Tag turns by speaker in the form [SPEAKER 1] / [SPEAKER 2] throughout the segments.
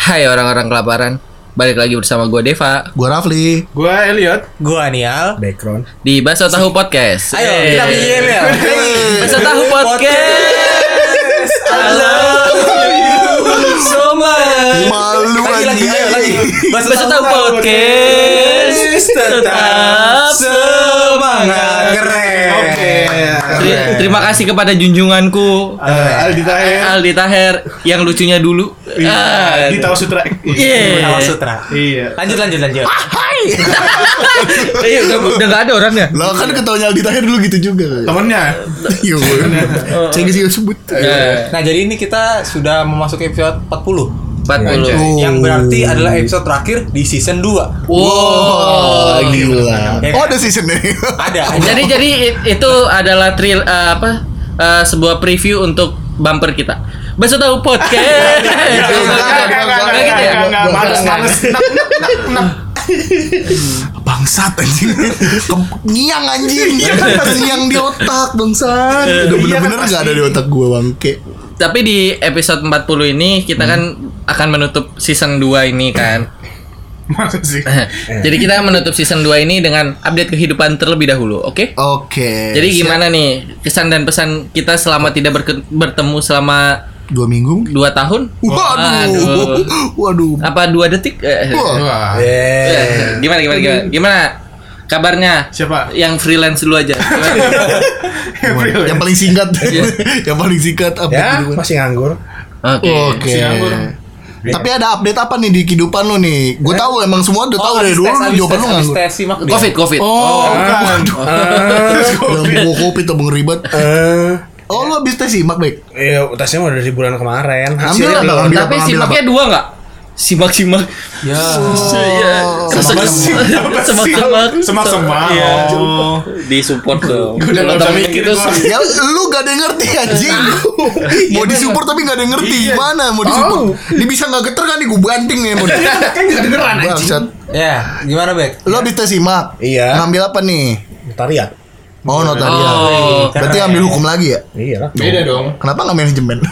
[SPEAKER 1] Hai orang-orang kelaparan, balik lagi bersama gue Deva
[SPEAKER 2] Gue Rafli
[SPEAKER 3] Gue Elliot
[SPEAKER 4] Gua Nial.
[SPEAKER 3] Background
[SPEAKER 1] di Baso Tahu Podcast.
[SPEAKER 4] Ayo
[SPEAKER 1] Yeay.
[SPEAKER 4] kita bikin ya.
[SPEAKER 1] Baso Tahu Podcast. Halo. So much.
[SPEAKER 2] Malu
[SPEAKER 4] Lagi lagi ayo lagi.
[SPEAKER 2] anjing
[SPEAKER 1] Baso Tahu Podcast tetap semangat.
[SPEAKER 4] Keren.
[SPEAKER 3] Oke
[SPEAKER 1] Teri- Terima kasih kepada junjunganku
[SPEAKER 3] Eh, Aldi Tahir
[SPEAKER 1] Aldi Taher yang lucunya dulu. Ah.
[SPEAKER 3] Di Tahu Sutra
[SPEAKER 1] Yeay.
[SPEAKER 4] Awal sutra.
[SPEAKER 3] Iya
[SPEAKER 4] Lanjut lanjut lanjut.
[SPEAKER 1] Eh, udah udah nggak ada orangnya.
[SPEAKER 2] Lah kan ketawanya Aldi Tahir dulu gitu juga
[SPEAKER 3] Temennya
[SPEAKER 2] Iya Saya nggak sih sebut
[SPEAKER 1] Eh,
[SPEAKER 4] Nah jadi ini kita sudah memasuki episode 40
[SPEAKER 1] 40.
[SPEAKER 2] Oh.
[SPEAKER 4] Yang berarti adalah episode terakhir di season 2
[SPEAKER 1] Wow.
[SPEAKER 2] Wah Oh, gila
[SPEAKER 4] Ya kan?
[SPEAKER 2] Oh ada season nih
[SPEAKER 4] Ada
[SPEAKER 1] Jadi jadi i- itu adalah tril eh, apa eh, sebuah preview untuk bumper kita. Besok tahu podcast. Iya.
[SPEAKER 2] enggak, enggak, enggak,
[SPEAKER 1] Enggak gitu ya?
[SPEAKER 2] enggak, enggak.
[SPEAKER 3] Males males
[SPEAKER 2] Hmm. Bangsat anjing Ke- Ngiang anjing Ngiang di otak bangsat Udah bener-bener
[SPEAKER 3] Iya kan,
[SPEAKER 2] gak ada di otak gue bangke
[SPEAKER 1] Tapi di episode 40 ini kita kan akan menutup season 2 ini kan.
[SPEAKER 3] Males sih
[SPEAKER 1] Eh. jadi kita menutup season 2 ini dengan update kehidupan terlebih dahulu, oke?
[SPEAKER 2] Oke
[SPEAKER 1] Jadi gimana nih kesan dan pesan kita selama tidak berke- bertemu selama
[SPEAKER 2] Dua minggu
[SPEAKER 1] 2 tahun?
[SPEAKER 2] Waduh Waduh
[SPEAKER 1] Apa 2 detik? Eh,
[SPEAKER 2] Wah.
[SPEAKER 3] Wah
[SPEAKER 1] eh, Gimana gimana gimana? Gimana kabarnya?
[SPEAKER 3] Siapa?
[SPEAKER 1] Yang freelance dulu aja. Gimana?
[SPEAKER 3] April
[SPEAKER 2] Yang paling singkat Yang paling singkat update
[SPEAKER 5] ya
[SPEAKER 2] kehidupan.
[SPEAKER 5] masih nganggur
[SPEAKER 1] Oke.
[SPEAKER 2] Oke.
[SPEAKER 3] Singapura.
[SPEAKER 2] Tapi ada update apa nih di kehidupan lu nih? Gue tahu emang semua udah tahu dari dulu
[SPEAKER 4] Oh, habis tes,
[SPEAKER 2] lu
[SPEAKER 4] habis
[SPEAKER 2] jawaban lu
[SPEAKER 4] tes, habis
[SPEAKER 2] nganggur.
[SPEAKER 4] tes, simak dia.
[SPEAKER 1] Covid, Covid.
[SPEAKER 2] Oh,
[SPEAKER 3] Bukan
[SPEAKER 5] Ah.
[SPEAKER 2] dalam buku kopi tuh Bang ribet.
[SPEAKER 5] eh
[SPEAKER 2] Oh, lu habis tes simak, Bek.
[SPEAKER 5] ya tesnya udah dari bulan kemarin
[SPEAKER 2] Ambil apa?
[SPEAKER 5] hasilnya belum
[SPEAKER 2] Ambil
[SPEAKER 1] Tapi
[SPEAKER 2] apa? Ambil apa?
[SPEAKER 1] simaknya dua nggak? Simak simak. Ya. Semak semak. Semak semak.
[SPEAKER 3] Semak-semak
[SPEAKER 1] Iya.
[SPEAKER 3] Oh.
[SPEAKER 1] Di support dong.
[SPEAKER 3] Gua udah nggak bisa
[SPEAKER 1] Temen
[SPEAKER 3] mikir
[SPEAKER 1] itu
[SPEAKER 3] gua.
[SPEAKER 1] sem-
[SPEAKER 2] Ya lu gak ada yang ngerti anjing Mau disupport tapi gak ada yang ngerti Gimana mau disupport Dia bisa gak geter kan nih Gue banting nih mau
[SPEAKER 6] Iya.
[SPEAKER 2] di-
[SPEAKER 3] Kan gak kedengeran anjing
[SPEAKER 2] Bangsat.
[SPEAKER 4] Ya gimana Bek?
[SPEAKER 2] Lu habis tes simak
[SPEAKER 5] Iya.
[SPEAKER 2] Ngambil apa nih
[SPEAKER 5] tarian
[SPEAKER 2] Mau notaria
[SPEAKER 1] Oh.
[SPEAKER 2] Berarti ambil hukum lagi ya
[SPEAKER 5] iya lah
[SPEAKER 3] Beda dong
[SPEAKER 2] Kenapa gak manajemen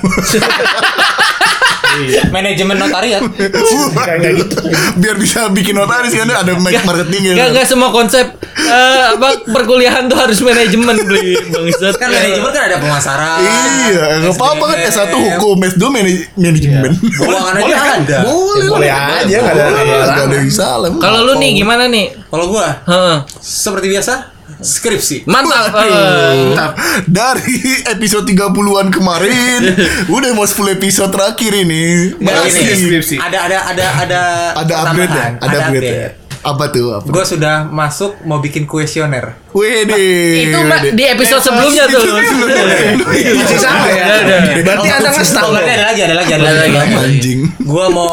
[SPEAKER 4] Manajemen notariat.
[SPEAKER 5] kayak gitu
[SPEAKER 2] biar bisa bikin notaris kan ada market- marketing gitu.
[SPEAKER 1] Gak, gak semua konsep eh, apa perkuliahan tuh harus manajemen beli bangsat
[SPEAKER 4] Kan manajemen kan ada pemasaran.
[SPEAKER 2] Iya, nggak apa-apa kan
[SPEAKER 4] SDM.
[SPEAKER 2] S1 hukum, S2 manaj- manajemen.
[SPEAKER 1] Iya.
[SPEAKER 4] Keuangan aja ada.
[SPEAKER 5] boleh
[SPEAKER 2] lah. Boleh,
[SPEAKER 5] aja, nggak ada- nggak ada
[SPEAKER 2] nggak ada yang salah.
[SPEAKER 1] Kalau lu nih gimana nih?
[SPEAKER 4] Kalau gua
[SPEAKER 1] Heeh.
[SPEAKER 4] seperti biasa skripsi.
[SPEAKER 1] Mantap.
[SPEAKER 2] Waduh.
[SPEAKER 1] Eh,
[SPEAKER 2] Dari episode 30-an kemarin Udah mau 10 episode terakhir ini Masih
[SPEAKER 3] Skripsi
[SPEAKER 4] Ada ada ada ada
[SPEAKER 2] Ada upgrade ya?
[SPEAKER 1] kan?
[SPEAKER 4] tambahan.
[SPEAKER 2] Ada upgrade ya? Apa tuh? Apa?
[SPEAKER 4] Gue sudah masuk mau bikin kuesioner.
[SPEAKER 2] Wede
[SPEAKER 1] Itu Mbak, di
[SPEAKER 2] Iya,
[SPEAKER 1] episode sebelumnya tuh. Iya,
[SPEAKER 5] Masih sama ya
[SPEAKER 1] Ada, ada.
[SPEAKER 2] iya.
[SPEAKER 5] berarti anda ngestak
[SPEAKER 1] kan?
[SPEAKER 4] Oh, enggak, ada lagi, ada lagi, ada
[SPEAKER 1] Ada
[SPEAKER 4] lagi.
[SPEAKER 1] lagi.
[SPEAKER 2] Anjing
[SPEAKER 4] Gue mau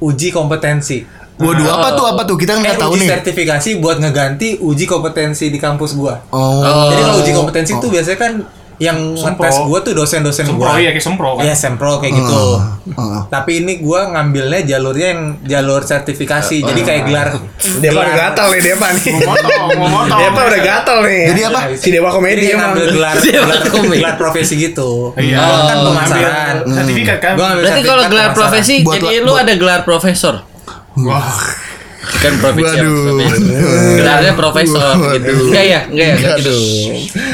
[SPEAKER 4] uji kompetensi.
[SPEAKER 2] Waduh apa tuh apa tuh kita kan
[SPEAKER 4] Eh,
[SPEAKER 2] nggak tahu
[SPEAKER 4] uji
[SPEAKER 2] nih
[SPEAKER 4] sertifikasi buat ngeganti uji kompetensi di kampus gua.
[SPEAKER 2] Oh
[SPEAKER 4] Jadi kalau uji kompetensi itu biasanya kan yang
[SPEAKER 3] Sempro.
[SPEAKER 4] ngetes gua tuh dosen-dosen
[SPEAKER 3] Sempro
[SPEAKER 4] gua.
[SPEAKER 3] iya kayak sempro kan
[SPEAKER 4] Ya sempro kayak gitu.
[SPEAKER 2] oh.
[SPEAKER 4] Tapi ini gua ngambilnya jalurnya yang jalur
[SPEAKER 3] Eh,
[SPEAKER 4] sertifikasi. Jadi kayak gelar
[SPEAKER 5] Dewa udah gatal nih Dewa nih
[SPEAKER 3] Mau motong Mau motong
[SPEAKER 5] Dewa Iya, udah gatal nih
[SPEAKER 2] Jadi apa?
[SPEAKER 5] si Dewa komedi
[SPEAKER 4] Jadi kayak
[SPEAKER 5] emang
[SPEAKER 4] ngambil gelar
[SPEAKER 1] Dewa komedi.
[SPEAKER 4] gelar profesi gitu.
[SPEAKER 3] Iya
[SPEAKER 4] Kalau kan
[SPEAKER 3] Ambil
[SPEAKER 4] pemasaran.
[SPEAKER 3] Sertifikat kan
[SPEAKER 4] Gua ngambil
[SPEAKER 1] Berarti
[SPEAKER 4] sertifikat
[SPEAKER 1] kalau gelar
[SPEAKER 4] pemasaran.
[SPEAKER 1] profesi
[SPEAKER 2] Buat-
[SPEAKER 1] jadi lu
[SPEAKER 2] buat-
[SPEAKER 1] ada gelar profesor.
[SPEAKER 3] Wah
[SPEAKER 1] Kan profesor.
[SPEAKER 2] Waduh.
[SPEAKER 1] Gelarnya profesor gitu.
[SPEAKER 2] Waduh.
[SPEAKER 1] Enggak ya, enggak ya, enggak gitu.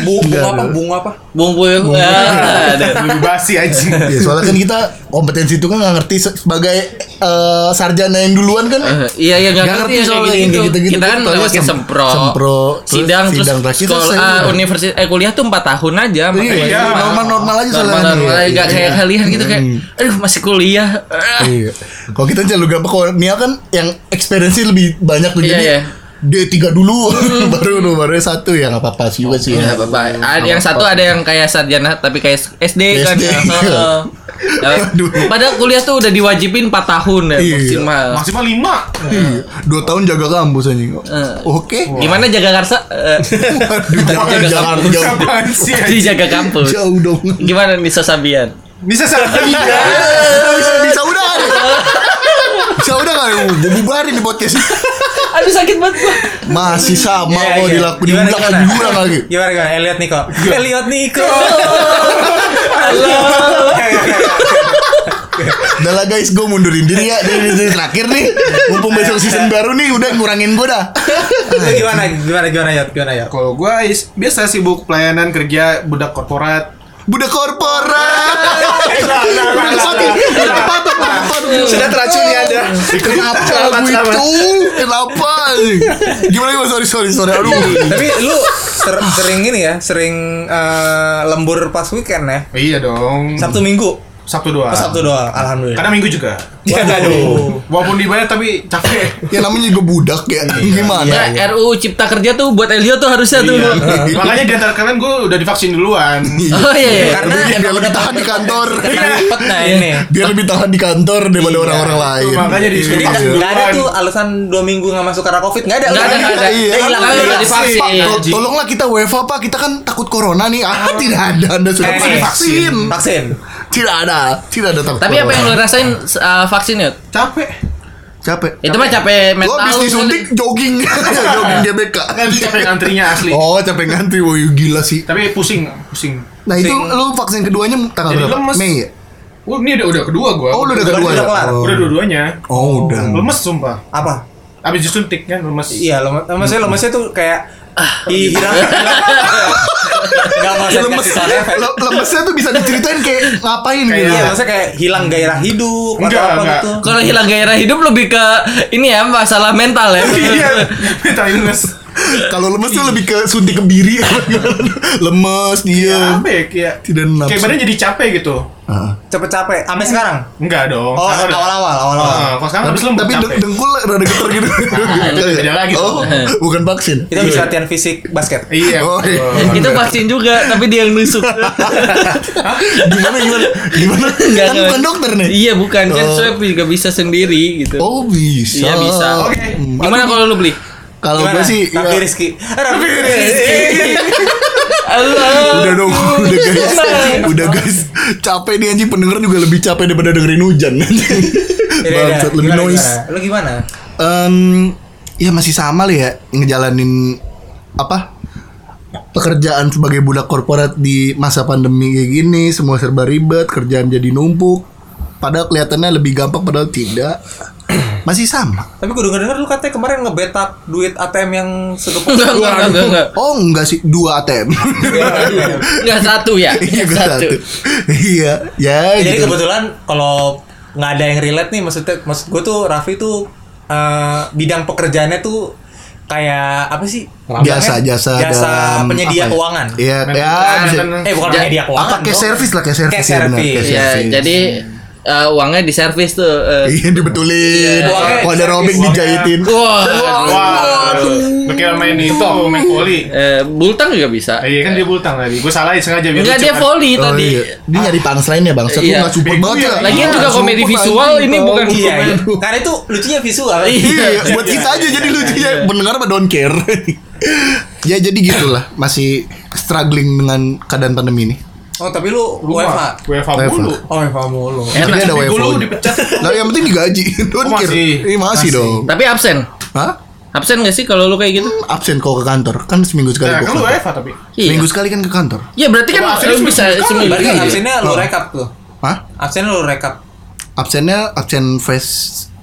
[SPEAKER 4] Bu- bunga apa? Bunga apa?
[SPEAKER 1] Bung Puyo. ah, ada.
[SPEAKER 3] Lebih basi anjing
[SPEAKER 2] Ya, soalnya kan kita kompetensi itu kan nggak ngerti se- sebagai eh, sarjana yang duluan kan
[SPEAKER 1] Eh, Iya iya nggak
[SPEAKER 2] Nggak
[SPEAKER 1] ngerti,
[SPEAKER 2] ngerti
[SPEAKER 1] ya, kayak
[SPEAKER 2] soalnya
[SPEAKER 1] gitu,
[SPEAKER 2] yang gitu-gitu.
[SPEAKER 1] Kita kan
[SPEAKER 2] Taunya
[SPEAKER 1] lewat ke
[SPEAKER 2] sem-
[SPEAKER 1] sempro,
[SPEAKER 2] sempro, terus
[SPEAKER 1] sidang, terus
[SPEAKER 2] sidang, terakhir
[SPEAKER 1] sekolah
[SPEAKER 2] selesai udah.
[SPEAKER 1] universitas eh kuliah tuh 4 tahun aja.
[SPEAKER 2] Iya,
[SPEAKER 1] makanya.
[SPEAKER 3] Iya.
[SPEAKER 2] normal normal aja soalnya.
[SPEAKER 1] Normal-normal aja, nggak
[SPEAKER 2] Iya. Hmm.
[SPEAKER 1] kayak kalian gitu kayak aduh masih kuliah.
[SPEAKER 2] Iya. Kalau kita jalu gak kalau Nia kan yang experience lebih banyak tuh
[SPEAKER 1] Iya,
[SPEAKER 2] jadi
[SPEAKER 1] iya. Hmm.
[SPEAKER 2] D3 dulu baru nomor satu ya nggak apa-apa sih juga sih.
[SPEAKER 1] Ya,
[SPEAKER 2] Ya.
[SPEAKER 1] bapak. Ada yang satu ada yang kayak sarjana tapi kayak SD, kan.
[SPEAKER 2] SD.
[SPEAKER 1] Heeh.
[SPEAKER 2] Iya. Aduh.
[SPEAKER 1] Padahal kuliah tuh udah diwajibin 4 tahun ya
[SPEAKER 2] Iya.
[SPEAKER 1] maksimal.
[SPEAKER 3] Maksimal 5
[SPEAKER 2] Iya. Dua tahun jaga kampus anjing.
[SPEAKER 4] Eh.
[SPEAKER 2] Oke.
[SPEAKER 1] Gimana jaga karsa? Eh,
[SPEAKER 2] Aduh, jangan
[SPEAKER 1] Jaga
[SPEAKER 2] jangan
[SPEAKER 1] kampus.
[SPEAKER 2] jauh,
[SPEAKER 3] Apaan sih
[SPEAKER 1] Jadi jaga kampus.
[SPEAKER 2] jauh dong.
[SPEAKER 4] Eh.
[SPEAKER 1] Gimana nih Sosabian?
[SPEAKER 3] Bisa salah
[SPEAKER 2] Bisa bisa udah kan? Bisa udah kan? Gue bubarin di podcast
[SPEAKER 1] Aduh sakit banget gua.
[SPEAKER 2] Masih sama
[SPEAKER 4] Iya,
[SPEAKER 2] kok
[SPEAKER 4] iya.
[SPEAKER 2] dilakuin
[SPEAKER 4] Gimana,
[SPEAKER 2] diulang
[SPEAKER 4] gimana?
[SPEAKER 2] diulang lagi.
[SPEAKER 4] Gimana gimana? Elliot Niko. Elliot Niko. Halo.
[SPEAKER 2] Udah lah guys, gue mundurin diri ya dari dari terakhir nih. Mumpung besok season baru nih, udah ngurangin gue dah.
[SPEAKER 4] Lu gimana gimana gimana ya gimana ya
[SPEAKER 3] Kalau gua is- biasa sibuk pelayanan kerja budak korporat.
[SPEAKER 2] Budak korporat. Udah kepotong, udah kepotong, udah kepotong.
[SPEAKER 5] Sudah teracuni Anda.
[SPEAKER 2] Kenapa
[SPEAKER 5] Selamat,
[SPEAKER 2] gue
[SPEAKER 5] selamat.
[SPEAKER 2] itu? Kenapa? Gimana gimana sorry sorry sorry. Aduh.
[SPEAKER 4] tapi lu ser- sering ini ya sering eh, lembur pas weekend ya
[SPEAKER 3] Iya dong.
[SPEAKER 4] sabtu minggu
[SPEAKER 3] Sabtu doang.
[SPEAKER 4] Oh, sabtu doang alhamdulillah
[SPEAKER 3] Kadang minggu juga.
[SPEAKER 4] Waduh.
[SPEAKER 3] Walaupun dibayar tapi capek. Iya.
[SPEAKER 2] Ya namanya juga budak ya.
[SPEAKER 5] Iya,
[SPEAKER 2] Gimana?
[SPEAKER 1] Nah, RUU Cipta Kerja tuh buat Elio tuh harusnya tuh.
[SPEAKER 3] Iya. Makanya di antara kalian gue udah divaksin duluan.
[SPEAKER 1] Oh iya. iya.
[SPEAKER 4] Karena
[SPEAKER 2] Karena dia
[SPEAKER 4] emang
[SPEAKER 2] lebih tahan di kantor. Iya.
[SPEAKER 4] Cepet nah ini
[SPEAKER 2] Dia lebih tahan di kantor daripada
[SPEAKER 1] Iya.
[SPEAKER 2] orang-orang lain.
[SPEAKER 3] Makanya di
[SPEAKER 4] jadi
[SPEAKER 3] Iya.
[SPEAKER 4] kan nggak ada tuh alasan dua minggu nggak masuk karena covid nggak ada
[SPEAKER 1] Nggak ada, nggak ada.
[SPEAKER 2] Iya.
[SPEAKER 1] Dia hilang, dia udah divaksin.
[SPEAKER 2] Tol- Tolonglah kita WFA Pak, kita kan takut corona nih. Ah, tidak ada. Anda sudah pasti
[SPEAKER 4] Eh,
[SPEAKER 2] vaksin.
[SPEAKER 4] vaksin
[SPEAKER 2] Tidak ada. Tidak ada takut.
[SPEAKER 1] Tapi apa yang lo
[SPEAKER 2] corona.
[SPEAKER 1] rasain uh, vaksin ya?
[SPEAKER 3] Capek.
[SPEAKER 2] capek?
[SPEAKER 1] Itu mah capek
[SPEAKER 2] Lo
[SPEAKER 1] mental.
[SPEAKER 2] habis disuntik jogging. jogging GBK.
[SPEAKER 3] Tapi capek antrinya asli.
[SPEAKER 2] Oh, capek ngantri. Wah, gila sih.
[SPEAKER 3] Tapi pusing, pusing.
[SPEAKER 2] Nah, itu
[SPEAKER 3] Pusing.
[SPEAKER 2] lu vaksin keduanya tanggal
[SPEAKER 3] Jadi
[SPEAKER 2] berapa?
[SPEAKER 3] lemes.
[SPEAKER 2] Mei ya?
[SPEAKER 3] Oh, ini udah, udah kedua gua.
[SPEAKER 2] Oh, lu udah
[SPEAKER 4] Udah-
[SPEAKER 2] kedua.
[SPEAKER 4] udah
[SPEAKER 2] ya?
[SPEAKER 4] kelar.
[SPEAKER 2] Oh.
[SPEAKER 3] Udah dua-duanya.
[SPEAKER 2] Oh, udah.
[SPEAKER 3] Lemes sumpah.
[SPEAKER 4] apa
[SPEAKER 3] Abis disuntik kan lemes.
[SPEAKER 4] iya lemes maksudnya lemesnya tuh kayak
[SPEAKER 2] Ah.
[SPEAKER 4] ih, hilang nggak maksud
[SPEAKER 2] lemes
[SPEAKER 4] kasih sound effect
[SPEAKER 2] le- lemesnya tuh bisa diceritain kayak ngapain gitu
[SPEAKER 4] Iya, maksudnya kayak hilang gairah hidup
[SPEAKER 3] Enggak,
[SPEAKER 4] atau apa
[SPEAKER 3] enggak.
[SPEAKER 4] gitu.
[SPEAKER 1] Kalau hilang gairah hidup lebih ke ini ya masalah mental ya.
[SPEAKER 3] Iya, mental illness.
[SPEAKER 2] kalau lemes
[SPEAKER 3] Iya.
[SPEAKER 2] tuh lebih ke suntik kebiri lemes dia
[SPEAKER 3] Capek ya.
[SPEAKER 2] Tidak nafsu.
[SPEAKER 3] Kayak badan jadi capek gitu.
[SPEAKER 2] Ah.
[SPEAKER 4] Cepet capek. Sampai sekarang.
[SPEAKER 3] Enggak dong.
[SPEAKER 4] Oh,
[SPEAKER 3] Sekarang udah-
[SPEAKER 4] awal-awal, awal-awal.
[SPEAKER 3] Ah, Kalau sekarang habis lembur
[SPEAKER 2] tapi
[SPEAKER 3] capek. Nah,
[SPEAKER 2] deng- dengkul rada geter gitu
[SPEAKER 3] itu beda lagi tuh.
[SPEAKER 2] oh bukan vaksin
[SPEAKER 4] Kita bisa latihan fisik basket.
[SPEAKER 3] Iya.
[SPEAKER 2] Oh, iya.
[SPEAKER 3] betul.
[SPEAKER 1] Itu vaksin juga, tapi dia yang nusuk.
[SPEAKER 2] gimana gimana gimana
[SPEAKER 1] Enggak,
[SPEAKER 2] kan
[SPEAKER 1] enggak.
[SPEAKER 2] bukan dokter nih
[SPEAKER 1] Iya bukan kan
[SPEAKER 2] Oh.
[SPEAKER 1] swab juga bisa sendiri gitu.
[SPEAKER 2] oh bisa
[SPEAKER 1] Iya bisa.
[SPEAKER 3] Oke.
[SPEAKER 1] Gimana kalau lu beli?
[SPEAKER 2] kalau gue sih
[SPEAKER 4] Tapi
[SPEAKER 2] ya,
[SPEAKER 4] Rizky. Tapi Rizky.
[SPEAKER 1] Allah.
[SPEAKER 2] udah dong
[SPEAKER 4] Iya,
[SPEAKER 2] udah guys
[SPEAKER 1] Senang.
[SPEAKER 2] udah guys capek nih anjing pendengar juga lebih capek daripada dengerin hujan
[SPEAKER 4] Yaudah,
[SPEAKER 2] bangsat lebih
[SPEAKER 4] gimana,
[SPEAKER 2] noise
[SPEAKER 4] gimana? Lu gimana?
[SPEAKER 2] Em, ya masih sama lah ya ngejalanin apa pekerjaan sebagai budak korporat di masa pandemi kayak gini semua serba ribet kerjaan jadi numpuk padahal kelihatannya lebih gampang padahal tidak masih sama
[SPEAKER 4] Tapi gue denger-denger lu katanya kemarin ngebetak duit ATM yang segepok.
[SPEAKER 1] Enggak, enggak, enggak, enggak, enggak.
[SPEAKER 2] oh enggak sih dua ATM
[SPEAKER 4] Iya,
[SPEAKER 1] Enggak satu ya.
[SPEAKER 2] iya gue satu iya ya
[SPEAKER 1] Eh,
[SPEAKER 4] Jadi
[SPEAKER 2] gitu
[SPEAKER 4] kebetulan kalau nggak ada yang relate nih maksudnya maksud gue tuh Raffi tuh eh, bidang pekerjaannya tuh kayak apa sih?
[SPEAKER 2] jasa jasa
[SPEAKER 4] jasa
[SPEAKER 2] dan apa ya?
[SPEAKER 4] penyedia keuangan.
[SPEAKER 2] iya ya bisa
[SPEAKER 4] Eh bukan
[SPEAKER 1] Ja-
[SPEAKER 4] penyedia keuangan.
[SPEAKER 2] apa kayak
[SPEAKER 4] dong.
[SPEAKER 2] service lah kayak service
[SPEAKER 4] Kayak
[SPEAKER 2] ya, benar,
[SPEAKER 4] service.
[SPEAKER 2] kayak
[SPEAKER 1] Iya,
[SPEAKER 2] service.
[SPEAKER 1] jadi eh, uangnya di servis tuh. eh.
[SPEAKER 2] Iya dibetulin.
[SPEAKER 4] Uangnya
[SPEAKER 2] Kalau ada
[SPEAKER 4] servis,
[SPEAKER 2] robek
[SPEAKER 4] uangnya.
[SPEAKER 2] dijahitin.
[SPEAKER 1] Wah.
[SPEAKER 3] Wah, Kayak main itu, main volley.
[SPEAKER 1] Eh, bultang juga bisa.
[SPEAKER 3] Ah, Iya kan dia bultang tadi. Gue salahin sengaja biar
[SPEAKER 1] Enggak
[SPEAKER 3] lucu
[SPEAKER 1] dia
[SPEAKER 3] kan.
[SPEAKER 1] volley
[SPEAKER 2] Oh,
[SPEAKER 1] tadi.
[SPEAKER 2] iya. Dia nyari punchline ya bang. Satu
[SPEAKER 1] Iya.
[SPEAKER 2] nggak support
[SPEAKER 3] Bego
[SPEAKER 2] banget.
[SPEAKER 3] ya.
[SPEAKER 2] ya.
[SPEAKER 1] Lagian
[SPEAKER 2] Iya,
[SPEAKER 1] juga
[SPEAKER 2] support
[SPEAKER 1] komedi visual
[SPEAKER 2] anjing.
[SPEAKER 1] ini bukan
[SPEAKER 4] Iya, iya. Karena itu lucunya visual.
[SPEAKER 1] Iya.
[SPEAKER 2] Iya, buat kita aja jadi lucunya pendengar mah don't care. Iya. ya jadi gitulah masih struggling dengan keadaan pandemi ini.
[SPEAKER 4] Oh, tapi lu
[SPEAKER 3] Wah,
[SPEAKER 4] WFH.
[SPEAKER 3] WFA
[SPEAKER 2] WFA.
[SPEAKER 3] mulu.
[SPEAKER 4] Oh, WFH mulu.
[SPEAKER 1] Enak.
[SPEAKER 2] Jadi ada
[SPEAKER 3] Tapi
[SPEAKER 2] WFO.
[SPEAKER 3] lu dipecat.
[SPEAKER 2] Nah, yang penting digaji. Don't
[SPEAKER 3] Oh,
[SPEAKER 2] care.
[SPEAKER 3] masih.
[SPEAKER 2] Ini masih dong.
[SPEAKER 1] Tapi absen.
[SPEAKER 2] Hah?
[SPEAKER 1] Absen gak sih kalau lu kayak gitu?
[SPEAKER 2] Absen kau ke kantor kan seminggu sekali.
[SPEAKER 3] Nah,
[SPEAKER 2] gua
[SPEAKER 3] kan
[SPEAKER 2] ke
[SPEAKER 3] lu
[SPEAKER 2] kantor.
[SPEAKER 3] WFA tapi.
[SPEAKER 1] Iya.
[SPEAKER 2] Minggu sekali kan ke kantor.
[SPEAKER 1] Ya berarti kan
[SPEAKER 3] Kalau absen
[SPEAKER 1] lu
[SPEAKER 3] seminggu
[SPEAKER 1] bisa
[SPEAKER 3] sekali.
[SPEAKER 1] seminggu.
[SPEAKER 4] Berarti
[SPEAKER 1] Iya.
[SPEAKER 4] absennya lu rekap tuh.
[SPEAKER 2] Hah?
[SPEAKER 4] Absennya lu rekap.
[SPEAKER 2] Absennya absen face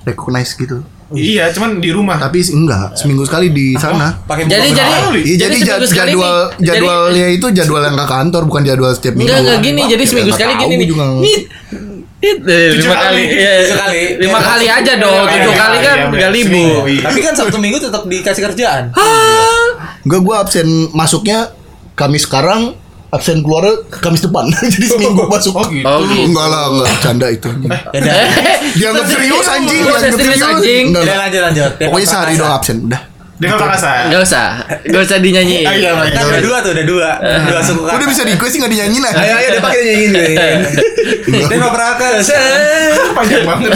[SPEAKER 2] recognize gitu.
[SPEAKER 3] Iya, cuman di rumah.
[SPEAKER 2] Tapi enggak, seminggu sekali di sana.
[SPEAKER 4] Pakai buku
[SPEAKER 1] Jadi
[SPEAKER 4] berapa
[SPEAKER 1] jadi
[SPEAKER 3] kali?
[SPEAKER 2] Iya jadi,
[SPEAKER 1] seminggu
[SPEAKER 2] jad-
[SPEAKER 1] sekali
[SPEAKER 2] jadwal
[SPEAKER 1] nih. Jadi-
[SPEAKER 2] jadwalnya itu jadwal yang ke kantor bukan jadwal setiap minggu.
[SPEAKER 1] Enggak enggak gini,
[SPEAKER 2] Wah,
[SPEAKER 1] jadi
[SPEAKER 2] ya,
[SPEAKER 1] seminggu
[SPEAKER 2] nggak
[SPEAKER 1] sekali
[SPEAKER 2] tahu
[SPEAKER 1] gini nih.
[SPEAKER 2] juga.
[SPEAKER 1] Nit, nit, eh,
[SPEAKER 3] Tujuh
[SPEAKER 1] lima
[SPEAKER 3] kali.
[SPEAKER 1] kali, iya.
[SPEAKER 4] Tujuh kali.
[SPEAKER 1] lima
[SPEAKER 4] Iya.
[SPEAKER 1] kali aja dong,
[SPEAKER 3] Iya,
[SPEAKER 1] tujuh
[SPEAKER 3] iya,
[SPEAKER 1] kali
[SPEAKER 3] iya,
[SPEAKER 1] kan
[SPEAKER 3] iya,
[SPEAKER 1] nggak
[SPEAKER 3] bener.
[SPEAKER 1] libur.
[SPEAKER 3] Seminggu, iya.
[SPEAKER 4] Tapi kan Sabtu Minggu tetap dikasih kerjaan.
[SPEAKER 1] Ah,
[SPEAKER 2] Enggak gua absen masuknya Kamis sekarang absen keluar Kamis depan. jadi seminggu masuk.
[SPEAKER 3] Oh gitu.
[SPEAKER 1] Oh gitu. Eh,
[SPEAKER 2] Enggak lah, enggak canda itu.
[SPEAKER 4] Ya udah.
[SPEAKER 2] Dianggap serius anjing,
[SPEAKER 1] Proses
[SPEAKER 2] dianggap
[SPEAKER 1] serius,
[SPEAKER 2] serius.
[SPEAKER 1] anjing.
[SPEAKER 2] Enggak,
[SPEAKER 4] Udah
[SPEAKER 2] enggak.
[SPEAKER 4] lanjut lanjut. Ya, Dia
[SPEAKER 1] eh,
[SPEAKER 2] Pokoknya
[SPEAKER 4] pakai
[SPEAKER 2] sehari
[SPEAKER 4] perasaan.
[SPEAKER 2] doang absen, udah.
[SPEAKER 3] Dia kalau
[SPEAKER 1] Enggak usah, enggak usah dinyanyiin.
[SPEAKER 4] Iya, kan udah dua tuh, udah dua. Dua suku
[SPEAKER 1] eh,
[SPEAKER 4] kata.
[SPEAKER 2] Eh. Udah bisa ya, request sih enggak dinyanyiin lah.
[SPEAKER 5] Ayo ayo udah pakai nyanyiin gue.
[SPEAKER 4] Dan mau perakan.
[SPEAKER 2] Iya,
[SPEAKER 3] panjang banget.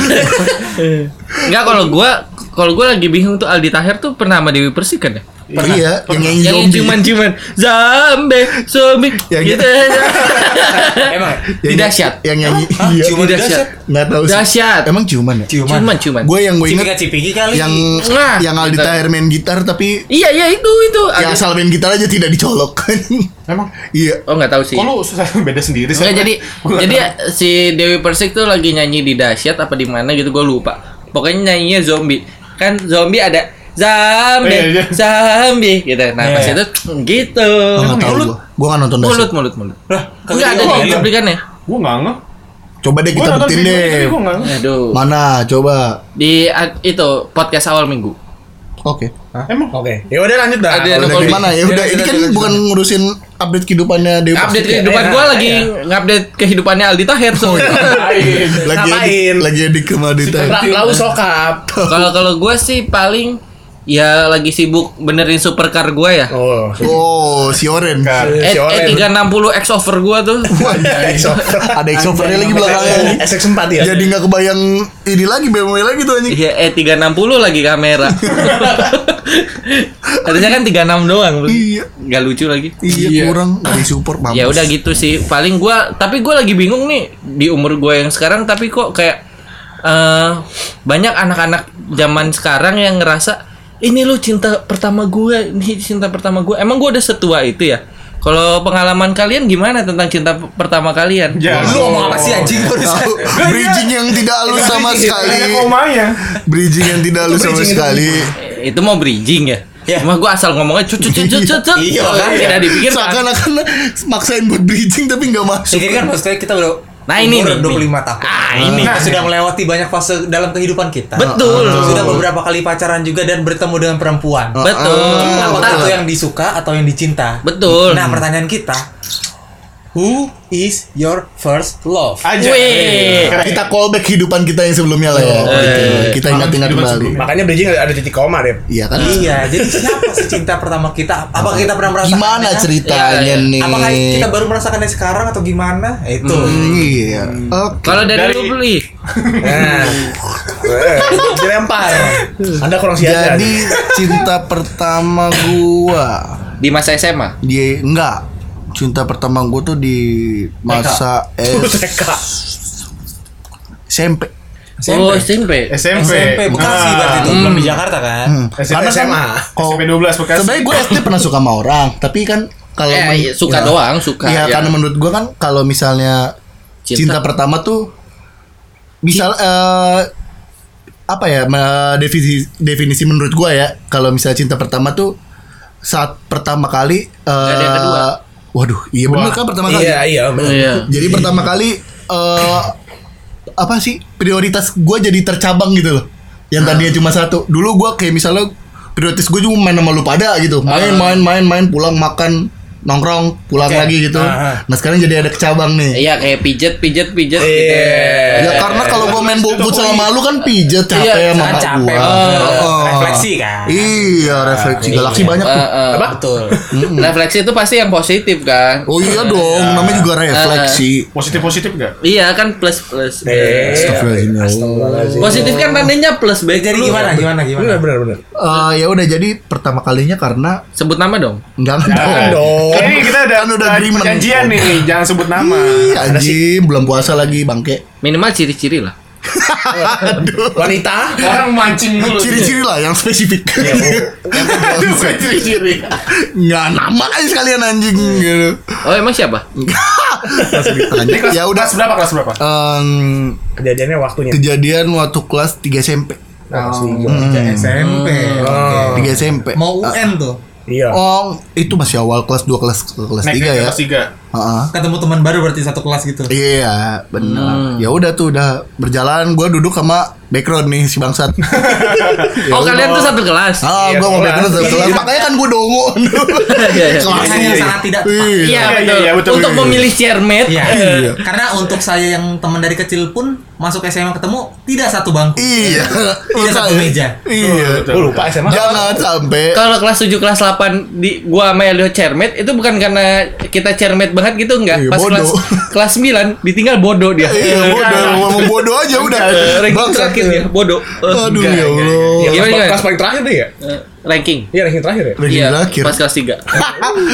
[SPEAKER 1] Enggak kalau gua kalau gua lagi bingung tuh Aldi Tahir tuh pernah sama Dewi Persik kan ya?
[SPEAKER 2] iya, yang nyanyi
[SPEAKER 1] Yang
[SPEAKER 2] zombie.
[SPEAKER 1] ciuman-ciuman Zambe Zombie
[SPEAKER 2] Yang
[SPEAKER 1] Gitu
[SPEAKER 4] Emang ya?
[SPEAKER 2] Yang-
[SPEAKER 1] Di dahsyat.
[SPEAKER 2] Yang nyanyi.
[SPEAKER 4] Hah?
[SPEAKER 2] Iya.
[SPEAKER 4] Ciuman
[SPEAKER 1] Tidak
[SPEAKER 4] dahsyat?
[SPEAKER 1] siap.
[SPEAKER 2] Nggak tahu sih.
[SPEAKER 1] Dahsyat.
[SPEAKER 2] Emang ciuman ya?
[SPEAKER 4] Ciuman.
[SPEAKER 1] Ciuman-ciuman
[SPEAKER 2] Gue yang gue
[SPEAKER 4] Cipika
[SPEAKER 2] inget
[SPEAKER 4] cipiki kali.
[SPEAKER 2] yang
[SPEAKER 1] Nah,
[SPEAKER 2] yang Aldi
[SPEAKER 1] gitar.
[SPEAKER 2] Tahir main gitar tapi
[SPEAKER 1] Iya iya itu itu
[SPEAKER 2] yang
[SPEAKER 1] Ada-
[SPEAKER 2] asal main gitar aja tidak dicolok.
[SPEAKER 3] Emang
[SPEAKER 2] Iya.
[SPEAKER 1] Oh nggak tahu sih
[SPEAKER 3] Kok lu susah beda sendiri sih?
[SPEAKER 1] Nggak, jadi jadi si Dewi Persik tuh lagi nyanyi di dahsyat apa di mana gitu gue lupa. Pokoknya nyanyinya zombie. Kan zombie ada
[SPEAKER 3] Oh, iya,
[SPEAKER 1] zombie,
[SPEAKER 3] iya.
[SPEAKER 1] zombie gitu. Nah,
[SPEAKER 4] Iya,
[SPEAKER 1] pas
[SPEAKER 4] iya.
[SPEAKER 1] itu gitu.
[SPEAKER 2] Oh, nggak tahu gue. Gue nggak nonton
[SPEAKER 1] Mulut
[SPEAKER 2] dahsyat.
[SPEAKER 1] mulut mulut.
[SPEAKER 4] Lah, kagak
[SPEAKER 1] Enggak ada
[SPEAKER 5] Iya.
[SPEAKER 4] diomongin.
[SPEAKER 1] di cuplikannya.
[SPEAKER 3] Gue nggak ngeh.
[SPEAKER 2] Coba deh
[SPEAKER 3] Gue
[SPEAKER 2] kita
[SPEAKER 3] nonton
[SPEAKER 2] buktiin
[SPEAKER 3] video
[SPEAKER 2] deh.
[SPEAKER 3] tapi gue nggak ngeh.
[SPEAKER 1] Aduh.
[SPEAKER 2] Mana? Coba.
[SPEAKER 1] Di a- itu podcast awal minggu.
[SPEAKER 2] Oke.
[SPEAKER 3] Emang
[SPEAKER 5] Oke. Ya udah lanjut dah.
[SPEAKER 1] Ada-
[SPEAKER 2] Kalau
[SPEAKER 1] Kalau
[SPEAKER 2] dari
[SPEAKER 1] di-
[SPEAKER 2] mana ya udah ini kan bukan ngurusin update kehidupannya Dewi
[SPEAKER 1] Update
[SPEAKER 2] Persik.
[SPEAKER 1] kehidupan
[SPEAKER 5] iya,
[SPEAKER 1] gue
[SPEAKER 5] iya. Iya.
[SPEAKER 1] lagi ngupdate kehidupannya Aldi Tahir soalnya.
[SPEAKER 2] lagi
[SPEAKER 5] Ngapain?
[SPEAKER 2] edit- lagi edit sama Aldi Tahir.
[SPEAKER 5] La- Lau sokap.
[SPEAKER 1] Kalau kalau gue sih paling ya lagi sibuk benerin supercar gue ya.
[SPEAKER 5] Oh. iya,
[SPEAKER 2] Oh, si Oren.
[SPEAKER 1] Eh,
[SPEAKER 5] Si
[SPEAKER 1] eh
[SPEAKER 5] Olen.
[SPEAKER 1] 360 X over gue tuh.
[SPEAKER 2] Ada exovernya lagi belakangnya.
[SPEAKER 5] SX4 ya.
[SPEAKER 2] Jadi nggak kebayang ini lagi BMW lagi tuh anjing.
[SPEAKER 1] Iya, eh 360 lagi kamera. Harusnya kan 36 doang.
[SPEAKER 2] Iya.
[SPEAKER 1] Nggak lucu lagi.
[SPEAKER 2] Iya, kurang dari support mampus.
[SPEAKER 1] Ya udah gitu sih. Paling gua tapi gua lagi bingung nih di umur gua yang sekarang tapi kok kayak eh banyak anak-anak zaman sekarang yang ngerasa ini lo cinta pertama gua, ini cinta pertama gua. Emang gua udah setua itu ya? Kalau pengalaman kalian gimana tentang cinta p- pertama kalian?
[SPEAKER 3] Ya.
[SPEAKER 4] Lu ngomong apa sih anjing barusan?
[SPEAKER 2] Tahu, bridging yang tidak halus sama
[SPEAKER 6] Iya.
[SPEAKER 2] sekali.
[SPEAKER 3] Ada komanya.
[SPEAKER 2] Bridging yang tidak halus sama
[SPEAKER 5] Bridging itu.
[SPEAKER 2] sekali.
[SPEAKER 1] Eh, Itu mau bridging ya.
[SPEAKER 4] Ya.
[SPEAKER 1] Cuma gua asal ngomongnya cut cut cut cut cut. cut.
[SPEAKER 4] Iya,
[SPEAKER 1] Soalnya
[SPEAKER 4] iya.
[SPEAKER 1] tidak dipikirkan.
[SPEAKER 2] Seakan-akan maksain buat bridging tapi nggak masuk.
[SPEAKER 4] Pikir kan maksudnya kita udah
[SPEAKER 1] Nah, ini
[SPEAKER 4] umur
[SPEAKER 1] nih.
[SPEAKER 4] 25 tahun.
[SPEAKER 1] Ah, ini.
[SPEAKER 4] Nah, sudah melewati banyak fase dalam kehidupan kita.
[SPEAKER 1] Betul.
[SPEAKER 4] Sudah beberapa kali pacaran juga dan bertemu dengan perempuan.
[SPEAKER 2] Oh,
[SPEAKER 1] Iya, Betul.
[SPEAKER 2] ah,
[SPEAKER 4] Apakah
[SPEAKER 2] betul.
[SPEAKER 4] itu yang disuka atau yang dicinta?
[SPEAKER 1] Betul.
[SPEAKER 4] Nah, pertanyaan kita, who is your first love?
[SPEAKER 3] Aja.
[SPEAKER 1] Wih.
[SPEAKER 3] Keren.
[SPEAKER 2] Kita callback kehidupan kita yang sebelumnya lah
[SPEAKER 1] Oh, iya,
[SPEAKER 2] ya. Gitu. Kita
[SPEAKER 3] kehidupan
[SPEAKER 2] ingat-ingat kembali.
[SPEAKER 3] sebelumnya.
[SPEAKER 5] Makanya bridging ada titik koma, Dep.
[SPEAKER 2] Iya kan?
[SPEAKER 4] Iya, jadi siapa sih cinta pertama kita? Apakah kita pernah merasakan? ya?
[SPEAKER 2] Gimana ceritanya
[SPEAKER 1] Iya, iya.
[SPEAKER 2] nih?
[SPEAKER 4] Apakah kita baru merasakannya sekarang atau gimana? Ya, Itu.
[SPEAKER 2] Hmm, Iya. Oke.
[SPEAKER 1] Kalau dari,
[SPEAKER 3] Dari-
[SPEAKER 1] lu beli
[SPEAKER 5] Nah. Eh, Dilempar. Anda kurang siaga.
[SPEAKER 2] Jadi cinta pertama gua
[SPEAKER 1] di masa SMA.
[SPEAKER 2] dia enggak cinta pertama gua tuh di masa S
[SPEAKER 5] TK.
[SPEAKER 2] SMP.
[SPEAKER 4] SMP.
[SPEAKER 1] Oh, SMP.
[SPEAKER 3] SMP.
[SPEAKER 4] SMP Bekasi
[SPEAKER 3] Nah.
[SPEAKER 4] berarti itu belum di Jakarta kan?
[SPEAKER 2] Hmm.
[SPEAKER 3] SMP.
[SPEAKER 5] Karena kan-
[SPEAKER 2] Kalau-
[SPEAKER 3] SMP 12 Bekasi.
[SPEAKER 2] Oh. Sebenarnya gue SD pernah suka sama orang, tapi kan kalau
[SPEAKER 1] Eh,
[SPEAKER 2] men-
[SPEAKER 1] iya, suka
[SPEAKER 2] ya.
[SPEAKER 1] doang, suka,
[SPEAKER 2] Iya,
[SPEAKER 1] ya.
[SPEAKER 2] karena menurut gue kan kalau misalnya
[SPEAKER 1] Cinta.
[SPEAKER 2] cinta, pertama tuh bisa eh, apa ya me- definisi definisi menurut gue ya kalau misalnya cinta pertama tuh saat pertama kali eh
[SPEAKER 1] ada yang kedua.
[SPEAKER 2] waduh iya bener kan pertama kali
[SPEAKER 5] Iya, iya. bener.
[SPEAKER 1] Iya.
[SPEAKER 2] jadi pertama kali eh apa sih prioritas gue jadi tercabang gitu loh. Yang tadinya cuma satu. Dulu gue kayak misalnya prioritas gue cuma main sama lu pada gitu. Main, main, main, main, pulang makan nongkrong, pulang lagi gitu.
[SPEAKER 5] Ah,
[SPEAKER 2] Nah sekarang jadi ada kecabang nih.
[SPEAKER 1] Iya kayak pijet pijet pijet gitu.
[SPEAKER 5] Iya.
[SPEAKER 2] Ya karena kalau gue main bobot sama lu kan pijet capek
[SPEAKER 1] Iya,
[SPEAKER 2] sama mak
[SPEAKER 4] capek
[SPEAKER 2] gue.
[SPEAKER 4] banget.
[SPEAKER 2] Oh.
[SPEAKER 4] Refleksi kan?
[SPEAKER 2] Iya refleksi galaksi banyak
[SPEAKER 1] Eh,
[SPEAKER 2] tuh.
[SPEAKER 1] eh,
[SPEAKER 5] Apa?
[SPEAKER 4] Betul.
[SPEAKER 1] Refleksi itu pasti yang positif kan?
[SPEAKER 2] Oh iya dong, namanya
[SPEAKER 1] Ah,
[SPEAKER 2] juga refleksi.
[SPEAKER 3] Positif positif nggak?
[SPEAKER 1] Iya kan plus plus.
[SPEAKER 5] Eh,
[SPEAKER 2] Astagfirullahaladzim, ya Allah.
[SPEAKER 5] Astagfirullahaladzim.
[SPEAKER 1] Positif kan tandanya plus baik
[SPEAKER 4] Jadi
[SPEAKER 1] lu.
[SPEAKER 4] gimana gimana gimana?
[SPEAKER 5] Bener, bener, bener.
[SPEAKER 2] Eh, ya udah jadi pertama kalinya karena
[SPEAKER 1] Sebut nama dong.
[SPEAKER 2] enggak
[SPEAKER 3] Jangan
[SPEAKER 2] Oh, dong.
[SPEAKER 5] dong.
[SPEAKER 3] Kayaknya Eh, kita ada
[SPEAKER 2] Kan udah
[SPEAKER 3] ada
[SPEAKER 2] agreement. Oh.
[SPEAKER 3] perjanjian nih, jangan sebut nama.
[SPEAKER 2] Ih, anjing, belum puasa lagi bangke.
[SPEAKER 1] Minimal ciri-ciri lah.
[SPEAKER 5] Wanita?
[SPEAKER 3] Orang mancing dulu.
[SPEAKER 2] Ciri-ciri lah yang spesifik.
[SPEAKER 3] Ya, oh. Aduh, bukan ciri-ciri.
[SPEAKER 2] Nggak nama aja sekalian anjing gitu.
[SPEAKER 1] Oh emang siapa?
[SPEAKER 2] Langsung ditanya.
[SPEAKER 3] Ini kelas,
[SPEAKER 2] Ya udah
[SPEAKER 3] kelas berapa kelas berapa?
[SPEAKER 2] em,
[SPEAKER 5] Kejadiannya waktunya. Nah,
[SPEAKER 2] kejadian waktu kelas 3 SMP. Hmm.
[SPEAKER 4] SMP. Ah.
[SPEAKER 5] Oh.
[SPEAKER 2] 3 SMP.
[SPEAKER 4] Mau
[SPEAKER 3] E?
[SPEAKER 4] UN tuh.
[SPEAKER 5] Iya.
[SPEAKER 2] Oh, itu masih awal kelas 2 kelas kelas
[SPEAKER 3] Naik naik
[SPEAKER 2] 3
[SPEAKER 3] ke
[SPEAKER 2] ya.
[SPEAKER 3] kelas tiga.
[SPEAKER 2] Heeh.
[SPEAKER 4] Ketemu teman baru berarti satu kelas gitu.
[SPEAKER 2] Iya,
[SPEAKER 3] Hmm.
[SPEAKER 2] benar. Ya udah tuh udah berjalan gua duduk sama background nih si bangsat. Ya
[SPEAKER 1] Oh
[SPEAKER 2] udah.
[SPEAKER 1] kalian tuh satu kelas.
[SPEAKER 2] Ah,
[SPEAKER 5] Iya,
[SPEAKER 2] gua mau
[SPEAKER 5] kelas.
[SPEAKER 2] background satu
[SPEAKER 5] Iya.
[SPEAKER 2] kelas. Makanya kan gua dongo.
[SPEAKER 1] Iya, iya.
[SPEAKER 2] Kelas.
[SPEAKER 4] Biasanya sangat tidak
[SPEAKER 2] Iya.
[SPEAKER 1] Iya
[SPEAKER 3] Iya,
[SPEAKER 1] betul.
[SPEAKER 3] iya, betul.
[SPEAKER 1] Untuk memilih chairmate.
[SPEAKER 4] Iya.
[SPEAKER 2] Iya.
[SPEAKER 4] Karena untuk saya yang teman dari kecil pun masuk SMA ketemu tidak satu bangku.
[SPEAKER 2] Iya.
[SPEAKER 4] Tidak satu meja.
[SPEAKER 2] Iya.
[SPEAKER 3] Betul, betul.
[SPEAKER 5] Lu lupa SMA.
[SPEAKER 2] Jangan sampai
[SPEAKER 1] Kalau kelas 7 kelas 8 di gua sama Elio chairmate itu bukan karena kita chairmate banget gitu enggak.
[SPEAKER 2] Iya,
[SPEAKER 1] Pas
[SPEAKER 2] bodoh.
[SPEAKER 1] kelas kelas 9 ditinggal bodoh dia. Eh,
[SPEAKER 2] Iya bodoh, mau bodoh aja udah.
[SPEAKER 1] Ranking
[SPEAKER 2] Bangsat. iya.
[SPEAKER 1] terakhir. sakit ya, bodoh. Eh,
[SPEAKER 2] Aduh
[SPEAKER 1] enggak.
[SPEAKER 2] ya Allah.
[SPEAKER 5] Iya,
[SPEAKER 1] Gimana,
[SPEAKER 5] kelas-
[SPEAKER 1] gimana?
[SPEAKER 5] kelas paling terakhir deh ya?
[SPEAKER 1] Eh, ranking.
[SPEAKER 5] Iya, ranking terakhir ya?
[SPEAKER 2] Lagi
[SPEAKER 1] Iya,
[SPEAKER 2] akhir.
[SPEAKER 1] pas kelas 3.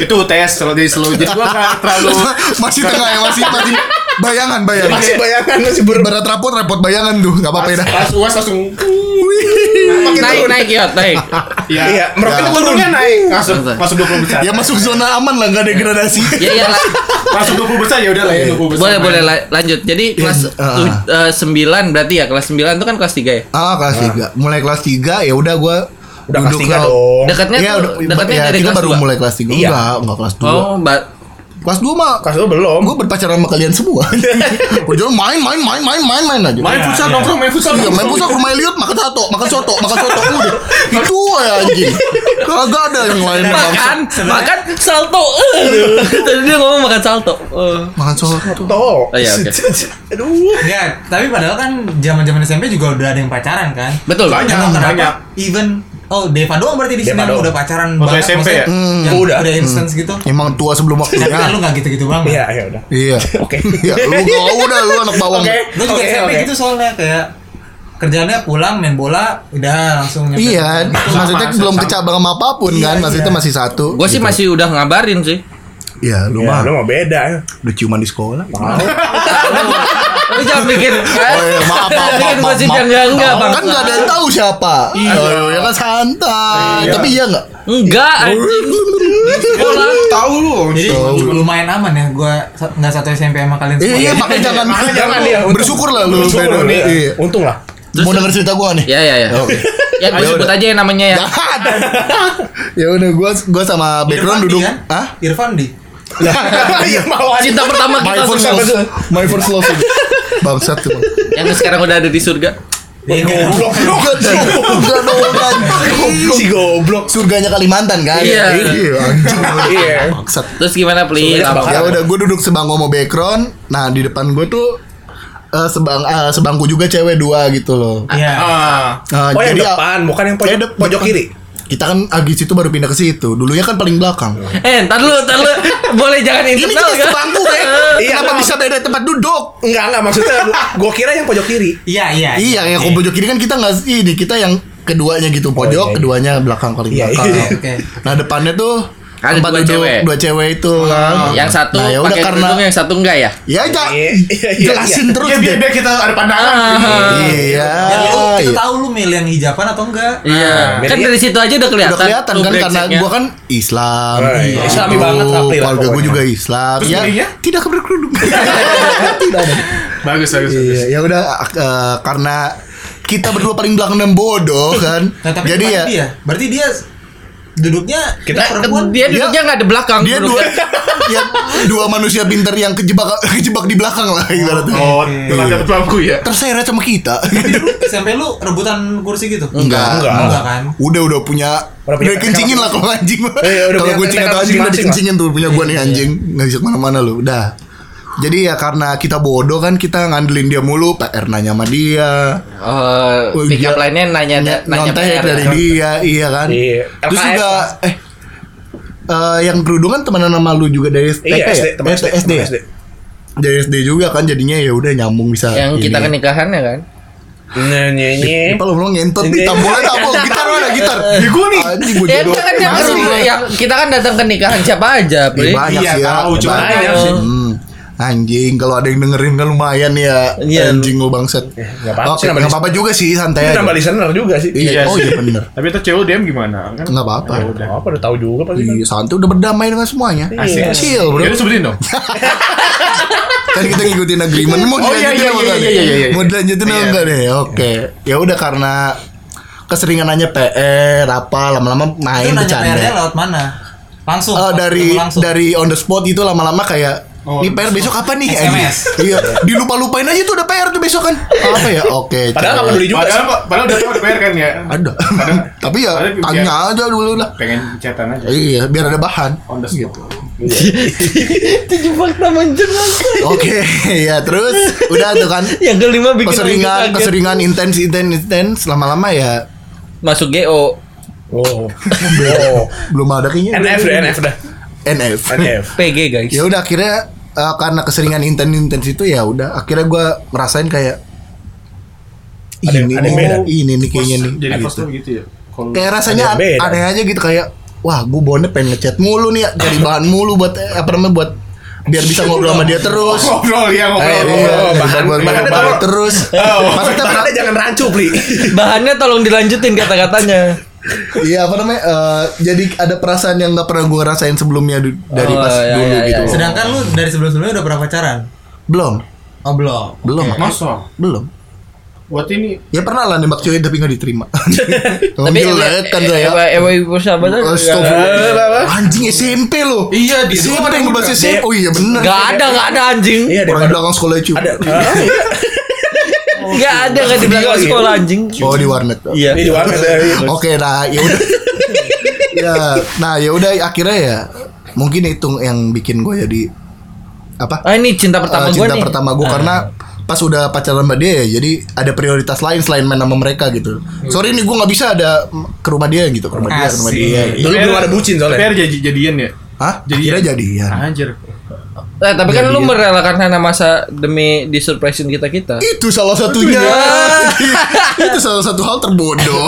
[SPEAKER 3] itu tes kalau jadi slow jadi gua nggak terlalu
[SPEAKER 2] masih tengah ya, masih masih bayangan bayangan.
[SPEAKER 5] Masih bayangan masih ber
[SPEAKER 2] Berat rapot rapot bayangan tuh, nggak apa-apa ya dah.
[SPEAKER 5] Pas uas langsung
[SPEAKER 2] gitu?
[SPEAKER 1] Naik, naik, naik, Yot, naik.
[SPEAKER 3] ya
[SPEAKER 5] Iya, meroket
[SPEAKER 3] Ya.
[SPEAKER 5] turun.
[SPEAKER 3] turunnya naik masuk
[SPEAKER 1] Betul.
[SPEAKER 3] masuk 20 besar
[SPEAKER 2] Ya masuk zona aman lah, nggak degradasi.
[SPEAKER 1] Ya, ya, la-
[SPEAKER 3] masuk 20 besar ya udah lah ya
[SPEAKER 2] Iya.
[SPEAKER 3] 20 besar
[SPEAKER 1] boleh, boleh la- lanjut. Jadi kelas
[SPEAKER 2] ah.
[SPEAKER 1] tu- eh, 9 berarti ya, kelas 9 itu kan kelas 3 ya.
[SPEAKER 2] Ah kelas tiga, mulai kelas tiga ya udah gue
[SPEAKER 5] Nah. udah kelas tiga dong.
[SPEAKER 1] Dekatnya
[SPEAKER 2] Iya,
[SPEAKER 1] tuh,
[SPEAKER 2] udah-
[SPEAKER 1] dekatnya
[SPEAKER 2] ya,
[SPEAKER 1] dari
[SPEAKER 2] kita
[SPEAKER 1] kelas
[SPEAKER 2] baru
[SPEAKER 1] 2.
[SPEAKER 2] mulai kelas tiga.
[SPEAKER 5] Iya.
[SPEAKER 2] Enggak, enggak kelas dua.
[SPEAKER 1] Oh, Mbak.
[SPEAKER 2] Kelas dua mah
[SPEAKER 5] Kelas lu belum.
[SPEAKER 2] gue berpacaran sama kalian semua. Udah main main main main main main aja.
[SPEAKER 3] main futsal
[SPEAKER 5] Iya.
[SPEAKER 3] nongkrong main futsal
[SPEAKER 2] Iya, main pusat rumah Elliot makan satu, makan soto, makan soto udah. Itu ya anjing. Kagak ada yang lain bangsa.
[SPEAKER 1] Makan, makan salto. Tadi dia ngomong makan salto. Eh.
[SPEAKER 2] Makan soto.
[SPEAKER 5] Tuh.
[SPEAKER 1] Oh, iya, oke.
[SPEAKER 5] Aduh.
[SPEAKER 4] Ya, tapi padahal kan zaman-zaman SMP juga udah ada yang pacaran kan?
[SPEAKER 1] Betul.
[SPEAKER 4] Nggak tahu
[SPEAKER 3] banyak
[SPEAKER 4] kenapa.
[SPEAKER 3] banyak
[SPEAKER 4] Even oh Deva doang berarti di sini
[SPEAKER 5] Deva
[SPEAKER 4] yang
[SPEAKER 5] doang.
[SPEAKER 4] udah pacaran
[SPEAKER 3] Waktu SMP
[SPEAKER 4] maksudnya
[SPEAKER 3] ya?
[SPEAKER 2] Hmm.
[SPEAKER 4] yang
[SPEAKER 5] Udah.
[SPEAKER 4] udah, instance gitu.
[SPEAKER 2] Emang tua sebelum
[SPEAKER 4] Tapi kan lu
[SPEAKER 2] waktunya.
[SPEAKER 4] nggak gitu-gitu banget.
[SPEAKER 5] Iya, ya udah.
[SPEAKER 2] Iya.
[SPEAKER 5] Oke.
[SPEAKER 2] Ya, lu gak udah lu anak bawang.
[SPEAKER 5] Oke.
[SPEAKER 4] Lu juga
[SPEAKER 5] Oke,
[SPEAKER 4] SMP
[SPEAKER 5] oke.
[SPEAKER 4] gitu soalnya kayak kerjaannya pulang main bola udah langsung nyampe
[SPEAKER 2] Iya, maksudnya
[SPEAKER 3] sama,
[SPEAKER 2] belum
[SPEAKER 3] sama.
[SPEAKER 2] ke cabang sama apapun kan, maksudnya masih satu.
[SPEAKER 1] Gue Iya, sih masih udah ngabarin sih.
[SPEAKER 2] Iya, lu
[SPEAKER 5] Ya,
[SPEAKER 2] mah
[SPEAKER 5] lu mau beda ya.
[SPEAKER 2] udah ciuman di sekolah.
[SPEAKER 1] Lu jangan bikin.
[SPEAKER 2] Oh iya, maaf, maaf,
[SPEAKER 1] Jangan bikin
[SPEAKER 2] maaf,
[SPEAKER 1] gosip
[SPEAKER 2] maaf.
[SPEAKER 1] yang enggak-enggak,
[SPEAKER 2] Kan
[SPEAKER 1] Bang.
[SPEAKER 2] nggak ada yang tahu siapa. Iya, ya kan santai. Tapi iya nggak?
[SPEAKER 1] Enggak, anjing.
[SPEAKER 2] Iya.
[SPEAKER 1] Sekolah.
[SPEAKER 3] tahu lu
[SPEAKER 4] jadi lumayan aman ya gua sa- nggak satu SMP sama kalian semua
[SPEAKER 2] Iya, makanya jangan. iya,
[SPEAKER 5] Makanya jangan dia. untung.
[SPEAKER 2] Bersyukur lah lu.
[SPEAKER 5] Bersyukur
[SPEAKER 2] Fer.
[SPEAKER 5] lu nih.
[SPEAKER 2] Iya.
[SPEAKER 5] Untung lah.
[SPEAKER 2] Mau denger cerita gua nih?
[SPEAKER 1] Ya, ya, ya.
[SPEAKER 2] Oke.
[SPEAKER 1] Ya, gue
[SPEAKER 2] Ya
[SPEAKER 1] sebut
[SPEAKER 2] udah.
[SPEAKER 1] aja yang namanya ya.
[SPEAKER 2] Jahat. ya udah gua gua sama background
[SPEAKER 4] Irfandi
[SPEAKER 2] duduk.
[SPEAKER 4] kan?
[SPEAKER 2] Hah?
[SPEAKER 4] Irfan di
[SPEAKER 5] Iya, mau aja.
[SPEAKER 1] Cinta pertama
[SPEAKER 2] My
[SPEAKER 1] kita
[SPEAKER 2] first
[SPEAKER 1] semua.
[SPEAKER 2] love. My first love. Bangsat tuh.
[SPEAKER 1] Yang sekarang udah ada di surga.
[SPEAKER 2] Iya,
[SPEAKER 5] Iya, Goblok.
[SPEAKER 2] Enggak Enggak dong kan.
[SPEAKER 5] Si goblok.
[SPEAKER 2] Surganya Kalimantan kan?
[SPEAKER 1] Iya.
[SPEAKER 2] anjing.
[SPEAKER 5] Iya.
[SPEAKER 2] Bangsat.
[SPEAKER 1] Terus gimana, Pli?
[SPEAKER 5] Surganya
[SPEAKER 1] Apa?
[SPEAKER 5] bakal-
[SPEAKER 2] Ya udah gua duduk sebangku sama background. Nah, di depan gua tuh eh, sebang eh, sebangku juga cewek dua gitu loh.
[SPEAKER 4] iya
[SPEAKER 3] ah
[SPEAKER 2] Nah,
[SPEAKER 5] Oh, yang di
[SPEAKER 2] jadi,
[SPEAKER 5] depan, bukan yang pojok,
[SPEAKER 2] Eh, depan.
[SPEAKER 5] pojok kiri.
[SPEAKER 2] kita kan abis itu baru pindah ke situ. Dulunya kan paling belakang.
[SPEAKER 1] Eh,
[SPEAKER 5] Iya.
[SPEAKER 1] ntar lu, ntar lu. Boleh jangan
[SPEAKER 2] Ini
[SPEAKER 1] internal, kan?
[SPEAKER 2] kita sebangku kan?
[SPEAKER 5] Iya,
[SPEAKER 2] Kenapa
[SPEAKER 5] Bang.
[SPEAKER 2] bisa beda tempat duduk?
[SPEAKER 5] Enggak, enggak maksudnya gua kira yang pojok kiri.
[SPEAKER 4] iya iya
[SPEAKER 2] Iya, yang ke pojok kiri kan kita nggak ini kita yang keduanya gitu pojok,
[SPEAKER 5] iya, iya.
[SPEAKER 2] keduanya belakang paling
[SPEAKER 5] Iya,
[SPEAKER 2] belakang.
[SPEAKER 5] iya.
[SPEAKER 4] Oke.
[SPEAKER 2] Nah depannya tuh
[SPEAKER 1] Ada
[SPEAKER 2] tempat
[SPEAKER 1] dua
[SPEAKER 2] duduk
[SPEAKER 1] cewek.
[SPEAKER 2] dua cewek itu
[SPEAKER 5] Oh.
[SPEAKER 2] kan.
[SPEAKER 1] Yang satu
[SPEAKER 2] nah, ya udah
[SPEAKER 1] pakai
[SPEAKER 2] karena
[SPEAKER 1] kerudung, yang satu enggak ya?
[SPEAKER 2] ya ja-
[SPEAKER 5] Iya, iya, iya.
[SPEAKER 2] jelasin terus
[SPEAKER 3] ya biar
[SPEAKER 2] deh.
[SPEAKER 3] biar kita ada pandangan
[SPEAKER 1] Ah.
[SPEAKER 2] Iya.
[SPEAKER 4] Dan lu kita
[SPEAKER 2] iya.
[SPEAKER 4] tahu lu milih yang hijaban atau enggak
[SPEAKER 1] Iya.
[SPEAKER 5] Nah,
[SPEAKER 1] Kan
[SPEAKER 5] jadi-
[SPEAKER 1] dari situ aja udah kelihatan.
[SPEAKER 2] Udah kelihatan
[SPEAKER 1] tuh
[SPEAKER 2] kan karena
[SPEAKER 1] brengseknya.
[SPEAKER 2] gua kan Islam.
[SPEAKER 5] Iya,
[SPEAKER 2] gitu.
[SPEAKER 5] Islami banget, April lah
[SPEAKER 2] Keluarga gua
[SPEAKER 5] pokoknya.
[SPEAKER 2] juga Islam.
[SPEAKER 3] Terus
[SPEAKER 2] ya,
[SPEAKER 3] milihnya?
[SPEAKER 2] tidak berkerudung. tidak ada.
[SPEAKER 3] bagus bagus bagus
[SPEAKER 2] Iya, ya udah eh, karena kita berdua paling belakang dan bodoh kan.
[SPEAKER 4] nah tapi
[SPEAKER 2] Jadi
[SPEAKER 4] bukan
[SPEAKER 2] ya
[SPEAKER 4] dia berarti dia duduknya
[SPEAKER 5] Kita-
[SPEAKER 1] Nah,
[SPEAKER 4] perempuan
[SPEAKER 1] Dia duduknya nggak ada belakang.
[SPEAKER 2] dia dua
[SPEAKER 1] duduknya.
[SPEAKER 2] ya, dua manusia pintar yang kejebak kejebak di belakang lah ibaratnya.
[SPEAKER 3] oh tempat dapat bangku ya
[SPEAKER 2] Terseret sama kita.
[SPEAKER 4] SMP lu rebutan kursi gitu
[SPEAKER 2] Enggak. Nah,
[SPEAKER 5] Enggak.
[SPEAKER 4] enggak kan
[SPEAKER 2] Udah udah punya
[SPEAKER 5] Udah
[SPEAKER 2] udah,
[SPEAKER 5] punya
[SPEAKER 2] kencingin lah kalau anjing.
[SPEAKER 5] iya,
[SPEAKER 2] kalau
[SPEAKER 5] udah punya
[SPEAKER 2] gue cinta
[SPEAKER 5] tekad
[SPEAKER 2] tuh anjing udah
[SPEAKER 5] masing-masing
[SPEAKER 2] dikencingin tuh punya gue
[SPEAKER 5] Iya,
[SPEAKER 2] nih anjing. Nggak bisa kemana-mana lu. Udah. Jadi ya karena kita bodoh kan kita ngandelin dia mulu PR nanya sama dia
[SPEAKER 1] Eh,
[SPEAKER 2] Oh,
[SPEAKER 1] pick up
[SPEAKER 2] dia-
[SPEAKER 1] line-nya nanya
[SPEAKER 2] Ny-
[SPEAKER 1] Ya, nanya
[SPEAKER 2] nyontek
[SPEAKER 1] PR.
[SPEAKER 2] dari dia iya kan
[SPEAKER 5] Iya.
[SPEAKER 2] terus
[SPEAKER 5] LKS
[SPEAKER 2] juga
[SPEAKER 5] lah.
[SPEAKER 2] eh eh, yang kerudungan temenan sama lu juga dari TK
[SPEAKER 5] Iya, SD,
[SPEAKER 2] ya?
[SPEAKER 5] teman
[SPEAKER 2] Eh,
[SPEAKER 5] SD,
[SPEAKER 2] SD,
[SPEAKER 5] teman
[SPEAKER 2] ya? dari SD juga kan jadinya ya udah nyambung bisa
[SPEAKER 1] Yang kita
[SPEAKER 2] Iya.
[SPEAKER 1] ke nikahannya kan.
[SPEAKER 5] Nyenyi.
[SPEAKER 2] Apa lu belum ngentot nih
[SPEAKER 5] Ini-
[SPEAKER 2] tambol tambol gitar mana gitar di gua nih anjing gua
[SPEAKER 1] Ya
[SPEAKER 2] jodoh
[SPEAKER 1] kita kan yang
[SPEAKER 2] Oh, Masuk
[SPEAKER 1] perlu-
[SPEAKER 2] gua.
[SPEAKER 1] yang kita kan datang ke nikahan siapa aja,
[SPEAKER 2] Eh,
[SPEAKER 1] Pri.
[SPEAKER 2] banyak
[SPEAKER 3] Iya,
[SPEAKER 2] sih ya
[SPEAKER 3] tahu, cuma
[SPEAKER 2] banyak.
[SPEAKER 5] banyak
[SPEAKER 1] sih.
[SPEAKER 2] Hmm. anjing kalau ada yang dengerin kan lumayan ya
[SPEAKER 1] Iya, lu-
[SPEAKER 2] anjing lu bangsat
[SPEAKER 3] Eh,
[SPEAKER 5] nggak apa-apa
[SPEAKER 2] Oke,
[SPEAKER 5] sih, nambah
[SPEAKER 2] nggak apa-apa juga sih santai aja
[SPEAKER 5] Nambah listener juga sih.
[SPEAKER 2] iya oh
[SPEAKER 3] sih.
[SPEAKER 2] iya bener Nah,
[SPEAKER 3] tapi itu cewek DM gimana kan
[SPEAKER 2] nggak apa-apa
[SPEAKER 3] Ya udah.
[SPEAKER 5] Apa udah tahu juga pasti kan.
[SPEAKER 2] Iya, santai udah berdamai dengan semuanya.
[SPEAKER 5] Asik.
[SPEAKER 2] Chill, iya. bro.
[SPEAKER 3] Ya udah sebutin dong.
[SPEAKER 2] Kan kita ngikutin agreement. Mau
[SPEAKER 3] Oh, iya, iya,
[SPEAKER 2] dilanjutin apa
[SPEAKER 3] iya, iya,
[SPEAKER 2] enggak nih?
[SPEAKER 3] iya, iya.
[SPEAKER 2] Mau dilanjutin apa
[SPEAKER 3] Iya.
[SPEAKER 2] enggak nih? Oke. Ya udah karena keseringan nanya PR apa lama-lama
[SPEAKER 4] itu
[SPEAKER 2] main
[SPEAKER 4] nanya PR-nya
[SPEAKER 2] bercanda.
[SPEAKER 4] lewat mana langsung
[SPEAKER 2] Eh, dari
[SPEAKER 4] Ketemu langsung.
[SPEAKER 2] dari on the spot itu lama-lama kayak
[SPEAKER 3] Oh,
[SPEAKER 2] Ini PR besok apa nih?
[SPEAKER 4] SMS.
[SPEAKER 2] Anjing. iya, dilupa-lupain aja tuh udah PR tuh besok kan. Apa ya? Oke.
[SPEAKER 5] Padahal nggak
[SPEAKER 2] cewek.
[SPEAKER 5] peduli juga.
[SPEAKER 3] Padahal padahal udah tahu di PR kan ya.
[SPEAKER 2] ada. Tapi ya
[SPEAKER 3] Padahal-
[SPEAKER 2] tanya aja dulu lah.
[SPEAKER 3] Pengen chatan aja.
[SPEAKER 2] Iya, biar ada bahan.
[SPEAKER 3] On the spot.
[SPEAKER 1] Tujuh fakta menjelaskan.
[SPEAKER 2] Oke, ya terus udah tuh kan
[SPEAKER 1] Yang kelima bikin
[SPEAKER 2] keseringan
[SPEAKER 1] orang kaget.
[SPEAKER 2] keseringan intens intens intens lama-lama ya
[SPEAKER 1] masuk GO,
[SPEAKER 5] Oh. Oh.
[SPEAKER 2] belum ada kayaknya
[SPEAKER 5] NF deh, NF dah.
[SPEAKER 2] NF
[SPEAKER 5] NF.
[SPEAKER 1] PG guys.
[SPEAKER 2] ya udah akhirnya eh, karena keseringan intens intens itu ya udah akhirnya gua ngerasain kayak
[SPEAKER 5] Ada yang-
[SPEAKER 2] ini
[SPEAKER 5] ada yang
[SPEAKER 2] nih,
[SPEAKER 5] beda.
[SPEAKER 2] ini nih kayaknya nih.
[SPEAKER 3] jadi
[SPEAKER 2] Gitu.
[SPEAKER 3] pos tuh gitu ya kalau
[SPEAKER 2] Kayak rasanya
[SPEAKER 5] Ada yang beda.
[SPEAKER 2] aneh aja gitu kayak wah gue bonnya pengen ngechat mulu nih ya, jadi bahan mulu buat eh, apa namanya buat biar bisa ngobrol sama dia terus.
[SPEAKER 3] ngobrol ya
[SPEAKER 2] Eh,
[SPEAKER 3] ngobrol
[SPEAKER 2] iya,
[SPEAKER 5] oh,
[SPEAKER 2] bisa
[SPEAKER 5] bahan- Oh,
[SPEAKER 2] buat
[SPEAKER 5] bahannya
[SPEAKER 2] ngobrol
[SPEAKER 5] taruh.
[SPEAKER 2] terus. Maksudnya
[SPEAKER 5] Bahannya jangan rancu, Bli.
[SPEAKER 1] Bahannya tolong dilanjutin kata-katanya.
[SPEAKER 2] Iya apa namanya? eh, jadi ada perasaan yang nggak pernah gue rasain sebelumnya du- dari
[SPEAKER 1] Oh,
[SPEAKER 2] pas
[SPEAKER 1] iya,
[SPEAKER 2] dulu
[SPEAKER 1] iya,
[SPEAKER 2] gitu.
[SPEAKER 1] iya.
[SPEAKER 4] Sedangkan lu dari sebelum-sebelumnya udah pernah pacaran?
[SPEAKER 2] Belum,
[SPEAKER 4] Oh belum.
[SPEAKER 2] belum,
[SPEAKER 3] masa
[SPEAKER 2] belum.
[SPEAKER 3] buat ini
[SPEAKER 2] Ya pernah lah nembak cewek tapi nggak diterima.
[SPEAKER 1] Tapi ya,
[SPEAKER 2] Tapi kan Oh, saya.
[SPEAKER 1] Iya. Ewa ewa ibu sahabat
[SPEAKER 2] Astagfirullah. Anjing SMP lo.
[SPEAKER 3] Iya, di
[SPEAKER 2] SMP yang ngebahas SMP. Oh iya bener.
[SPEAKER 1] Gak ada, gak ada anjing.
[SPEAKER 2] Orang di
[SPEAKER 5] Iya, daripada-
[SPEAKER 2] belakang sekolah cuy.
[SPEAKER 5] ada. Ah, iya.
[SPEAKER 1] Gak ada, gak di
[SPEAKER 2] ya.
[SPEAKER 1] belakang
[SPEAKER 5] Iya.
[SPEAKER 1] sekolah anjing.
[SPEAKER 2] Oh di warnet.
[SPEAKER 1] Iya.
[SPEAKER 5] Ini di warnet ya. gitu.
[SPEAKER 2] Oke, nah ya udah. ya, nah ya udah akhirnya ya mungkin hitung yang bikin gue jadi apa?
[SPEAKER 1] Ah ini cinta pertama
[SPEAKER 2] Eh,
[SPEAKER 1] gue
[SPEAKER 2] cinta
[SPEAKER 1] nih.
[SPEAKER 2] pertama gue karena pas udah pacaran sama dia ya jadi ada prioritas lain selain main sama mereka gitu sorry nih gue nggak bisa ada mm, ke rumah dia gitu ke rumah dia ke rumah dia Iya.
[SPEAKER 5] Dulu belum ada bucin soalnya.
[SPEAKER 3] PR jadi jadian ya
[SPEAKER 2] Hah? Akhirnya jadian
[SPEAKER 6] Ah,
[SPEAKER 3] anjir
[SPEAKER 1] Eh, tapi kan lu merelakan Hana masa demi disurprisein kita kita.
[SPEAKER 2] itu salah satunya itu salah satu hal terbodoh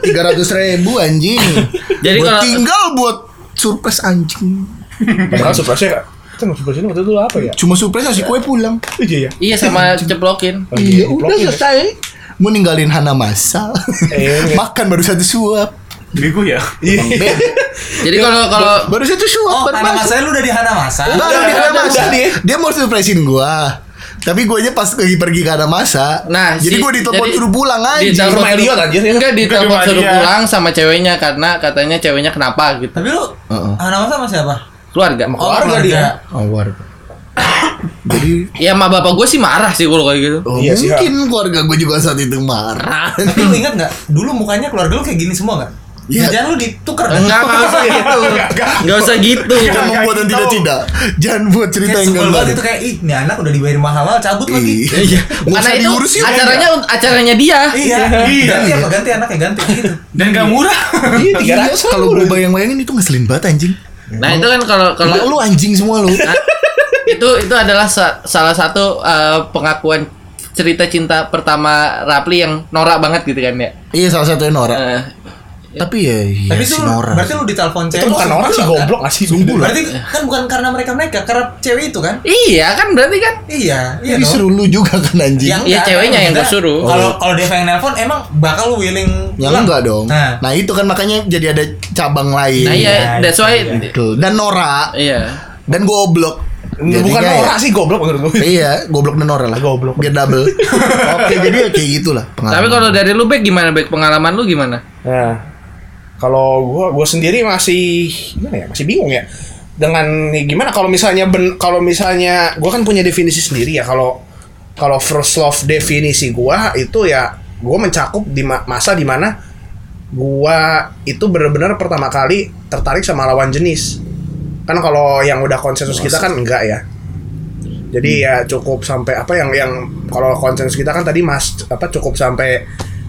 [SPEAKER 2] tiga ratus ribu anjing
[SPEAKER 1] Jadi
[SPEAKER 2] buat
[SPEAKER 1] kalau-
[SPEAKER 2] tinggal buat surprise anjing
[SPEAKER 5] Padahal surprise-nya Kita mau surprise-nya waktu itu apa ya?
[SPEAKER 2] cuma surprise ngasih kue pulang
[SPEAKER 5] Iya ya.
[SPEAKER 1] Iya sama ceplokin.
[SPEAKER 5] Oh,
[SPEAKER 2] iya
[SPEAKER 5] diblok
[SPEAKER 2] udah
[SPEAKER 5] ya.
[SPEAKER 2] selesai mau ninggalin Hana masa
[SPEAKER 5] Eh, enggak.
[SPEAKER 2] makan baru satu suap
[SPEAKER 3] bego ya
[SPEAKER 5] Iya.
[SPEAKER 1] Jadi kalau kalau
[SPEAKER 2] baru satu suap
[SPEAKER 4] Oh,
[SPEAKER 2] baru
[SPEAKER 4] Hana
[SPEAKER 2] masuk.
[SPEAKER 4] Masa lu udah di Hana Masa?
[SPEAKER 2] Enggak,
[SPEAKER 5] Udah,
[SPEAKER 2] dia
[SPEAKER 5] udah,
[SPEAKER 2] ada
[SPEAKER 5] udah,
[SPEAKER 2] masa.
[SPEAKER 5] udah, nih.
[SPEAKER 2] Dia mau surprisein gua. Tapi gua aja pas lagi pergi ke ada masa.
[SPEAKER 1] Nah,
[SPEAKER 2] jadi
[SPEAKER 1] si-
[SPEAKER 2] gua ditelepon
[SPEAKER 1] jadi-
[SPEAKER 2] suruh pulang aja.
[SPEAKER 5] Di rumah
[SPEAKER 1] suruh-
[SPEAKER 5] Elliot anjir.
[SPEAKER 1] Enggak di
[SPEAKER 3] rumah
[SPEAKER 1] suruh
[SPEAKER 3] dia.
[SPEAKER 1] pulang sama ceweknya karena katanya ceweknya kenapa gitu.
[SPEAKER 4] Tapi lu
[SPEAKER 2] Heeh.
[SPEAKER 4] Hana Masa sama siapa?
[SPEAKER 1] Keluarga.
[SPEAKER 4] Oh,
[SPEAKER 5] Keluarga dia.
[SPEAKER 2] Awar. Iya. jadi
[SPEAKER 1] Ya sama bapak gue sih marah sih kalau kayak gitu.
[SPEAKER 2] oh,
[SPEAKER 5] Iya,
[SPEAKER 2] mungkin keluarga gua juga saat itu marah.
[SPEAKER 4] Tapi lu ingat nggak? Dulu mukanya keluarga lu kayak gini semua nggak?
[SPEAKER 2] Iya.
[SPEAKER 4] Jajan lu ditukar kan?
[SPEAKER 1] Enggak, enggak usah gitu. Enggak usah gitu.
[SPEAKER 2] Jangan membuat dan tidak tidak. Jangan buat cerita
[SPEAKER 4] Kayak
[SPEAKER 2] yang
[SPEAKER 4] sebel
[SPEAKER 2] enggak
[SPEAKER 4] banget itu kayak ih ini anak udah dibayar mahal-mahal cabut lagi.
[SPEAKER 2] Iya. Nggak
[SPEAKER 1] Karena
[SPEAKER 2] usah
[SPEAKER 1] itu
[SPEAKER 2] diurusin. kan
[SPEAKER 1] acaranya acaranya dia.
[SPEAKER 4] Iya.
[SPEAKER 3] Iya.
[SPEAKER 4] Ganti apa ganti anaknya ganti gitu.
[SPEAKER 3] dan gak murah
[SPEAKER 2] Iya, iya, Kalau gua bayang-bayangin itu ngeselin banget anjing.
[SPEAKER 1] Nah, itu kan kalau kalau
[SPEAKER 2] Kalau lu anjing semua lu.
[SPEAKER 1] Nah, itu itu adalah sa- salah satu eh, pengakuan cerita cinta pertama Rapli yang norak banget gitu kan ya.
[SPEAKER 2] Iya salah satunya Nora.
[SPEAKER 1] Eh,
[SPEAKER 2] Tapi ya iya,
[SPEAKER 4] Tapi itu
[SPEAKER 2] si
[SPEAKER 4] lu-
[SPEAKER 2] Nora.
[SPEAKER 4] berarti lu ditelepon cewek.
[SPEAKER 5] Itu bukan
[SPEAKER 4] lu
[SPEAKER 5] orang sih
[SPEAKER 4] bilang, kan?
[SPEAKER 5] goblok asli sungguh
[SPEAKER 4] Berarti kan bukan karena mereka mereka karena cewek itu kan?
[SPEAKER 1] iya kan berarti kan
[SPEAKER 4] Iya, iya
[SPEAKER 2] Tapi
[SPEAKER 4] dong.
[SPEAKER 2] suruh lu juga kan anjing.
[SPEAKER 1] Iya,
[SPEAKER 4] Yang enggak,
[SPEAKER 1] ceweknya yang
[SPEAKER 4] enggak.
[SPEAKER 1] gua suruh.
[SPEAKER 4] Kalau kalau dia pengen nelpon emang bakal lu willing
[SPEAKER 2] Ya
[SPEAKER 4] pulang?
[SPEAKER 2] enggak dong.
[SPEAKER 4] Nah,
[SPEAKER 2] Nah. itu kan makanya jadi ada cabang lain.
[SPEAKER 1] Nah iya, that's why
[SPEAKER 2] Betul. Dan Nora
[SPEAKER 1] iya.
[SPEAKER 2] dan goblok.
[SPEAKER 5] Bukan
[SPEAKER 2] Jadinya
[SPEAKER 5] orang
[SPEAKER 2] ya-
[SPEAKER 5] sih goblok menurut gue.
[SPEAKER 2] Iya, goblok dan Nora lah.
[SPEAKER 5] Goblok.
[SPEAKER 2] Biar double. Oke, jadi ya kayak gitulah. pengalaman.
[SPEAKER 1] Tapi kalau dari lu back gimana back pengalaman lu gimana?
[SPEAKER 5] Nah, kalau gua gua sendiri masih gimana ya? Masih bingung ya. Dengan ya gimana kalau misalnya ben, kalau misalnya gua kan punya definisi sendiri ya kalau kalau first love definisi gua itu ya gua mencakup di ma- masa di mana gua itu benar-benar pertama kali tertarik sama lawan jenis. Kan kalau yang udah konsensus kita kan enggak ya.
[SPEAKER 2] Hmm.
[SPEAKER 5] Jadi ya cukup sampai apa yang yang kalau konsensus kita kan tadi mas apa cukup sampai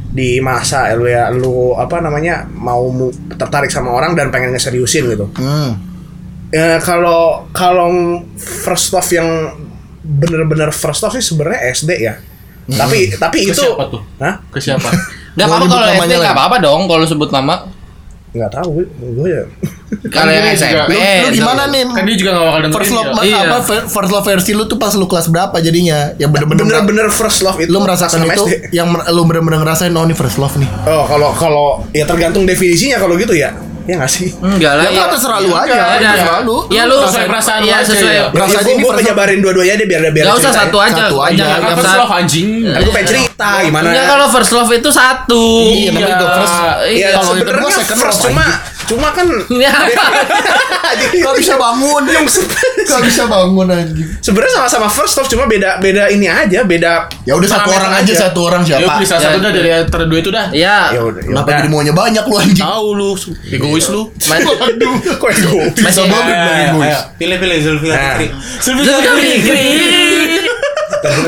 [SPEAKER 5] di masa lu ya lu apa namanya mau mu- tertarik sama orang dan pengen ngeseriusin gitu.
[SPEAKER 2] Hmm.
[SPEAKER 5] Ya, kalau kalau first love yang bener-bener first love sih sebenarnya SD ya.
[SPEAKER 2] Hmm.
[SPEAKER 5] Tapi tapi
[SPEAKER 1] Ke
[SPEAKER 5] itu
[SPEAKER 1] siapa tuh?
[SPEAKER 5] Hah?
[SPEAKER 1] Ke siapa? Gak
[SPEAKER 2] Jangan
[SPEAKER 1] apa-apa
[SPEAKER 2] nyebut
[SPEAKER 1] kalau
[SPEAKER 2] namanya
[SPEAKER 1] SD
[SPEAKER 2] lagi.
[SPEAKER 1] gak apa-apa dong kalau sebut nama.
[SPEAKER 5] Nggak tahu gue ya.
[SPEAKER 1] Kalau yang
[SPEAKER 3] gini juga,
[SPEAKER 1] SMP.
[SPEAKER 2] Lu, lu gimana nih?
[SPEAKER 3] kan dia juga gak bakal dengerin
[SPEAKER 2] First love
[SPEAKER 3] ya.
[SPEAKER 1] Iya.
[SPEAKER 2] apa ver- first love versi lu tuh pas lu kelas berapa jadinya? Yang bener-bener
[SPEAKER 5] Bener-bener first love itu
[SPEAKER 2] lu merasakan
[SPEAKER 5] sama
[SPEAKER 2] itu
[SPEAKER 5] SD.
[SPEAKER 2] yang mer- lu bener-bener ngerasain oh ini first love nih.
[SPEAKER 5] Oh, kalau kalau ya tergantung definisinya kalau gitu ya. Ya nggak sih?
[SPEAKER 1] Enggak lah.
[SPEAKER 2] Ya kan terserah lu aja,
[SPEAKER 1] Iya,
[SPEAKER 2] terserah lu.
[SPEAKER 1] Ya
[SPEAKER 2] Lu
[SPEAKER 1] lu
[SPEAKER 2] rasain
[SPEAKER 3] perasaan lu
[SPEAKER 1] Iya
[SPEAKER 3] aja,
[SPEAKER 1] sesuai.
[SPEAKER 3] ya.
[SPEAKER 2] Berasa
[SPEAKER 5] Rasanya
[SPEAKER 2] ini
[SPEAKER 5] ini gue
[SPEAKER 2] first love-
[SPEAKER 5] penjabarin dua-duanya deh biar biar
[SPEAKER 1] Gak usah
[SPEAKER 5] ceritain.
[SPEAKER 1] satu aja.
[SPEAKER 2] Satu aja. iya.
[SPEAKER 1] Jangan-
[SPEAKER 3] Apa
[SPEAKER 1] jangan
[SPEAKER 3] first
[SPEAKER 1] satu.
[SPEAKER 3] love anjing
[SPEAKER 5] Kan gue pengen cerita gimana. ya.
[SPEAKER 1] Enggak kalau first love itu satu.
[SPEAKER 2] Iya, namanya juga first.
[SPEAKER 1] Iya.
[SPEAKER 5] Ya,
[SPEAKER 2] Kalau yang kedua
[SPEAKER 5] sebenarnya
[SPEAKER 2] second
[SPEAKER 5] first
[SPEAKER 2] love,
[SPEAKER 5] cuma cuma kan Iya,
[SPEAKER 1] Iya.
[SPEAKER 2] Gak bisa bangun. Gak bisa bangun anjing.
[SPEAKER 5] sebenarnya sama-sama first love cuma beda beda ini aja, beda
[SPEAKER 2] Ya udah satu
[SPEAKER 5] parameter
[SPEAKER 2] orang aja, satu orang
[SPEAKER 3] Yuk,
[SPEAKER 2] siapa?
[SPEAKER 3] beli salah
[SPEAKER 1] Ya.
[SPEAKER 3] satunya dari antara dua itu dah
[SPEAKER 1] Iya.
[SPEAKER 5] Ya udah. ya
[SPEAKER 2] Ah, Kenapa
[SPEAKER 5] udah.
[SPEAKER 2] jadi maunya banyak lu anjing?
[SPEAKER 3] tahu lu egois lu
[SPEAKER 1] Masih
[SPEAKER 5] Kok ego?
[SPEAKER 1] masih
[SPEAKER 2] Bisa banget. Bilang
[SPEAKER 4] ayo, ayo,
[SPEAKER 2] egois.
[SPEAKER 4] ayo. pilih-pilih Zulfi
[SPEAKER 5] Nah.
[SPEAKER 4] Fikri. Zulfi
[SPEAKER 1] Zulfi Fikri.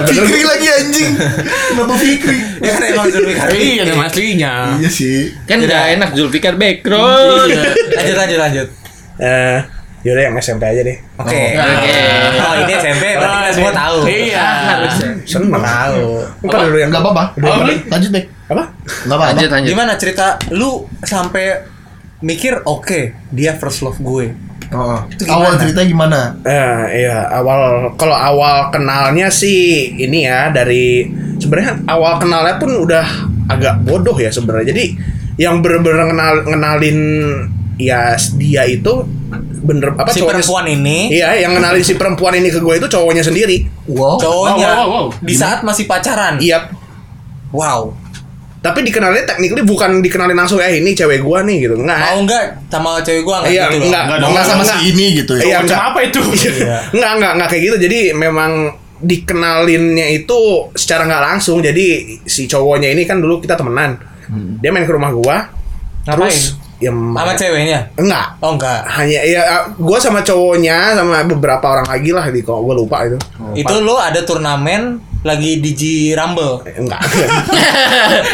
[SPEAKER 2] Fikri lagi anjing. Kenapa Fikri?
[SPEAKER 4] Ya kan emang Zulfi Fikri.
[SPEAKER 3] iya yang aslinya
[SPEAKER 2] Iya sih. kan
[SPEAKER 1] Kan gak enak Zulfikar background.
[SPEAKER 4] Lanjut lanjut lanjut.
[SPEAKER 5] Eh, Yaudah yang SMP aja deh.
[SPEAKER 4] Oke. Oh, ini SMP berarti kita semua tahu. Ah,
[SPEAKER 6] Iya.
[SPEAKER 1] harusnya.
[SPEAKER 5] Seneng.
[SPEAKER 4] Tahu.
[SPEAKER 5] Bukan dulu yang
[SPEAKER 2] Enggak apa-apa.
[SPEAKER 5] Dulu yang-
[SPEAKER 2] Lanjut deh.
[SPEAKER 5] Apa?
[SPEAKER 2] Enggak apa-apa.
[SPEAKER 6] Lanjut lanjut.
[SPEAKER 4] Gimana cerita lu sampai mikir oke, dia first love gue.
[SPEAKER 5] Oh.
[SPEAKER 4] Itu
[SPEAKER 2] Awal
[SPEAKER 4] gimana?
[SPEAKER 2] ceritanya gimana?
[SPEAKER 5] Eh, iya awal kalau awal kenalnya sih ini ya dari sebenarnya awal kenalnya pun udah agak bodoh ya sebenarnya. Jadi yang bener-bener kenal kenalin ya dia itu bener apa
[SPEAKER 4] si
[SPEAKER 5] cowoknya-
[SPEAKER 4] perempuan ini Hmm.
[SPEAKER 5] Iya, yang kenalin si perempuan ini ke gue itu cowoknya sendiri.
[SPEAKER 2] Wow.
[SPEAKER 4] cowoknya
[SPEAKER 6] Wow, wow, wow.
[SPEAKER 4] di saat masih pacaran.
[SPEAKER 5] Iya.
[SPEAKER 4] Wow.
[SPEAKER 5] Tapi dikenalnya technically bukan dikenalin langsung eh ini cewek gua nih gitu.
[SPEAKER 4] Mau
[SPEAKER 5] Enggak.
[SPEAKER 4] nggak sama cewek gua nggak
[SPEAKER 5] Iya,
[SPEAKER 4] gitu loh?
[SPEAKER 5] enggak.
[SPEAKER 6] Enggak
[SPEAKER 5] Enggak
[SPEAKER 6] dong.
[SPEAKER 5] sama
[SPEAKER 2] Sama si ini gitu ya.
[SPEAKER 5] Iya,
[SPEAKER 6] Macam
[SPEAKER 5] enggak.
[SPEAKER 6] apa itu?
[SPEAKER 4] Iya.
[SPEAKER 2] Iya.
[SPEAKER 5] Enggak, enggak, enggak kayak gitu. Jadi memang dikenalinnya itu secara nggak langsung. Jadi si cowoknya ini kan dulu kita temenan. Dia main ke rumah gua.
[SPEAKER 4] Hmm. Ngapain?
[SPEAKER 5] Terus ya
[SPEAKER 4] Sama ceweknya?
[SPEAKER 5] enggak.
[SPEAKER 4] Oh enggak.
[SPEAKER 5] Hanya ya gua sama cowoknya sama beberapa orang lagi lah di kok gua lupa itu.
[SPEAKER 4] Itu lu ada turnamen lagi di G Rumble.
[SPEAKER 5] Eh, Enggak.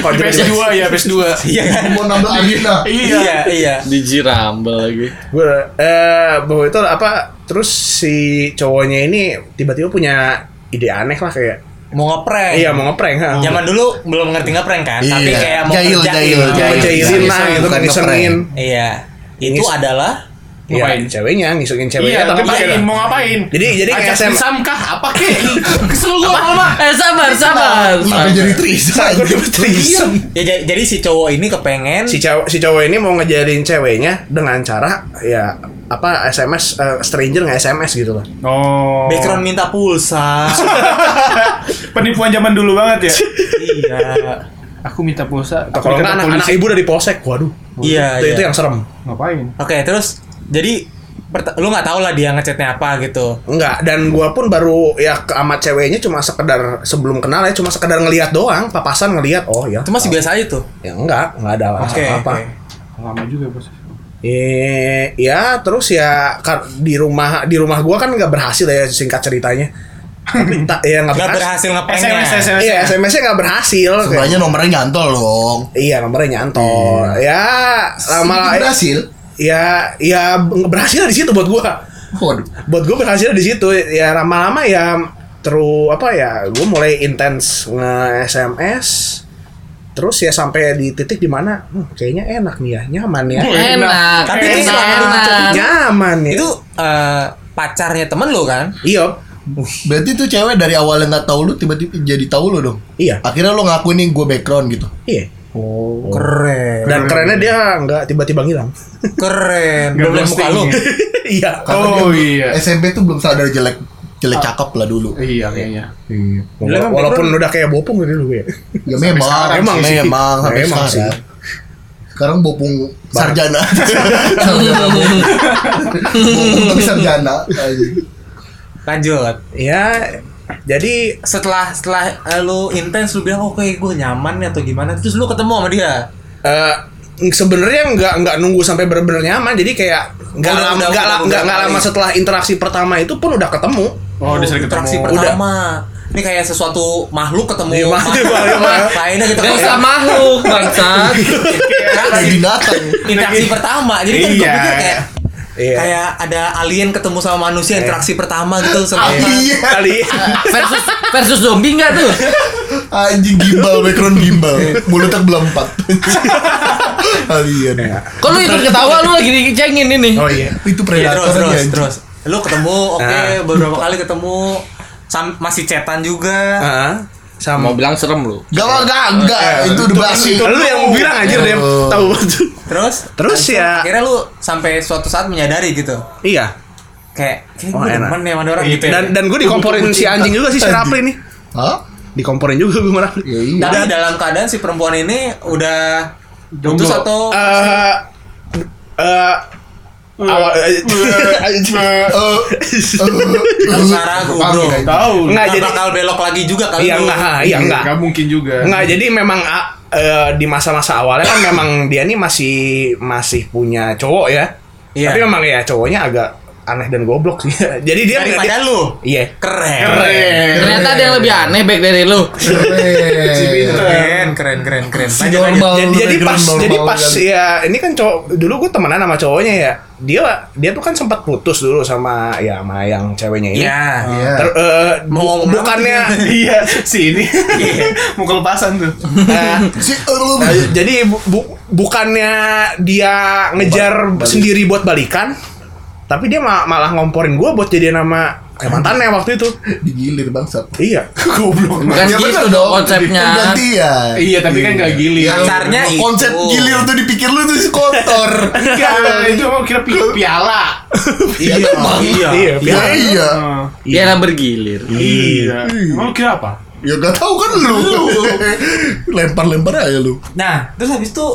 [SPEAKER 5] Kok
[SPEAKER 6] Di
[SPEAKER 5] jadi-
[SPEAKER 6] PS2 ya, PS2.
[SPEAKER 4] Iya kan?
[SPEAKER 2] Mau nambah agenda.
[SPEAKER 4] Iya, iya.
[SPEAKER 6] Di Jirambel lagi.
[SPEAKER 5] gue eh bahwa itu apa terus si cowoknya ini tiba-tiba punya ide aneh lah kayak
[SPEAKER 4] Mau ngeprank.
[SPEAKER 5] iya mau ngeprank ha.
[SPEAKER 4] Eh, Zaman dulu belum ngerti ngeprank kan, tapi
[SPEAKER 2] Iya.
[SPEAKER 4] kayak mau
[SPEAKER 2] Jahil,
[SPEAKER 4] kerjain.
[SPEAKER 2] jahil,
[SPEAKER 5] Mau
[SPEAKER 2] jahil.
[SPEAKER 5] ngejailin lah
[SPEAKER 2] Iseng,
[SPEAKER 5] gitu kan
[SPEAKER 2] bukan
[SPEAKER 5] isengin
[SPEAKER 4] Iya. Itu
[SPEAKER 5] Ngis-
[SPEAKER 4] adalah
[SPEAKER 5] Iya,
[SPEAKER 6] Ngapain?
[SPEAKER 5] ceweknya ngisengin
[SPEAKER 6] Iya,
[SPEAKER 5] ceweknya
[SPEAKER 6] tapi
[SPEAKER 5] tapi Ya, pakai
[SPEAKER 6] ngapain? Mau ngapain?
[SPEAKER 5] jadi jadi
[SPEAKER 6] Ajak
[SPEAKER 5] SM
[SPEAKER 6] pisam kah? Apa kek? Kesel gua lama.
[SPEAKER 1] Eh sabar sabar.
[SPEAKER 2] Sampai jadi Trisa.
[SPEAKER 5] Iseng.
[SPEAKER 4] ya ja- jadi si cowok ini kepengen
[SPEAKER 5] si cowok si cowok ini mau ngejalin ceweknya dengan cara ya apa SMS eh, stranger nggak SMS gitu loh
[SPEAKER 6] Oh.
[SPEAKER 4] background minta pulsa.
[SPEAKER 6] Penipuan zaman dulu banget ya.
[SPEAKER 4] iya.
[SPEAKER 6] Aku minta pulsa.
[SPEAKER 5] atau Nah, kalau
[SPEAKER 6] dikata
[SPEAKER 5] nggak anak, anak ibu udah di polsek waduh
[SPEAKER 4] Iya,
[SPEAKER 5] itu,
[SPEAKER 4] iya.
[SPEAKER 5] itu yang serem
[SPEAKER 6] Ngapain?
[SPEAKER 4] Oke, terus jadi pert- lu nggak tahu lah dia ngechatnya apa gitu.
[SPEAKER 5] Enggak, dan gua pun baru ya ke sama ceweknya cuma sekedar sebelum kenal ya cuma sekedar ngelihat doang, papasan ngelihat. Oh ya.
[SPEAKER 4] Itu masih biasa aja tuh.
[SPEAKER 5] Ya enggak, enggak ada alasan
[SPEAKER 4] Oke.
[SPEAKER 5] apa.
[SPEAKER 4] oke.
[SPEAKER 6] Lama juga bos.
[SPEAKER 5] Eh, ya terus ya kar- di rumah di rumah gua kan nggak berhasil ya singkat ceritanya. Tapi tak- ya nggak
[SPEAKER 4] Nggak berhasil
[SPEAKER 5] berhasil.
[SPEAKER 4] ngepranknya.
[SPEAKER 6] SMS SMS.
[SPEAKER 5] Iya, SMS-nya nggak berhasil. Kayak-
[SPEAKER 2] Sebenarnya nomornya nyantol dong.
[SPEAKER 5] Iya, nomornya nyantol. Ya, lama eh.
[SPEAKER 2] berhasil.
[SPEAKER 5] ya ya berhasil di situ buat gua.
[SPEAKER 2] Waduh.
[SPEAKER 5] buat gue berhasil di situ ya lama-lama ya terus apa ya gue mulai intens nge SMS terus ya sampai di titik dimana hmm, kayaknya enak nih ya nyaman ya
[SPEAKER 1] Iya. Enak.
[SPEAKER 4] Tapi
[SPEAKER 1] enak.
[SPEAKER 4] itu enak.
[SPEAKER 5] nyaman ya
[SPEAKER 4] Itu eh, pacarnya temen lu kan?
[SPEAKER 5] iya
[SPEAKER 2] Berarti tuh cewek dari awal yang nggak tahu lu tiba-tiba jadi tahu lu dong.
[SPEAKER 5] iya
[SPEAKER 2] Akhirnya lu ngakuin nih gue background gitu.
[SPEAKER 5] iya
[SPEAKER 4] Oh.
[SPEAKER 6] Oh.
[SPEAKER 4] Keren.
[SPEAKER 5] dan kerennya dia nggak tiba-tiba ngilang
[SPEAKER 6] Nggak
[SPEAKER 4] Keren. Belum lihat muka lu.
[SPEAKER 6] ghosting ya?
[SPEAKER 5] iya
[SPEAKER 6] Oh iya.
[SPEAKER 2] SMP tuh belum sadar jelek
[SPEAKER 5] Ah.
[SPEAKER 2] jelek cakep lah dulu.
[SPEAKER 5] Ya,
[SPEAKER 6] Iya kayaknya.
[SPEAKER 5] Wala- walaupun udah kayak bopong dari dulu ya
[SPEAKER 2] Ya memang,
[SPEAKER 5] sekarang
[SPEAKER 2] memang,
[SPEAKER 5] sih.
[SPEAKER 2] memang sampai
[SPEAKER 5] Memang
[SPEAKER 2] sekarang.
[SPEAKER 5] sih.
[SPEAKER 2] Sekarang bopung sarjana. sarjana bopung. bopung tapi sarjana.
[SPEAKER 4] Lanjut.
[SPEAKER 5] ya jadi
[SPEAKER 4] Setelah setelah eh, lu intens lu bilang oke gue nyaman nih atau gimana terus lu ketemu sama dia.
[SPEAKER 5] eh sebenarnya nggak nggak nunggu sampai benar-benar nyaman jadi kayak nggak
[SPEAKER 4] Udah,
[SPEAKER 5] lama
[SPEAKER 4] udah,
[SPEAKER 5] nggak
[SPEAKER 4] udah, udah,
[SPEAKER 5] lama nggak- nggak
[SPEAKER 4] udah.
[SPEAKER 5] lama setelah interaksi pertama itu pun udah ketemu
[SPEAKER 6] Oh, udah sering
[SPEAKER 4] interaksi
[SPEAKER 6] ketemu.
[SPEAKER 4] pertama. Ini kayak sesuatu makhluk ketemu
[SPEAKER 5] Iya,
[SPEAKER 4] makhluk
[SPEAKER 5] makhluk, makhluk.
[SPEAKER 4] lainnya gitu.
[SPEAKER 6] Iya,
[SPEAKER 1] Gak usah makhluk bangsat.
[SPEAKER 2] Kayak binatang.
[SPEAKER 4] interaksi pertama. Jadi kan gue
[SPEAKER 6] Iya.
[SPEAKER 4] pikir kayak
[SPEAKER 5] Iya.
[SPEAKER 4] kayak ada alien ketemu sama manusia interaksi pertama gitu sama
[SPEAKER 2] Iya.
[SPEAKER 5] kali
[SPEAKER 1] Versus versus zombie nggak tuh?
[SPEAKER 2] Anjing gimbal background gimbal. Mulutnya belempat. Alien. ya.
[SPEAKER 1] Kok lu ikut ketawa lu lagi dicengin ini?
[SPEAKER 5] oh iya
[SPEAKER 2] Itu
[SPEAKER 4] Iya, terus
[SPEAKER 2] predator
[SPEAKER 4] terus
[SPEAKER 2] aja.
[SPEAKER 4] terus. Lu ketemu oke
[SPEAKER 5] Ah.
[SPEAKER 4] beberapa kali ketemu sam- masih cetan juga.
[SPEAKER 5] Ah, sama
[SPEAKER 6] Mau bilang serem lu.
[SPEAKER 2] Gak gak gak itu udah berhasil.
[SPEAKER 5] lu yang mau bilang anjir dia
[SPEAKER 2] Oh.
[SPEAKER 5] tahu banget.
[SPEAKER 4] Terus
[SPEAKER 5] Terus ya-
[SPEAKER 4] Kira lu sampai suatu saat menyadari gitu.
[SPEAKER 5] iya
[SPEAKER 4] Kayak kayak
[SPEAKER 5] Oh,
[SPEAKER 4] gue
[SPEAKER 5] enak.
[SPEAKER 4] demen nih sama orang gitu. ya.
[SPEAKER 5] dan dan gue dikomporin si anjing juga sih si Rapli nih
[SPEAKER 2] Hah?
[SPEAKER 5] dikomporin juga gue merah
[SPEAKER 2] Ya iya.
[SPEAKER 4] Tapi dalam keadaan si perempuan ini udah
[SPEAKER 6] Jomblo.
[SPEAKER 4] putus atau
[SPEAKER 5] eh eh awal
[SPEAKER 2] Eh, eh,
[SPEAKER 4] Sarah gue, bro.
[SPEAKER 2] Oke, kayak
[SPEAKER 6] Oh, Tahu.
[SPEAKER 5] nggak
[SPEAKER 4] nggak
[SPEAKER 5] jadi
[SPEAKER 4] bakal belok lagi juga kali
[SPEAKER 5] iya
[SPEAKER 4] lu.
[SPEAKER 5] enggak iya enggak
[SPEAKER 6] Nggak mungkin juga.
[SPEAKER 5] Nggak, jadi memang ah, eh, di masa-masa awalnya kan memang dia nih masih masih punya cowok ya.
[SPEAKER 4] Iya.
[SPEAKER 5] Tapi memang ya cowoknya agak aneh dan goblok sih. Jadi dia
[SPEAKER 4] Daripada lu.
[SPEAKER 5] ngeliatnya- Iya.
[SPEAKER 4] Keren.
[SPEAKER 1] Ternyata ada yang lebih aneh back dari lu.
[SPEAKER 2] Eh,
[SPEAKER 4] Keren, keren, keren, keren. Lanjut, lanjut.
[SPEAKER 1] normal.
[SPEAKER 5] Jadi,
[SPEAKER 2] Normal,
[SPEAKER 5] jadi
[SPEAKER 2] background
[SPEAKER 5] pas
[SPEAKER 2] normal
[SPEAKER 5] jadi pas
[SPEAKER 2] kali.
[SPEAKER 5] ya ini kan cowok dulu gue temenan sama cowoknya ya dia dia tuh kan sempat putus dulu sama ya sama yang ceweknya ini.
[SPEAKER 4] Iya.
[SPEAKER 2] Iya.
[SPEAKER 5] Ter, eh,
[SPEAKER 4] Mau
[SPEAKER 5] bu-
[SPEAKER 4] ngomong apa
[SPEAKER 5] bukannya
[SPEAKER 3] Iya, si ini. Mau kelepasan tuh.
[SPEAKER 5] eh,
[SPEAKER 2] Si Erum.
[SPEAKER 5] Nah, jadi bu- bu- bukannya dia ngejar sendiri buat balikan, tapi dia ma- malah ngomporin gue buat jadi nama eh, mantannya waktu itu.
[SPEAKER 2] digilir bangsat.
[SPEAKER 5] Iya, goblok.
[SPEAKER 1] Bukan
[SPEAKER 2] Ya
[SPEAKER 1] gitu
[SPEAKER 2] bener
[SPEAKER 1] dong
[SPEAKER 2] dong,
[SPEAKER 1] konsepnya.
[SPEAKER 2] Ganti ya.
[SPEAKER 6] Iya, tapi kan nggak gilir.
[SPEAKER 4] Kasarnya itu.
[SPEAKER 2] Konsep gilir tuh dipikir lu tuh kotor.
[SPEAKER 6] Enggak, Iya, itu mau kira pi- piala.
[SPEAKER 2] Iya. emang.
[SPEAKER 4] Iya.
[SPEAKER 5] Iya,
[SPEAKER 2] Ya
[SPEAKER 5] iya.
[SPEAKER 2] iya.
[SPEAKER 6] Heeh.
[SPEAKER 1] Iya lah bergilir.
[SPEAKER 6] Iya. Emang lu kira apa?
[SPEAKER 2] Ya gak tahu kan lu. Lempar-lempar aja lu.
[SPEAKER 4] Nah, terus habis itu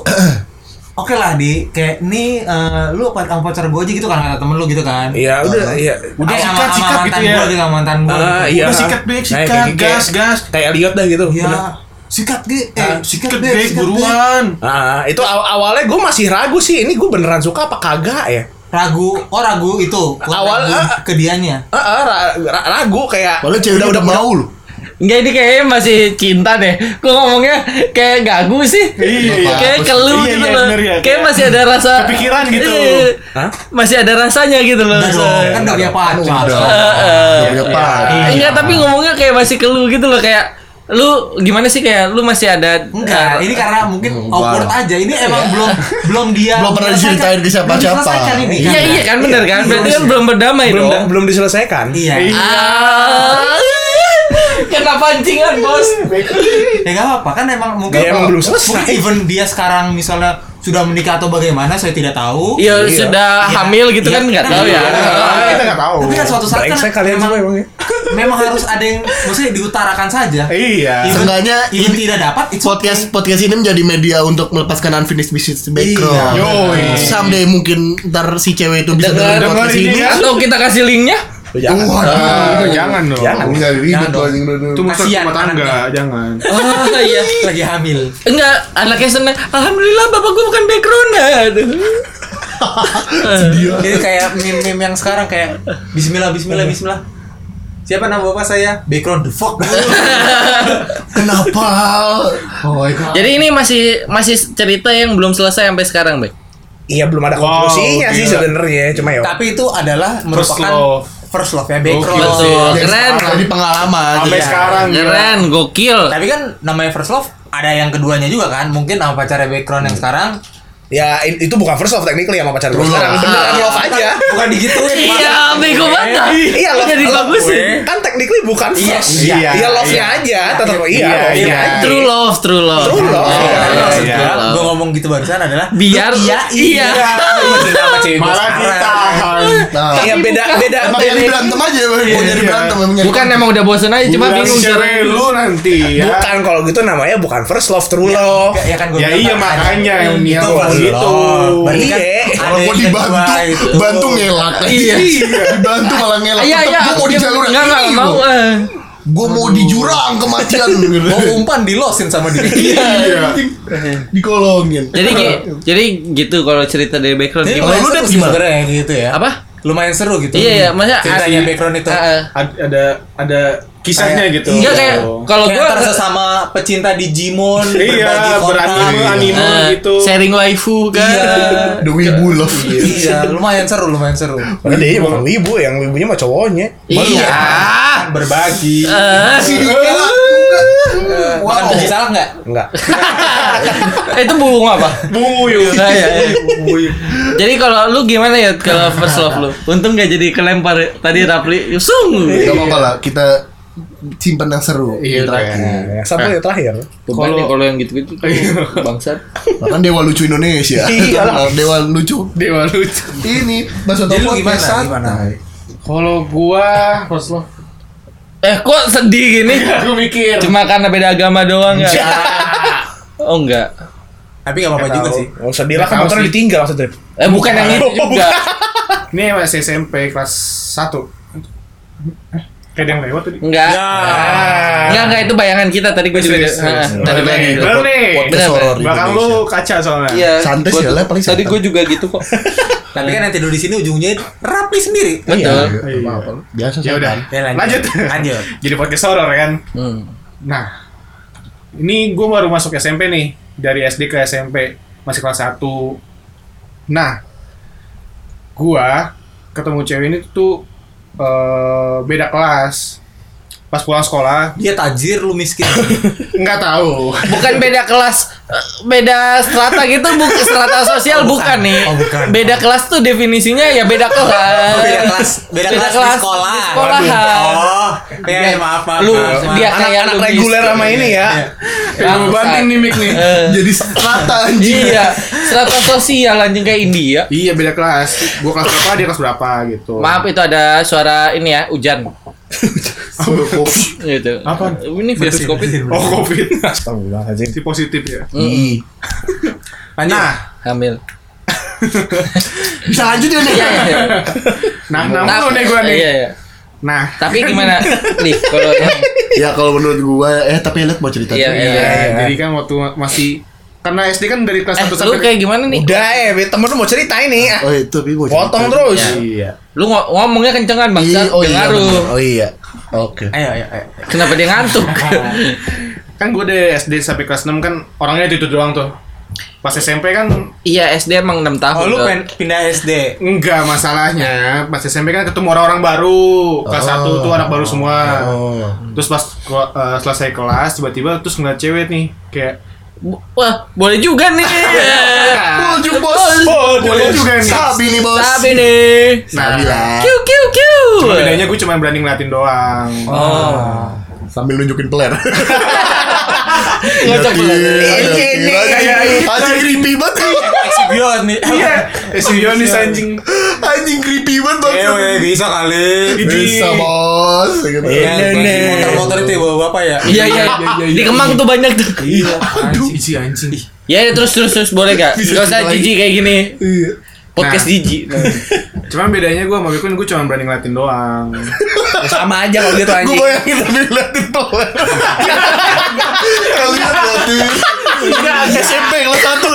[SPEAKER 4] Oke lah di kayak nih eh, lu apa sama pacar gue aja gitu kan kata temen lu gitu kan.
[SPEAKER 5] Iya, udah, iya.
[SPEAKER 4] Udah
[SPEAKER 6] Ah,
[SPEAKER 4] sama
[SPEAKER 6] sikat,
[SPEAKER 4] sama
[SPEAKER 6] sikat
[SPEAKER 4] mantan
[SPEAKER 6] gitu ya.
[SPEAKER 4] gue juga mantan gitu. gue.
[SPEAKER 5] Ah, iya.
[SPEAKER 6] Udah sikat, Bek,
[SPEAKER 5] Nah,
[SPEAKER 6] sikat,
[SPEAKER 5] kayak-
[SPEAKER 6] gas, gas.
[SPEAKER 5] Kayak Elliot dah gitu.
[SPEAKER 4] Iya.
[SPEAKER 5] bener.
[SPEAKER 4] Sikat ge, eh
[SPEAKER 6] Sikat
[SPEAKER 4] sikat Bek,
[SPEAKER 6] deh,
[SPEAKER 4] sikat, Bek.
[SPEAKER 6] buruan.
[SPEAKER 5] Ah, itu aw- awalnya gue masih ragu sih, ini gue beneran suka apa kagak ya?
[SPEAKER 4] Ragu, oh ragu itu. Gua
[SPEAKER 5] Awal,
[SPEAKER 4] ragu
[SPEAKER 5] ah.
[SPEAKER 4] ke dianya.
[SPEAKER 5] Ah, ah, ra- ra- ragu kayak
[SPEAKER 2] Padahal cewek udah, udah mau lu.
[SPEAKER 1] Enggak ini kayaknya masih cinta deh. Kok ngomongnya kayak gagu sih?
[SPEAKER 6] Iya.
[SPEAKER 1] Kayak kelu
[SPEAKER 6] Iya,
[SPEAKER 1] gitu
[SPEAKER 6] iya,
[SPEAKER 1] loh.
[SPEAKER 6] bener ya.
[SPEAKER 1] Kayak masih ada rasa
[SPEAKER 6] Kepikiran gitu.
[SPEAKER 1] Iya.
[SPEAKER 5] Hah?
[SPEAKER 1] Masih ada rasanya gitu loh.
[SPEAKER 4] Enggak dong, kan udah punya pacar.
[SPEAKER 2] udah.
[SPEAKER 1] Heeh.
[SPEAKER 2] Ya,
[SPEAKER 6] Iya.
[SPEAKER 2] apa?
[SPEAKER 1] Eh, Enggak, tapi ngomongnya kayak masih kelu gitu loh kayak lu gimana sih kayak lu masih ada
[SPEAKER 4] Enggak,
[SPEAKER 1] eh,
[SPEAKER 4] ini kan karena mungkin
[SPEAKER 2] Hmm,
[SPEAKER 4] awkward
[SPEAKER 2] parah.
[SPEAKER 4] aja. Ini emang belum belum dia
[SPEAKER 2] Belum pernah diceritain
[SPEAKER 4] menyelesaikan-
[SPEAKER 2] ke siapa-siapa.
[SPEAKER 4] belum diselesaikan ini,
[SPEAKER 1] Iya
[SPEAKER 4] kan?
[SPEAKER 1] iya kan bener kan berarti kan belum berdamai
[SPEAKER 5] belum
[SPEAKER 1] dong.
[SPEAKER 5] belum diselesaikan.
[SPEAKER 4] Iya.
[SPEAKER 1] Ah. Kena pancingan bos.
[SPEAKER 4] Ya gak apa-apa kan emang mungkin
[SPEAKER 5] Ya, emang belum selesai.
[SPEAKER 4] Mungkin even dia sekarang misalnya sudah menikah atau bagaimana saya tidak tahu.
[SPEAKER 1] Iya sudah
[SPEAKER 4] Iya.
[SPEAKER 1] hamil gitu
[SPEAKER 4] Iya,
[SPEAKER 1] kan nggak
[SPEAKER 4] kan
[SPEAKER 1] tahu ya.
[SPEAKER 4] iya.
[SPEAKER 1] Ah.
[SPEAKER 5] kita nggak tahu.
[SPEAKER 6] Iya.
[SPEAKER 4] Tapi kan suatu saat kan
[SPEAKER 5] Brengsek kalian
[SPEAKER 4] memang-
[SPEAKER 5] semua emang ya.
[SPEAKER 4] Memang harus ada yang maksudnya diutarakan saja.
[SPEAKER 6] Iya.
[SPEAKER 4] Even,
[SPEAKER 2] Seenggaknya
[SPEAKER 4] even
[SPEAKER 2] ini-
[SPEAKER 4] tidak dapat it's
[SPEAKER 2] podcast podcast ini menjadi media untuk melepaskan unfinished business background.
[SPEAKER 6] Iya. Yoi.
[SPEAKER 2] Someday mungkin ntar si cewek itu bisa
[SPEAKER 1] Dengar-
[SPEAKER 2] dengerin podcast
[SPEAKER 6] dengerin
[SPEAKER 2] ini.
[SPEAKER 6] ya.
[SPEAKER 1] Iya. Atau kita kasih linknya?
[SPEAKER 5] Jangan.
[SPEAKER 2] Waduh.
[SPEAKER 6] Ah. jangan dong.
[SPEAKER 5] Jangan.
[SPEAKER 2] Enggak ribet
[SPEAKER 4] Jangan dong.
[SPEAKER 2] anjing lu dulu.
[SPEAKER 6] Itu musuh
[SPEAKER 4] Kasihan
[SPEAKER 6] rumah tangga, jangan.
[SPEAKER 4] Ah.
[SPEAKER 1] Oh iya.
[SPEAKER 4] okay. lagi hamil.
[SPEAKER 1] Enggak, anaknya seneng. Alhamdulillah bapak gue bukan background Aduh.
[SPEAKER 4] Jadi kayak meme-meme yang sekarang kayak bismillah bismillah bismillah. Siapa nama bapak saya? Background the fuck.
[SPEAKER 2] Kenapa? Oh my god.
[SPEAKER 1] Jadi ini masih masih cerita yang belum selesai sampai sekarang, Bek.
[SPEAKER 5] Iya belum ada
[SPEAKER 6] Wow,
[SPEAKER 5] konklusinya sih
[SPEAKER 6] gila.
[SPEAKER 5] sebenarnya cuma ya.
[SPEAKER 4] Tapi itu adalah merupakan
[SPEAKER 6] love.
[SPEAKER 4] first love ya background.
[SPEAKER 1] Betul.
[SPEAKER 2] Dari
[SPEAKER 1] Keren.
[SPEAKER 2] sekarang, Jadi pengalaman. iya.
[SPEAKER 6] Sampai
[SPEAKER 2] Jadi-
[SPEAKER 6] sekarang ya.
[SPEAKER 1] Keren, gokil.
[SPEAKER 4] Tapi kan namanya first love ada yang keduanya juga kan. Mungkin sama pacarnya background yang sekarang
[SPEAKER 5] Ya i- itu bukan first love technically sama pacar gue
[SPEAKER 2] True
[SPEAKER 5] sekarang
[SPEAKER 2] love.
[SPEAKER 5] beneran love aja.
[SPEAKER 4] bukan digituin.
[SPEAKER 1] Iya, bego banget.
[SPEAKER 5] Iya love.
[SPEAKER 1] Jadi
[SPEAKER 5] love
[SPEAKER 1] bagus
[SPEAKER 5] gue.
[SPEAKER 1] sih.
[SPEAKER 5] Kan technically bukan
[SPEAKER 4] Iya,
[SPEAKER 5] first.
[SPEAKER 4] iya,
[SPEAKER 5] Iya love-nya
[SPEAKER 4] iya.
[SPEAKER 5] aja tetap iya.
[SPEAKER 6] Iya,
[SPEAKER 5] love-nya
[SPEAKER 4] iya.
[SPEAKER 5] aja.
[SPEAKER 1] True love, true love.
[SPEAKER 5] True love.
[SPEAKER 1] Oh,
[SPEAKER 5] Iya,
[SPEAKER 1] true love,
[SPEAKER 6] iya.
[SPEAKER 1] true love.
[SPEAKER 4] Gue ngomong gitu barusan adalah
[SPEAKER 1] Biar-
[SPEAKER 4] lu iya
[SPEAKER 1] iya.
[SPEAKER 4] Bener sama cewek gua
[SPEAKER 6] Malah
[SPEAKER 4] sekarang.
[SPEAKER 6] ditahan.
[SPEAKER 2] Nah,
[SPEAKER 5] Iya beda beda
[SPEAKER 2] Emang jadi
[SPEAKER 5] beda.
[SPEAKER 2] berantem aja, Bang. mau jadi
[SPEAKER 6] Iya.
[SPEAKER 2] berantem emang nyari
[SPEAKER 1] Bukan emang udah bosen aja, cuma
[SPEAKER 6] Bilang
[SPEAKER 1] bingung
[SPEAKER 6] cewek
[SPEAKER 1] caranya.
[SPEAKER 6] lu nanti
[SPEAKER 4] iya.
[SPEAKER 6] ya.
[SPEAKER 5] Bukan kalau gitu namanya bukan first love true love.
[SPEAKER 4] Ya kan gue
[SPEAKER 6] Ya iya makanya yang niat
[SPEAKER 4] Itu
[SPEAKER 6] orang
[SPEAKER 4] first
[SPEAKER 6] gitu.
[SPEAKER 4] love. Berarti kan
[SPEAKER 5] Iya.
[SPEAKER 4] ada
[SPEAKER 2] Walaupun
[SPEAKER 4] yang kedua
[SPEAKER 2] dibantu,
[SPEAKER 4] itu.
[SPEAKER 2] bantu ngelak.
[SPEAKER 1] Iya.
[SPEAKER 2] Dibantu malah ngelak.
[SPEAKER 1] Iya, iya.
[SPEAKER 2] Gue mau di jalur yang
[SPEAKER 1] Enggak, enggak
[SPEAKER 2] ini,
[SPEAKER 1] mau.
[SPEAKER 2] gua.
[SPEAKER 1] eh.
[SPEAKER 2] Gua mau di jurang kematian.
[SPEAKER 4] Mau umpan dilosin sama dia.
[SPEAKER 2] Iya. Dikolongin.
[SPEAKER 1] Jadi gi- jadi gitu kalau cerita dari background
[SPEAKER 4] Jadi
[SPEAKER 1] gimana?
[SPEAKER 4] lumayan
[SPEAKER 2] lu
[SPEAKER 4] seru
[SPEAKER 2] dapet
[SPEAKER 4] sih
[SPEAKER 2] gimana?
[SPEAKER 4] Iya, sebenarnya gitu ya.
[SPEAKER 1] Apa?
[SPEAKER 4] Lumayan seru gitu.
[SPEAKER 1] Iya, iya, maksudnya
[SPEAKER 4] ceritanya background itu.
[SPEAKER 1] Ah, ah.
[SPEAKER 6] Ad- Ada ada kisahnya
[SPEAKER 4] Kayak-
[SPEAKER 6] gitu.
[SPEAKER 1] Enggak kayak kalau
[SPEAKER 4] Kalau
[SPEAKER 1] gua
[SPEAKER 4] gue sesama pecinta Digimon
[SPEAKER 6] Iya,
[SPEAKER 4] berbagi kontak.
[SPEAKER 6] beranime anime
[SPEAKER 1] Ah,
[SPEAKER 6] gitu.
[SPEAKER 1] sharing waifu kan.
[SPEAKER 4] Iya.
[SPEAKER 2] The Wibu Love.
[SPEAKER 4] Iya, lumayan seru, lumayan seru. Nah,
[SPEAKER 5] Padahal dia
[SPEAKER 4] Gitu.
[SPEAKER 5] bukan wibu yang wibunya mah cowoknya.
[SPEAKER 1] Iya.
[SPEAKER 6] Ah, Berbagi.
[SPEAKER 1] Eh,
[SPEAKER 4] Wow. Makan biji salak nggak?
[SPEAKER 5] Enggak.
[SPEAKER 1] Eh, itu bunga apa?
[SPEAKER 6] Buyut.
[SPEAKER 1] Nah, ya, ya. Jadi kalau lu gimana ya kalau first love lu? Untung gak jadi kelempar tadi Rapli. Sung.
[SPEAKER 2] Gak apa-apa lah, kita simpan yang seru.
[SPEAKER 6] Iya,
[SPEAKER 2] Terakhir.
[SPEAKER 5] Nah, Sampai yang terakhir.
[SPEAKER 1] Kalau kalau yang gitu-gitu bangsat.
[SPEAKER 2] Bahkan kan Dewa Lucu Indonesia.
[SPEAKER 5] Iya lah.
[SPEAKER 2] Dewa Lucu.
[SPEAKER 6] Dewa lucu.
[SPEAKER 2] Ini Mas Oto
[SPEAKER 4] Jadi lu gimana?
[SPEAKER 2] Podcast.
[SPEAKER 5] Nah,
[SPEAKER 4] Gimana?
[SPEAKER 6] Kalau gua first love.
[SPEAKER 1] Eh kok sedih gini?
[SPEAKER 6] Gua mikir.
[SPEAKER 1] Cuma karena beda agama doang ya? Oh enggak.
[SPEAKER 4] Tapi nggak apa-apa juga sih.
[SPEAKER 5] Enggak usah bilang kan
[SPEAKER 6] Nggak
[SPEAKER 5] motor
[SPEAKER 6] tahu sih.
[SPEAKER 5] ditinggal maksudnya.
[SPEAKER 1] Eh bukan yang itu
[SPEAKER 5] Oh,
[SPEAKER 1] juga.
[SPEAKER 6] Ini masih SMP kelas 1. Kayak ada yang lewat tadi.
[SPEAKER 1] Enggak. Enggak enggak itu bayangan kita tadi gue juga.
[SPEAKER 6] Serius, serius.
[SPEAKER 1] Heeh, Tadi
[SPEAKER 6] Bener nih,
[SPEAKER 1] bayangan.
[SPEAKER 6] bener nih.
[SPEAKER 2] Podcast
[SPEAKER 1] iya. Bener,
[SPEAKER 2] horor
[SPEAKER 6] Belakang
[SPEAKER 2] Indonesia.
[SPEAKER 6] lu kaca soalnya.
[SPEAKER 1] Iya.
[SPEAKER 2] Santai
[SPEAKER 1] gua
[SPEAKER 2] sih,
[SPEAKER 1] tuh-
[SPEAKER 2] lah, paling
[SPEAKER 1] Tadi
[SPEAKER 2] santai.
[SPEAKER 1] gue juga gitu kok.
[SPEAKER 4] Tapi kan yang tidur di sini ujungnya rapi sendiri.
[SPEAKER 1] Betul.
[SPEAKER 2] Iya, Biasa sih.
[SPEAKER 6] Ya udah.
[SPEAKER 4] Ya,
[SPEAKER 6] Lanjut.
[SPEAKER 4] Lanjut.
[SPEAKER 6] Jadi podcast horror kan.
[SPEAKER 1] Hmm.
[SPEAKER 6] Nah, ini gue baru masuk SMP nih, dari SD ke SMP, masih kelas 1. Nah, gua ketemu cewek ini tuh eh, beda kelas. Pas pulang sekolah,
[SPEAKER 4] Dia tajir lu miskin.
[SPEAKER 6] nggak tahu.
[SPEAKER 1] Bukan beda kelas, eh, beda strata gitu, bukan strata sosial bukan, nih.
[SPEAKER 4] Oh, bukan.
[SPEAKER 1] Beda kelas tuh definisinya ya beda kelas.
[SPEAKER 4] Oh, beda kelas, beda, kelas, di sekolah.
[SPEAKER 1] di sekolahan.
[SPEAKER 4] Oh, ya, ya, maaf, maaf.
[SPEAKER 1] Lu,
[SPEAKER 4] maaf, Iya. maaf.
[SPEAKER 1] dia kayak
[SPEAKER 5] Anak-anak
[SPEAKER 1] lu
[SPEAKER 5] reguler
[SPEAKER 1] miskin.
[SPEAKER 5] sama ini ya.
[SPEAKER 1] Bangsat.
[SPEAKER 5] Lu banting nih mic nih.
[SPEAKER 1] Eh,
[SPEAKER 2] Jadi strata anjing.
[SPEAKER 1] iya, strata sosial anjing kayak India.
[SPEAKER 6] Iya, beda kelas. Gua kelas berapa, dia kelas berapa gitu.
[SPEAKER 1] Maaf itu ada suara ini ya, hujan gitu.
[SPEAKER 6] Apa?
[SPEAKER 1] Ini virus
[SPEAKER 4] Bersin,
[SPEAKER 1] Covid.
[SPEAKER 4] bersin,
[SPEAKER 6] Oh, Covid.
[SPEAKER 5] Astagfirullahaladzim.
[SPEAKER 6] Si positif ya.
[SPEAKER 2] Iya.
[SPEAKER 1] Mm,
[SPEAKER 4] Lanjut.
[SPEAKER 6] Nah,
[SPEAKER 1] hamil.
[SPEAKER 2] Bisa lanjut ya nih.
[SPEAKER 1] Iya, iya.
[SPEAKER 6] nah, nah, mulu nih gua nih.
[SPEAKER 1] Iya, iya.
[SPEAKER 6] Nah,
[SPEAKER 1] Tapi gimana nih kalau yang-
[SPEAKER 2] Ya kalau menurut gua eh tapi lihat mau cerita.
[SPEAKER 1] Iya,
[SPEAKER 2] dulu.
[SPEAKER 1] iya.
[SPEAKER 6] ya, jadi kan waktu masih karena SD kan dari kelas
[SPEAKER 1] Eh,
[SPEAKER 6] 1
[SPEAKER 1] lu
[SPEAKER 6] sampai
[SPEAKER 1] kayak gimana nih?
[SPEAKER 5] Udah eh, temen lu mau cerita ini. ah.
[SPEAKER 2] Oh, itu tapi mau cerita.
[SPEAKER 5] Potong terus.
[SPEAKER 6] Iya.
[SPEAKER 1] Lu ngo- ngomongnya kencengan bang,
[SPEAKER 2] Iya, oh iya.
[SPEAKER 1] ngaruh.
[SPEAKER 2] bener. Oh iya. Oke.
[SPEAKER 4] Ayo, ayo, ayo.
[SPEAKER 1] Kenapa dia ngantuk?
[SPEAKER 6] Kan gue dari SD sampai kelas 6 kan orangnya itu, itu doang tuh. Pas SMP kan
[SPEAKER 1] iya SD emang 6 tahun.
[SPEAKER 4] Oh, lu
[SPEAKER 1] tuh.
[SPEAKER 4] pengen pindah SD.
[SPEAKER 6] enggak masalahnya. Pas SMP kan ketemu orang-orang baru. Kelas 1 tuh anak baru semua.
[SPEAKER 2] Oh.
[SPEAKER 6] Terus pas ke- eh, selesai kelas tiba-tiba terus ngeliat cewek nih kayak
[SPEAKER 1] Bu- Wah, boleh juga nih.
[SPEAKER 2] Bolju bos. Oh,
[SPEAKER 6] boleh juga nih.
[SPEAKER 2] Sabi nih bos. Nah, iya.
[SPEAKER 1] Tapi nih.
[SPEAKER 2] Sabi lah.
[SPEAKER 1] Kiu kiu kiu.
[SPEAKER 6] Cuma bedanya gue cuma berani ngeliatin doang.
[SPEAKER 1] Oh.
[SPEAKER 2] Sambil nunjukin peler. Iya,
[SPEAKER 1] Ngocok
[SPEAKER 2] Ini anjing anjing creepy banget.
[SPEAKER 4] Eksibion nih.
[SPEAKER 6] Iya, eh, si Yonis anjing.
[SPEAKER 2] Anjing creepy banget bos.
[SPEAKER 4] Ewe, Iya, bisa kali.
[SPEAKER 2] Bisa bos. Gitu.
[SPEAKER 4] Iya, motor-motor itu ya bawa bapak ya.
[SPEAKER 1] Iya iya. Di Kemang tuh banyak tuh.
[SPEAKER 4] Iya. Anjing.
[SPEAKER 6] Iji anjing.
[SPEAKER 1] Ya ya, terus terus terus boleh gak?
[SPEAKER 2] Bisa
[SPEAKER 1] Gak usah
[SPEAKER 2] cerita lagi.
[SPEAKER 1] jijik kayak gini. Podcast
[SPEAKER 6] Nah.
[SPEAKER 1] jijik.
[SPEAKER 6] Cuman bedanya gue sama Bikun gue cuma berani ngeliatin doang.
[SPEAKER 5] Sama aja kalau gitu
[SPEAKER 2] Gue
[SPEAKER 5] anjing.
[SPEAKER 2] bayangin sambil liatin peler. Kalian liatin. Enggak, SMP kelas satu.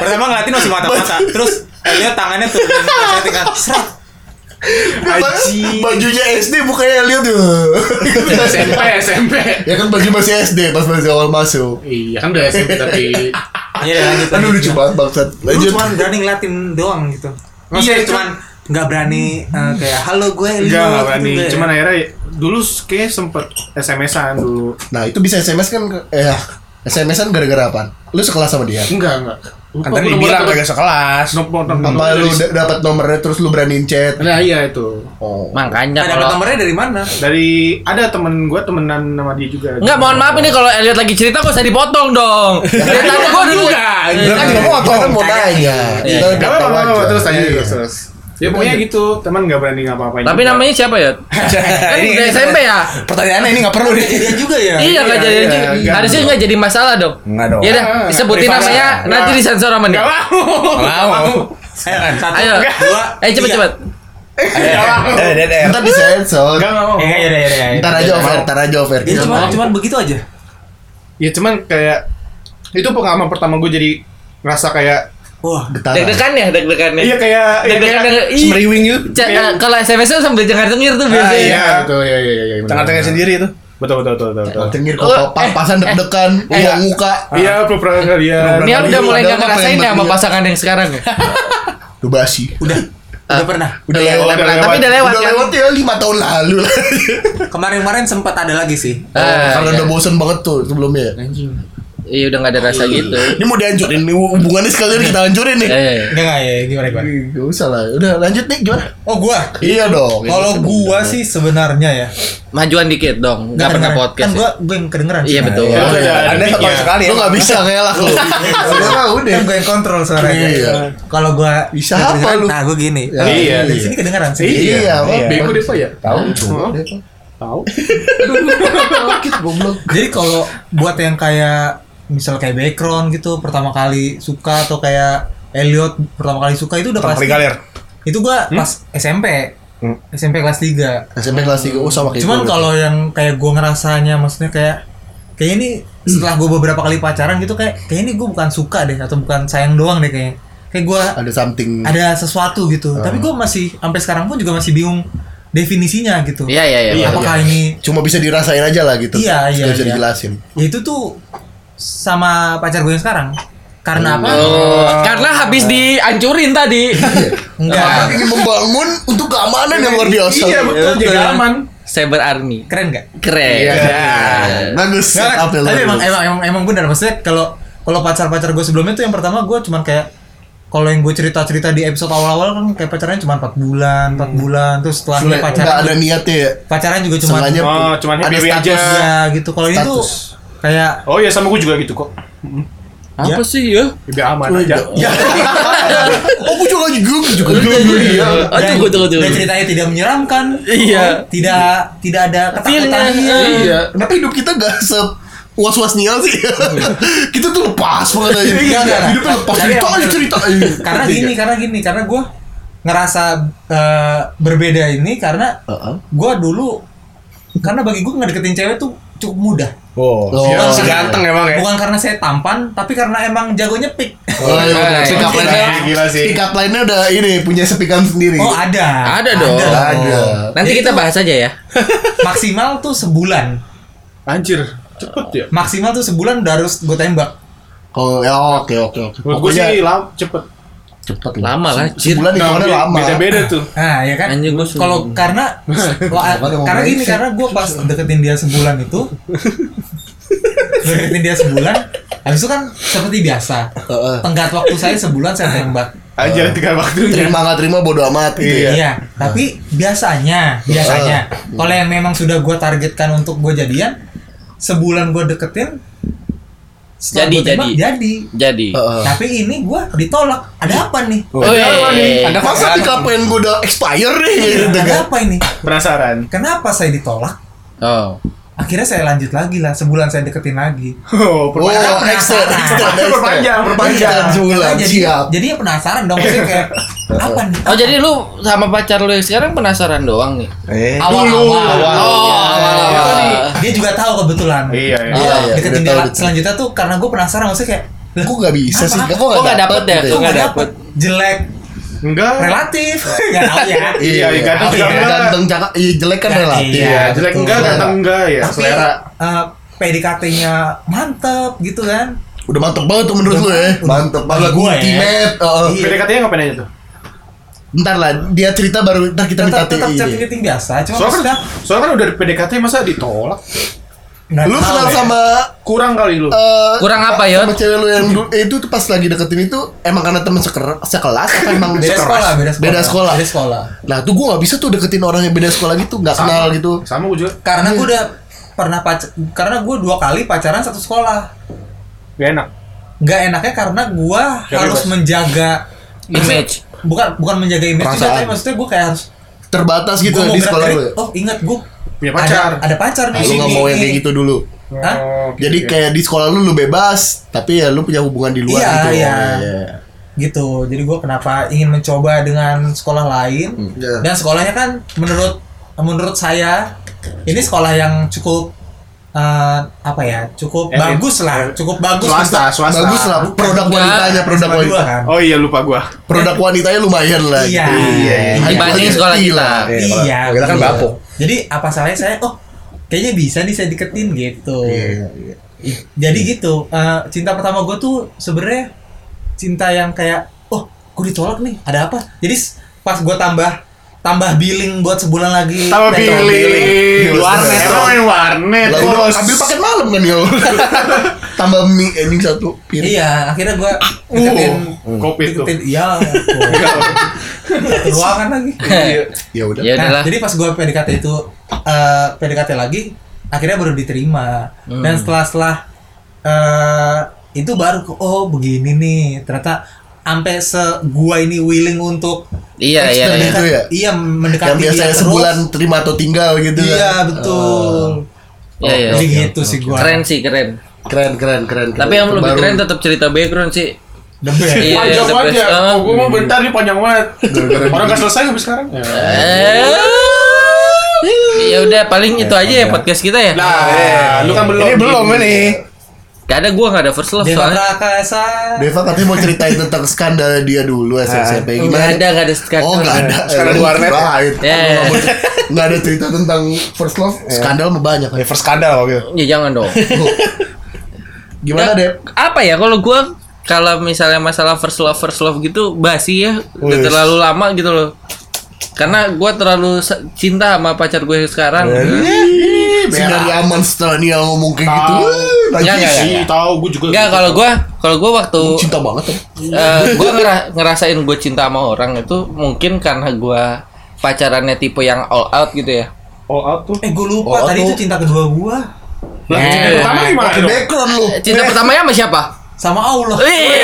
[SPEAKER 4] Pertama ngeliatin masih mata-mata. Terus eh, lihat tangannya tuh saya tinggal serat.
[SPEAKER 2] Bajunya SD bukannya lihat tuh.
[SPEAKER 6] SMP, SMP.
[SPEAKER 2] Ya kan baju masih SD pas masih awal masuk.
[SPEAKER 6] Iya kan udah SMP tapi
[SPEAKER 4] Iya, iya, lanjut.
[SPEAKER 2] Aduh
[SPEAKER 4] lanjut.
[SPEAKER 2] lucu banget bangsat.
[SPEAKER 4] Lu
[SPEAKER 2] Lanjut.
[SPEAKER 4] cuman berani ngeliatin doang gitu.
[SPEAKER 6] Iya,
[SPEAKER 4] Maksudnya
[SPEAKER 6] cuman-
[SPEAKER 4] cuman nggak berani eh, kayak halo gue Leo,"
[SPEAKER 6] enggak enggak
[SPEAKER 4] gitu
[SPEAKER 6] berani.
[SPEAKER 4] nggak ya?
[SPEAKER 6] Cuman akhirnya dulu kayak sempet SMS-an dulu.
[SPEAKER 2] Nah, itu bisa SMS kan eh SMS-an gara-gara apa? Lu sekelas sama dia.
[SPEAKER 6] Enggak enggak.
[SPEAKER 5] Kan tadi dibilang kagak sekelas.
[SPEAKER 6] nomor
[SPEAKER 2] Apa lu da- dapat nomornya terus lu beraniin chat?
[SPEAKER 6] Nah iya itu.
[SPEAKER 2] Oh.
[SPEAKER 1] Makanya
[SPEAKER 4] Nah, dapat
[SPEAKER 1] kalau
[SPEAKER 4] nomornya dari mana?
[SPEAKER 6] Dari ada temen gue temenan sama dia juga.
[SPEAKER 1] Enggak, mohon maaf ini kalau Elliot lagi cerita kok saya dipotong dong. Ceritanya gua dulu.
[SPEAKER 2] Dia kan mau apa? Kan mau nanya.
[SPEAKER 1] Iya.
[SPEAKER 2] Kita
[SPEAKER 6] Gak
[SPEAKER 2] nggak tahu
[SPEAKER 6] apa-apa, gak apa-apa,
[SPEAKER 2] aja.
[SPEAKER 6] terus tanya
[SPEAKER 2] Iya.
[SPEAKER 6] terus, terus. Ya pokoknya gitu, teman gak berani ngapa-ngapain.
[SPEAKER 1] Tapi
[SPEAKER 6] juga.
[SPEAKER 1] namanya siapa ya? Kan
[SPEAKER 5] Ini-
[SPEAKER 1] udah
[SPEAKER 5] ini
[SPEAKER 1] SMP ya?
[SPEAKER 5] Pertanyaannya ini nggak perlu deh.
[SPEAKER 4] Kejadian juga ya.
[SPEAKER 1] Iya nggak
[SPEAKER 6] iya,
[SPEAKER 1] jadi
[SPEAKER 6] iya,
[SPEAKER 1] juga.
[SPEAKER 6] nggak.
[SPEAKER 1] Harusnya nggak jadi masalah dong.
[SPEAKER 5] Nggak dong.
[SPEAKER 1] Ya udah, sebutin
[SPEAKER 5] privasi.
[SPEAKER 1] namanya
[SPEAKER 5] Nggak.
[SPEAKER 1] nanti disensor sama nih.
[SPEAKER 6] Gak mau.
[SPEAKER 5] Mau.
[SPEAKER 4] Ayo, satu,
[SPEAKER 1] Ayo.
[SPEAKER 4] dua,
[SPEAKER 1] Eh cepet
[SPEAKER 4] tiga.
[SPEAKER 1] cepet.
[SPEAKER 5] Eh, DDR.
[SPEAKER 2] Ntar disensor.
[SPEAKER 6] Gak mau.
[SPEAKER 4] Eh, ya, ya, ya, ya.
[SPEAKER 2] Ntar aja over, ntar aja over.
[SPEAKER 4] Dia
[SPEAKER 2] Kita
[SPEAKER 4] cuma
[SPEAKER 2] mau.
[SPEAKER 4] cuman begitu aja.
[SPEAKER 6] Ya cuman kayak, itu pengalaman pertama gue jadi ngerasa kayak,
[SPEAKER 4] Wah,
[SPEAKER 2] Getaran.
[SPEAKER 1] Deg-degan ya, deg-degannya.
[SPEAKER 6] iya kayak, iya
[SPEAKER 1] Deg-degan
[SPEAKER 6] kayak-
[SPEAKER 1] deg- ih,
[SPEAKER 5] Semeriwing gitu.
[SPEAKER 1] ca- eh, Kalau SMS tuh sambil dengar-dengar tuh
[SPEAKER 5] Ah,
[SPEAKER 1] biasanya.
[SPEAKER 5] iya.
[SPEAKER 6] Iya, betul, iya, iya, iya, iya. benar,
[SPEAKER 5] Tengah-tengah
[SPEAKER 6] benar.
[SPEAKER 5] sendiri itu.
[SPEAKER 6] Betul, betul, betul, betul. betul.
[SPEAKER 2] Tengir kok papasan deg-degan, uang muka.
[SPEAKER 6] Iya, peperangan kalian.
[SPEAKER 1] Ini
[SPEAKER 2] Tadi
[SPEAKER 1] udah mulai nggak
[SPEAKER 2] ada apa yang
[SPEAKER 1] ngerasain ya sama
[SPEAKER 2] berarti?
[SPEAKER 1] pasangan yang sekarang ya.
[SPEAKER 2] Lu basi.
[SPEAKER 4] udah. Udah pernah.
[SPEAKER 1] Udah
[SPEAKER 2] lewat,
[SPEAKER 1] lewat,
[SPEAKER 6] udah
[SPEAKER 1] tapi
[SPEAKER 6] lewat.
[SPEAKER 1] udah lewat
[SPEAKER 2] Udah
[SPEAKER 1] kan.
[SPEAKER 2] lewat ya 5 tahun lalu lah. Oh,
[SPEAKER 4] Kemarin-kemarin sempat ada lagi sih.
[SPEAKER 1] Ah, iya.
[SPEAKER 2] Karena udah bosen banget tuh sebelumnya.
[SPEAKER 1] Iya udah nggak ada rasa gitu.
[SPEAKER 2] Ini mau dihancurin nih hubungannya sekalian
[SPEAKER 1] Iya.
[SPEAKER 2] kita hancurin nih.
[SPEAKER 1] Eh,
[SPEAKER 4] Enggak enggak ya, gimana gimana?
[SPEAKER 2] Gak usah lah. Udah lanjut nih gimana?
[SPEAKER 4] Oh, gua.
[SPEAKER 2] Iya dong.
[SPEAKER 4] Kalau gua sih sebenarnya ya.
[SPEAKER 1] majuan dikit dong, nggak pernah podcast.
[SPEAKER 4] Kan
[SPEAKER 1] ya.
[SPEAKER 4] gua gua yang kedengeran.
[SPEAKER 1] Iya betul.
[SPEAKER 2] Ya,
[SPEAKER 5] Udah,
[SPEAKER 2] ya,
[SPEAKER 5] Anda satu
[SPEAKER 4] ya. Iya.
[SPEAKER 5] sekali.
[SPEAKER 2] Lu
[SPEAKER 5] ya.
[SPEAKER 2] gak bisa ngelak lu. Udah lah udah.
[SPEAKER 4] Kan gua yang kontrol suaranya.
[SPEAKER 2] Iya.
[SPEAKER 4] Kalau gua
[SPEAKER 2] Bisa
[SPEAKER 4] nggak
[SPEAKER 2] apa
[SPEAKER 4] kedengeran,
[SPEAKER 2] lu?
[SPEAKER 4] Nah, gua gini.
[SPEAKER 2] Ya,
[SPEAKER 6] Iya,
[SPEAKER 4] Di sini kedengeran sih. Iya.
[SPEAKER 2] Iya,
[SPEAKER 5] Iya.
[SPEAKER 6] Beko Depa ya?
[SPEAKER 2] Tahu
[SPEAKER 6] Oh.
[SPEAKER 2] Depo.
[SPEAKER 6] Tahu.
[SPEAKER 2] Sakit goblok.
[SPEAKER 4] Jadi kalau buat yang kayak misal kayak background gitu pertama kali suka atau kayak Elliot pertama kali suka itu udah
[SPEAKER 5] Pertama
[SPEAKER 4] pasti.
[SPEAKER 5] kali Hmm? galer.
[SPEAKER 4] Itu gua pas SMP. SMP kelas 3.
[SPEAKER 2] SMP kelas 3 oh sama kayak
[SPEAKER 4] Cuman
[SPEAKER 2] gue.
[SPEAKER 4] kalau yang kayak gue ngerasanya maksudnya kayak kayak ini setelah gue beberapa kali pacaran gitu kayak kayak ini gue bukan suka deh atau bukan sayang doang deh kayaknya. kayak gue
[SPEAKER 2] ada something
[SPEAKER 4] ada sesuatu gitu tapi gue masih sampai sekarang pun juga masih bingung definisinya gitu
[SPEAKER 1] Iya, iya, iya.
[SPEAKER 4] apakah ini
[SPEAKER 2] cuma bisa dirasain aja lah gitu
[SPEAKER 4] Iya,
[SPEAKER 2] Nggak
[SPEAKER 4] iya,
[SPEAKER 2] bisa
[SPEAKER 4] iya.
[SPEAKER 2] dijelasin
[SPEAKER 4] ya itu tuh sama pacar gue yang sekarang karena apa
[SPEAKER 1] Oh, karena habis dihancurin tadi.
[SPEAKER 4] enggak
[SPEAKER 2] ingin membangun untuk keamanan yang luar biasa
[SPEAKER 6] Iya Iya, betul, jadi
[SPEAKER 1] Betul.
[SPEAKER 6] aman.
[SPEAKER 1] Cyber Army.
[SPEAKER 4] keren gak
[SPEAKER 1] Keren.
[SPEAKER 2] Iya. bagus
[SPEAKER 4] Nggak, nggak.
[SPEAKER 2] Apel
[SPEAKER 4] Iya. tapi
[SPEAKER 2] bagus.
[SPEAKER 4] emang, emang emang emang benar maksudnya kalau kalau pacar pacar gue sebelumnya tuh yang pertama gue cuman kayak kalau yang gue cerita cerita di episode awal awal kan kayak pacarnya cuma 4 bulan 4 bulan terus setelahnya
[SPEAKER 2] Sulit, Hmm. nggak
[SPEAKER 4] pacaran
[SPEAKER 2] ada niatnya ya
[SPEAKER 4] pacaran juga cuma
[SPEAKER 2] Sengaja
[SPEAKER 6] Oh, cuman
[SPEAKER 2] ada
[SPEAKER 6] happy aja.
[SPEAKER 4] statusnya gitu kalau ini tuh
[SPEAKER 2] Status.
[SPEAKER 4] kayak
[SPEAKER 6] Oh iya sama gue juga gitu kok.
[SPEAKER 1] Apa sih ya?
[SPEAKER 6] Lebih aman aja.
[SPEAKER 2] oh gue juga juga juga juga iya.
[SPEAKER 1] Oh, tunggu, tunggu, tunggu.
[SPEAKER 4] dan ceritanya tidak menyeramkan Oh,
[SPEAKER 1] Iya.
[SPEAKER 4] tidak tidak ada ketakutan
[SPEAKER 1] Feelnya, iya.
[SPEAKER 2] kenapa hidup kita gak se was was nial sih kita tuh lepas banget aja
[SPEAKER 4] Iya, iya.
[SPEAKER 2] hidupnya lepas
[SPEAKER 4] Tapi
[SPEAKER 2] cerita
[SPEAKER 4] emang
[SPEAKER 2] aja
[SPEAKER 4] bener.
[SPEAKER 2] cerita aja
[SPEAKER 4] karena gini karena gini karena gue ngerasa eh, berbeda ini karena
[SPEAKER 2] Heeh.
[SPEAKER 4] gue dulu karena bagi gue ngedeketin cewek tuh cukup mudah
[SPEAKER 5] Oh,
[SPEAKER 2] Oh.
[SPEAKER 5] siapa sih ganteng emang ya.
[SPEAKER 4] bukan karena saya tampan tapi karena emang jagonya pick
[SPEAKER 2] Oh, iya, bener. pick up
[SPEAKER 4] Gila,
[SPEAKER 2] line-nya,
[SPEAKER 5] gila sih.
[SPEAKER 2] Pick up line-nya udah ini punya sepikan sendiri. Oh,
[SPEAKER 4] oh ada
[SPEAKER 1] Ada dong.
[SPEAKER 2] iya. Ada.
[SPEAKER 1] Nanti
[SPEAKER 4] Jadi
[SPEAKER 1] kita
[SPEAKER 4] itu
[SPEAKER 1] bahas aja ya.
[SPEAKER 4] maksimal tuh sebulan
[SPEAKER 6] Anjir, cepet ya.
[SPEAKER 4] maksimal tuh sebulan udah harus gue tembak
[SPEAKER 2] Oh, ya oke oke oke.
[SPEAKER 6] Menurut gue
[SPEAKER 2] Pokoknya
[SPEAKER 6] sih lam- cepet.
[SPEAKER 2] cepet lah.
[SPEAKER 1] Lama lah, Cid.
[SPEAKER 2] Sebulan itu
[SPEAKER 6] Nah,
[SPEAKER 2] lama.
[SPEAKER 6] Beda-beda tuh.
[SPEAKER 4] nah ya kan
[SPEAKER 1] Anjing, gua
[SPEAKER 4] kalau
[SPEAKER 1] sebelum-
[SPEAKER 4] karena wah,
[SPEAKER 2] Makanya mau
[SPEAKER 4] karena gini
[SPEAKER 2] brengsek.
[SPEAKER 4] karena gue pas deketin dia sebulan itu deketin dia sebulan habis itu kan seperti biasa
[SPEAKER 2] Heeh.
[SPEAKER 4] tenggat waktu saya sebulan saya tembak
[SPEAKER 6] Anjir tiga waktunya.
[SPEAKER 2] Terima nggak terima bodo amat gitu
[SPEAKER 4] Iya.
[SPEAKER 2] ya.
[SPEAKER 4] tapi biasanya, biasanya
[SPEAKER 2] Ah.
[SPEAKER 4] kalau yang memang sudah gua targetkan untuk gua jadian, sebulan gua deketin setelah
[SPEAKER 1] Jadi,
[SPEAKER 4] gua tembak,
[SPEAKER 1] jadi.
[SPEAKER 4] jadi.
[SPEAKER 1] Jadi. Oh, iya,
[SPEAKER 2] Heeh.
[SPEAKER 4] Tapi ini gua ditolak. Ada apa nih?
[SPEAKER 2] oh.
[SPEAKER 1] Woi.
[SPEAKER 5] Ada
[SPEAKER 2] Masa di KPN gue udah expire nih gitu
[SPEAKER 4] Ada
[SPEAKER 2] kan?
[SPEAKER 4] apa ini?
[SPEAKER 6] Penasaran.
[SPEAKER 4] Kenapa saya ditolak?
[SPEAKER 1] Oh.
[SPEAKER 4] Akhirnya saya lanjut lagi lah, sebulan saya deketin lagi.
[SPEAKER 2] Oh,
[SPEAKER 6] Oh,
[SPEAKER 4] Penasaran.
[SPEAKER 2] extend, extend,
[SPEAKER 6] Perpanjang, perpanjang.
[SPEAKER 2] Perpanjang sebulan,
[SPEAKER 4] Makanya jadi,
[SPEAKER 2] siap.
[SPEAKER 4] Jadi ya penasaran dong, maksudnya kayak apa nih?
[SPEAKER 1] Oh, jadi lu sama pacar lu yang sekarang penasaran doang nih.
[SPEAKER 2] Eh,
[SPEAKER 4] Awal-awal.
[SPEAKER 1] Oh, awal-awal.
[SPEAKER 4] Dia juga tahu kebetulan.
[SPEAKER 6] Iya, iya.
[SPEAKER 4] Dia
[SPEAKER 2] Ah. Iya, iya,
[SPEAKER 4] deketin
[SPEAKER 2] udah tahu,
[SPEAKER 4] dia la-
[SPEAKER 2] betul. Iya.
[SPEAKER 4] selanjutnya tuh karena gue penasaran maksudnya kayak lah,
[SPEAKER 2] kok nggak bisa sih? Kok
[SPEAKER 1] Kok nggak
[SPEAKER 2] nggak
[SPEAKER 1] dapet
[SPEAKER 2] dapet
[SPEAKER 1] ya?
[SPEAKER 2] gitu
[SPEAKER 1] Kok
[SPEAKER 2] ya?
[SPEAKER 1] nggak
[SPEAKER 4] nggak
[SPEAKER 1] dapet?
[SPEAKER 4] dapet jelek
[SPEAKER 6] Enggak.
[SPEAKER 4] relatif nggak tahu ya
[SPEAKER 6] Iya,
[SPEAKER 2] Iya,
[SPEAKER 6] ganteng
[SPEAKER 2] tapi
[SPEAKER 6] enggak.
[SPEAKER 2] ganteng cakep, iya jelek kan
[SPEAKER 4] Iya.
[SPEAKER 2] relatif.
[SPEAKER 6] Iya, jelek
[SPEAKER 4] betul.
[SPEAKER 6] enggak, ganteng enggak
[SPEAKER 2] Iya,
[SPEAKER 6] ya.
[SPEAKER 4] tapi
[SPEAKER 6] Selera.
[SPEAKER 4] eh, PDKT-nya mantep gitu kan
[SPEAKER 2] Udah mantep banget tuh menurut
[SPEAKER 4] Udah
[SPEAKER 2] lu ya.
[SPEAKER 4] mantep.
[SPEAKER 2] Mantep banget.
[SPEAKER 4] Bagi gua ya.
[SPEAKER 2] Ultimate. heeh.
[SPEAKER 4] Iya.
[SPEAKER 6] PDKT-nya ngapain aja tuh?
[SPEAKER 2] Ntar lah, dia cerita baru ntar kita minta
[SPEAKER 4] tetap tetap gitu.
[SPEAKER 2] ini.
[SPEAKER 4] chatting biasa cuma
[SPEAKER 6] Soalnya
[SPEAKER 4] maksudnya
[SPEAKER 6] kan, soalnya kan udah di PDKT masa ditolak?
[SPEAKER 4] nggak
[SPEAKER 2] Lu
[SPEAKER 4] tahu
[SPEAKER 2] kenal
[SPEAKER 4] ya.
[SPEAKER 2] sama
[SPEAKER 6] Kurang kali lu.
[SPEAKER 2] eh,
[SPEAKER 1] Kurang apa, Yon?
[SPEAKER 2] Sama cewek lu yang dulu- eh, itu tuh pas lagi deketin itu emang karena temen seker- sekelas atau emang
[SPEAKER 4] beda
[SPEAKER 2] sekelas?
[SPEAKER 4] sekolah beda sekolah
[SPEAKER 2] Beda sekolah.
[SPEAKER 4] Beda sekolah.
[SPEAKER 2] Nah, tuh gua gak bisa tuh deketin orang yang beda sekolah gitu, gak kenal gitu.
[SPEAKER 6] Sama gue juga.
[SPEAKER 4] karena gue udah pernah pacar karena gue dua kali pacaran satu sekolah
[SPEAKER 6] Gak enak.
[SPEAKER 4] nggak enaknya karena gue
[SPEAKER 6] Gak
[SPEAKER 4] harus
[SPEAKER 6] bebas.
[SPEAKER 4] menjaga
[SPEAKER 1] Image.
[SPEAKER 4] bukan bukan menjaga image juga,
[SPEAKER 2] Perasaan.
[SPEAKER 4] tapi maksudnya gue kayak harus
[SPEAKER 2] Terbatas gitu
[SPEAKER 4] Gua mau
[SPEAKER 2] di
[SPEAKER 4] gerak
[SPEAKER 2] sekolah lu.
[SPEAKER 4] gerik, Oh ingat gue
[SPEAKER 6] Punya pacar.
[SPEAKER 4] Ada, ada pacar nih.
[SPEAKER 2] Lu gak mau yang kayak gitu dulu.
[SPEAKER 4] Hah?
[SPEAKER 2] Jadi kayak di sekolah lu lu bebas, tapi ya lu punya hubungan di luar
[SPEAKER 4] Iya,
[SPEAKER 2] gitu.
[SPEAKER 4] iya.
[SPEAKER 2] Iya.
[SPEAKER 4] Gitu. Jadi gue kenapa ingin mencoba dengan sekolah lain?
[SPEAKER 2] Iya.
[SPEAKER 4] Dan sekolahnya kan menurut menurut saya ini sekolah yang cukup eh, apa ya? Cukup
[SPEAKER 6] Elit.
[SPEAKER 4] bagus lah. Cukup bagus.
[SPEAKER 6] Swasta,
[SPEAKER 4] untuk-
[SPEAKER 6] swasta.
[SPEAKER 2] Nah, Bagus lah produk
[SPEAKER 1] Enggak.
[SPEAKER 2] wanitanya, produk
[SPEAKER 4] Sama dua
[SPEAKER 2] wanita.
[SPEAKER 4] kan.
[SPEAKER 6] Oh iya lupa gua.
[SPEAKER 2] Produk wanitanya lumayan lah.
[SPEAKER 4] Iya.
[SPEAKER 2] gitu.
[SPEAKER 4] Iya,
[SPEAKER 2] High
[SPEAKER 1] Dibanding
[SPEAKER 2] quality
[SPEAKER 1] sekolah kita.
[SPEAKER 2] lah.
[SPEAKER 5] Iya,
[SPEAKER 4] Iya,
[SPEAKER 5] kalau Kita kan
[SPEAKER 4] betul.
[SPEAKER 5] bapuk.
[SPEAKER 4] Jadi apa salahnya saya? Oh, kayaknya bisa nih saya deketin gitu.
[SPEAKER 5] Iya,
[SPEAKER 4] Ih, Jadi gitu. eh, cinta pertama gue tuh sebenarnya cinta yang kayak, oh, gue ditolak nih. Ada apa? Jadi s- pas gue tambah tambah billing buat sebulan lagi. eh,
[SPEAKER 6] Tahu
[SPEAKER 4] Metro
[SPEAKER 6] pilih
[SPEAKER 2] Warnet.
[SPEAKER 6] Emang main warnet.
[SPEAKER 4] Iya,
[SPEAKER 2] Lah udah
[SPEAKER 6] bos.
[SPEAKER 2] ambil paket malam kan yo. Tambah mie ini satu piring.
[SPEAKER 4] Iya, akhirnya gue deketin.
[SPEAKER 6] Uh, kopi tuh.
[SPEAKER 4] deketin- Iya. gua- Ruangan lagi.
[SPEAKER 5] Iya.
[SPEAKER 2] Ya udah.
[SPEAKER 1] Ya
[SPEAKER 4] Nah,
[SPEAKER 1] udahlah.
[SPEAKER 4] jadi pas gue PDKT itu eh, PDKT lagi, akhirnya baru diterima. Dan setelah setelah eh, itu baru ke- oh begini nih ternyata sampai se gua ini willing untuk
[SPEAKER 1] Iya, iya,
[SPEAKER 2] Extend
[SPEAKER 1] iya.
[SPEAKER 2] Itu ya?
[SPEAKER 4] iya
[SPEAKER 2] Yang
[SPEAKER 4] mendekati dia
[SPEAKER 2] biasanya
[SPEAKER 4] terus.
[SPEAKER 2] sebulan terima atau tinggal gitu.
[SPEAKER 4] Iya
[SPEAKER 2] kan.
[SPEAKER 4] betul.
[SPEAKER 1] Iya, iya.
[SPEAKER 4] Jadi gitu sih gua.
[SPEAKER 1] Keren sih, keren.
[SPEAKER 2] Keren keren keren.
[SPEAKER 1] Tapi
[SPEAKER 2] keren.
[SPEAKER 1] yang lebih
[SPEAKER 2] Baru-
[SPEAKER 1] keren tetap cerita background sih.
[SPEAKER 4] The best.
[SPEAKER 1] Iya,
[SPEAKER 6] Panjang
[SPEAKER 1] the best.
[SPEAKER 6] aja.
[SPEAKER 1] Ah.
[SPEAKER 6] Oh, gua mau bentar nih panjang banget. Orang gak selesai sampai sekarang. Nah,
[SPEAKER 1] Eh. Ya udah paling itu aja ya podcast kita ya.
[SPEAKER 5] iya.
[SPEAKER 6] Nah, eh, lu kan belum.
[SPEAKER 5] Ini belum ini.
[SPEAKER 1] Gak ada gue gak ada first love
[SPEAKER 4] Dewa
[SPEAKER 1] soalnya.
[SPEAKER 4] Prakasa.
[SPEAKER 2] Deva katanya mau ceritain tentang skandal dia dulu SMP
[SPEAKER 1] Gak
[SPEAKER 2] gimana?
[SPEAKER 1] ada gak ada sekat.
[SPEAKER 2] Oh nggak ada.
[SPEAKER 5] Skandal di warnet.
[SPEAKER 2] Right.
[SPEAKER 1] Ya.
[SPEAKER 2] Nggak ada cerita tentang first love. Skandal mah banyak. kan.
[SPEAKER 5] Reverse skandal gitu.
[SPEAKER 1] Ya jangan dong. Ya,
[SPEAKER 2] Gimana deh?
[SPEAKER 1] Apa ya kalau gue kalau misalnya masalah first love first love gitu basi ya udah
[SPEAKER 5] Wih.
[SPEAKER 1] terlalu lama gitu loh. Karena gue terlalu sa- cinta sama pacar gue sekarang.
[SPEAKER 5] ya.
[SPEAKER 2] Sindari aman setelah Nia ngomong kayak gitu.
[SPEAKER 6] Tahu.
[SPEAKER 2] Wih,
[SPEAKER 1] Nggak,
[SPEAKER 2] Najis.
[SPEAKER 1] nggak, nggak.
[SPEAKER 6] Ih, Iya, tahu gue juga.
[SPEAKER 1] Enggak kalau gue kalau gue waktu
[SPEAKER 2] Cinta banget kan? tuh.
[SPEAKER 1] gue Eh, ngerasain gue cinta sama orang itu mungkin karena gue pacarannya tipe yang all out gitu ya.
[SPEAKER 6] all out tuh.
[SPEAKER 4] Eh gue lupa
[SPEAKER 2] Oh,
[SPEAKER 4] tadi
[SPEAKER 2] aku-
[SPEAKER 4] itu cinta kedua gua
[SPEAKER 6] Lah, cinta pertama gimana
[SPEAKER 2] Pakai
[SPEAKER 6] dong?
[SPEAKER 2] background lu.
[SPEAKER 1] Cinta pertamanya sama siapa?
[SPEAKER 4] sama Allah.
[SPEAKER 1] Eh,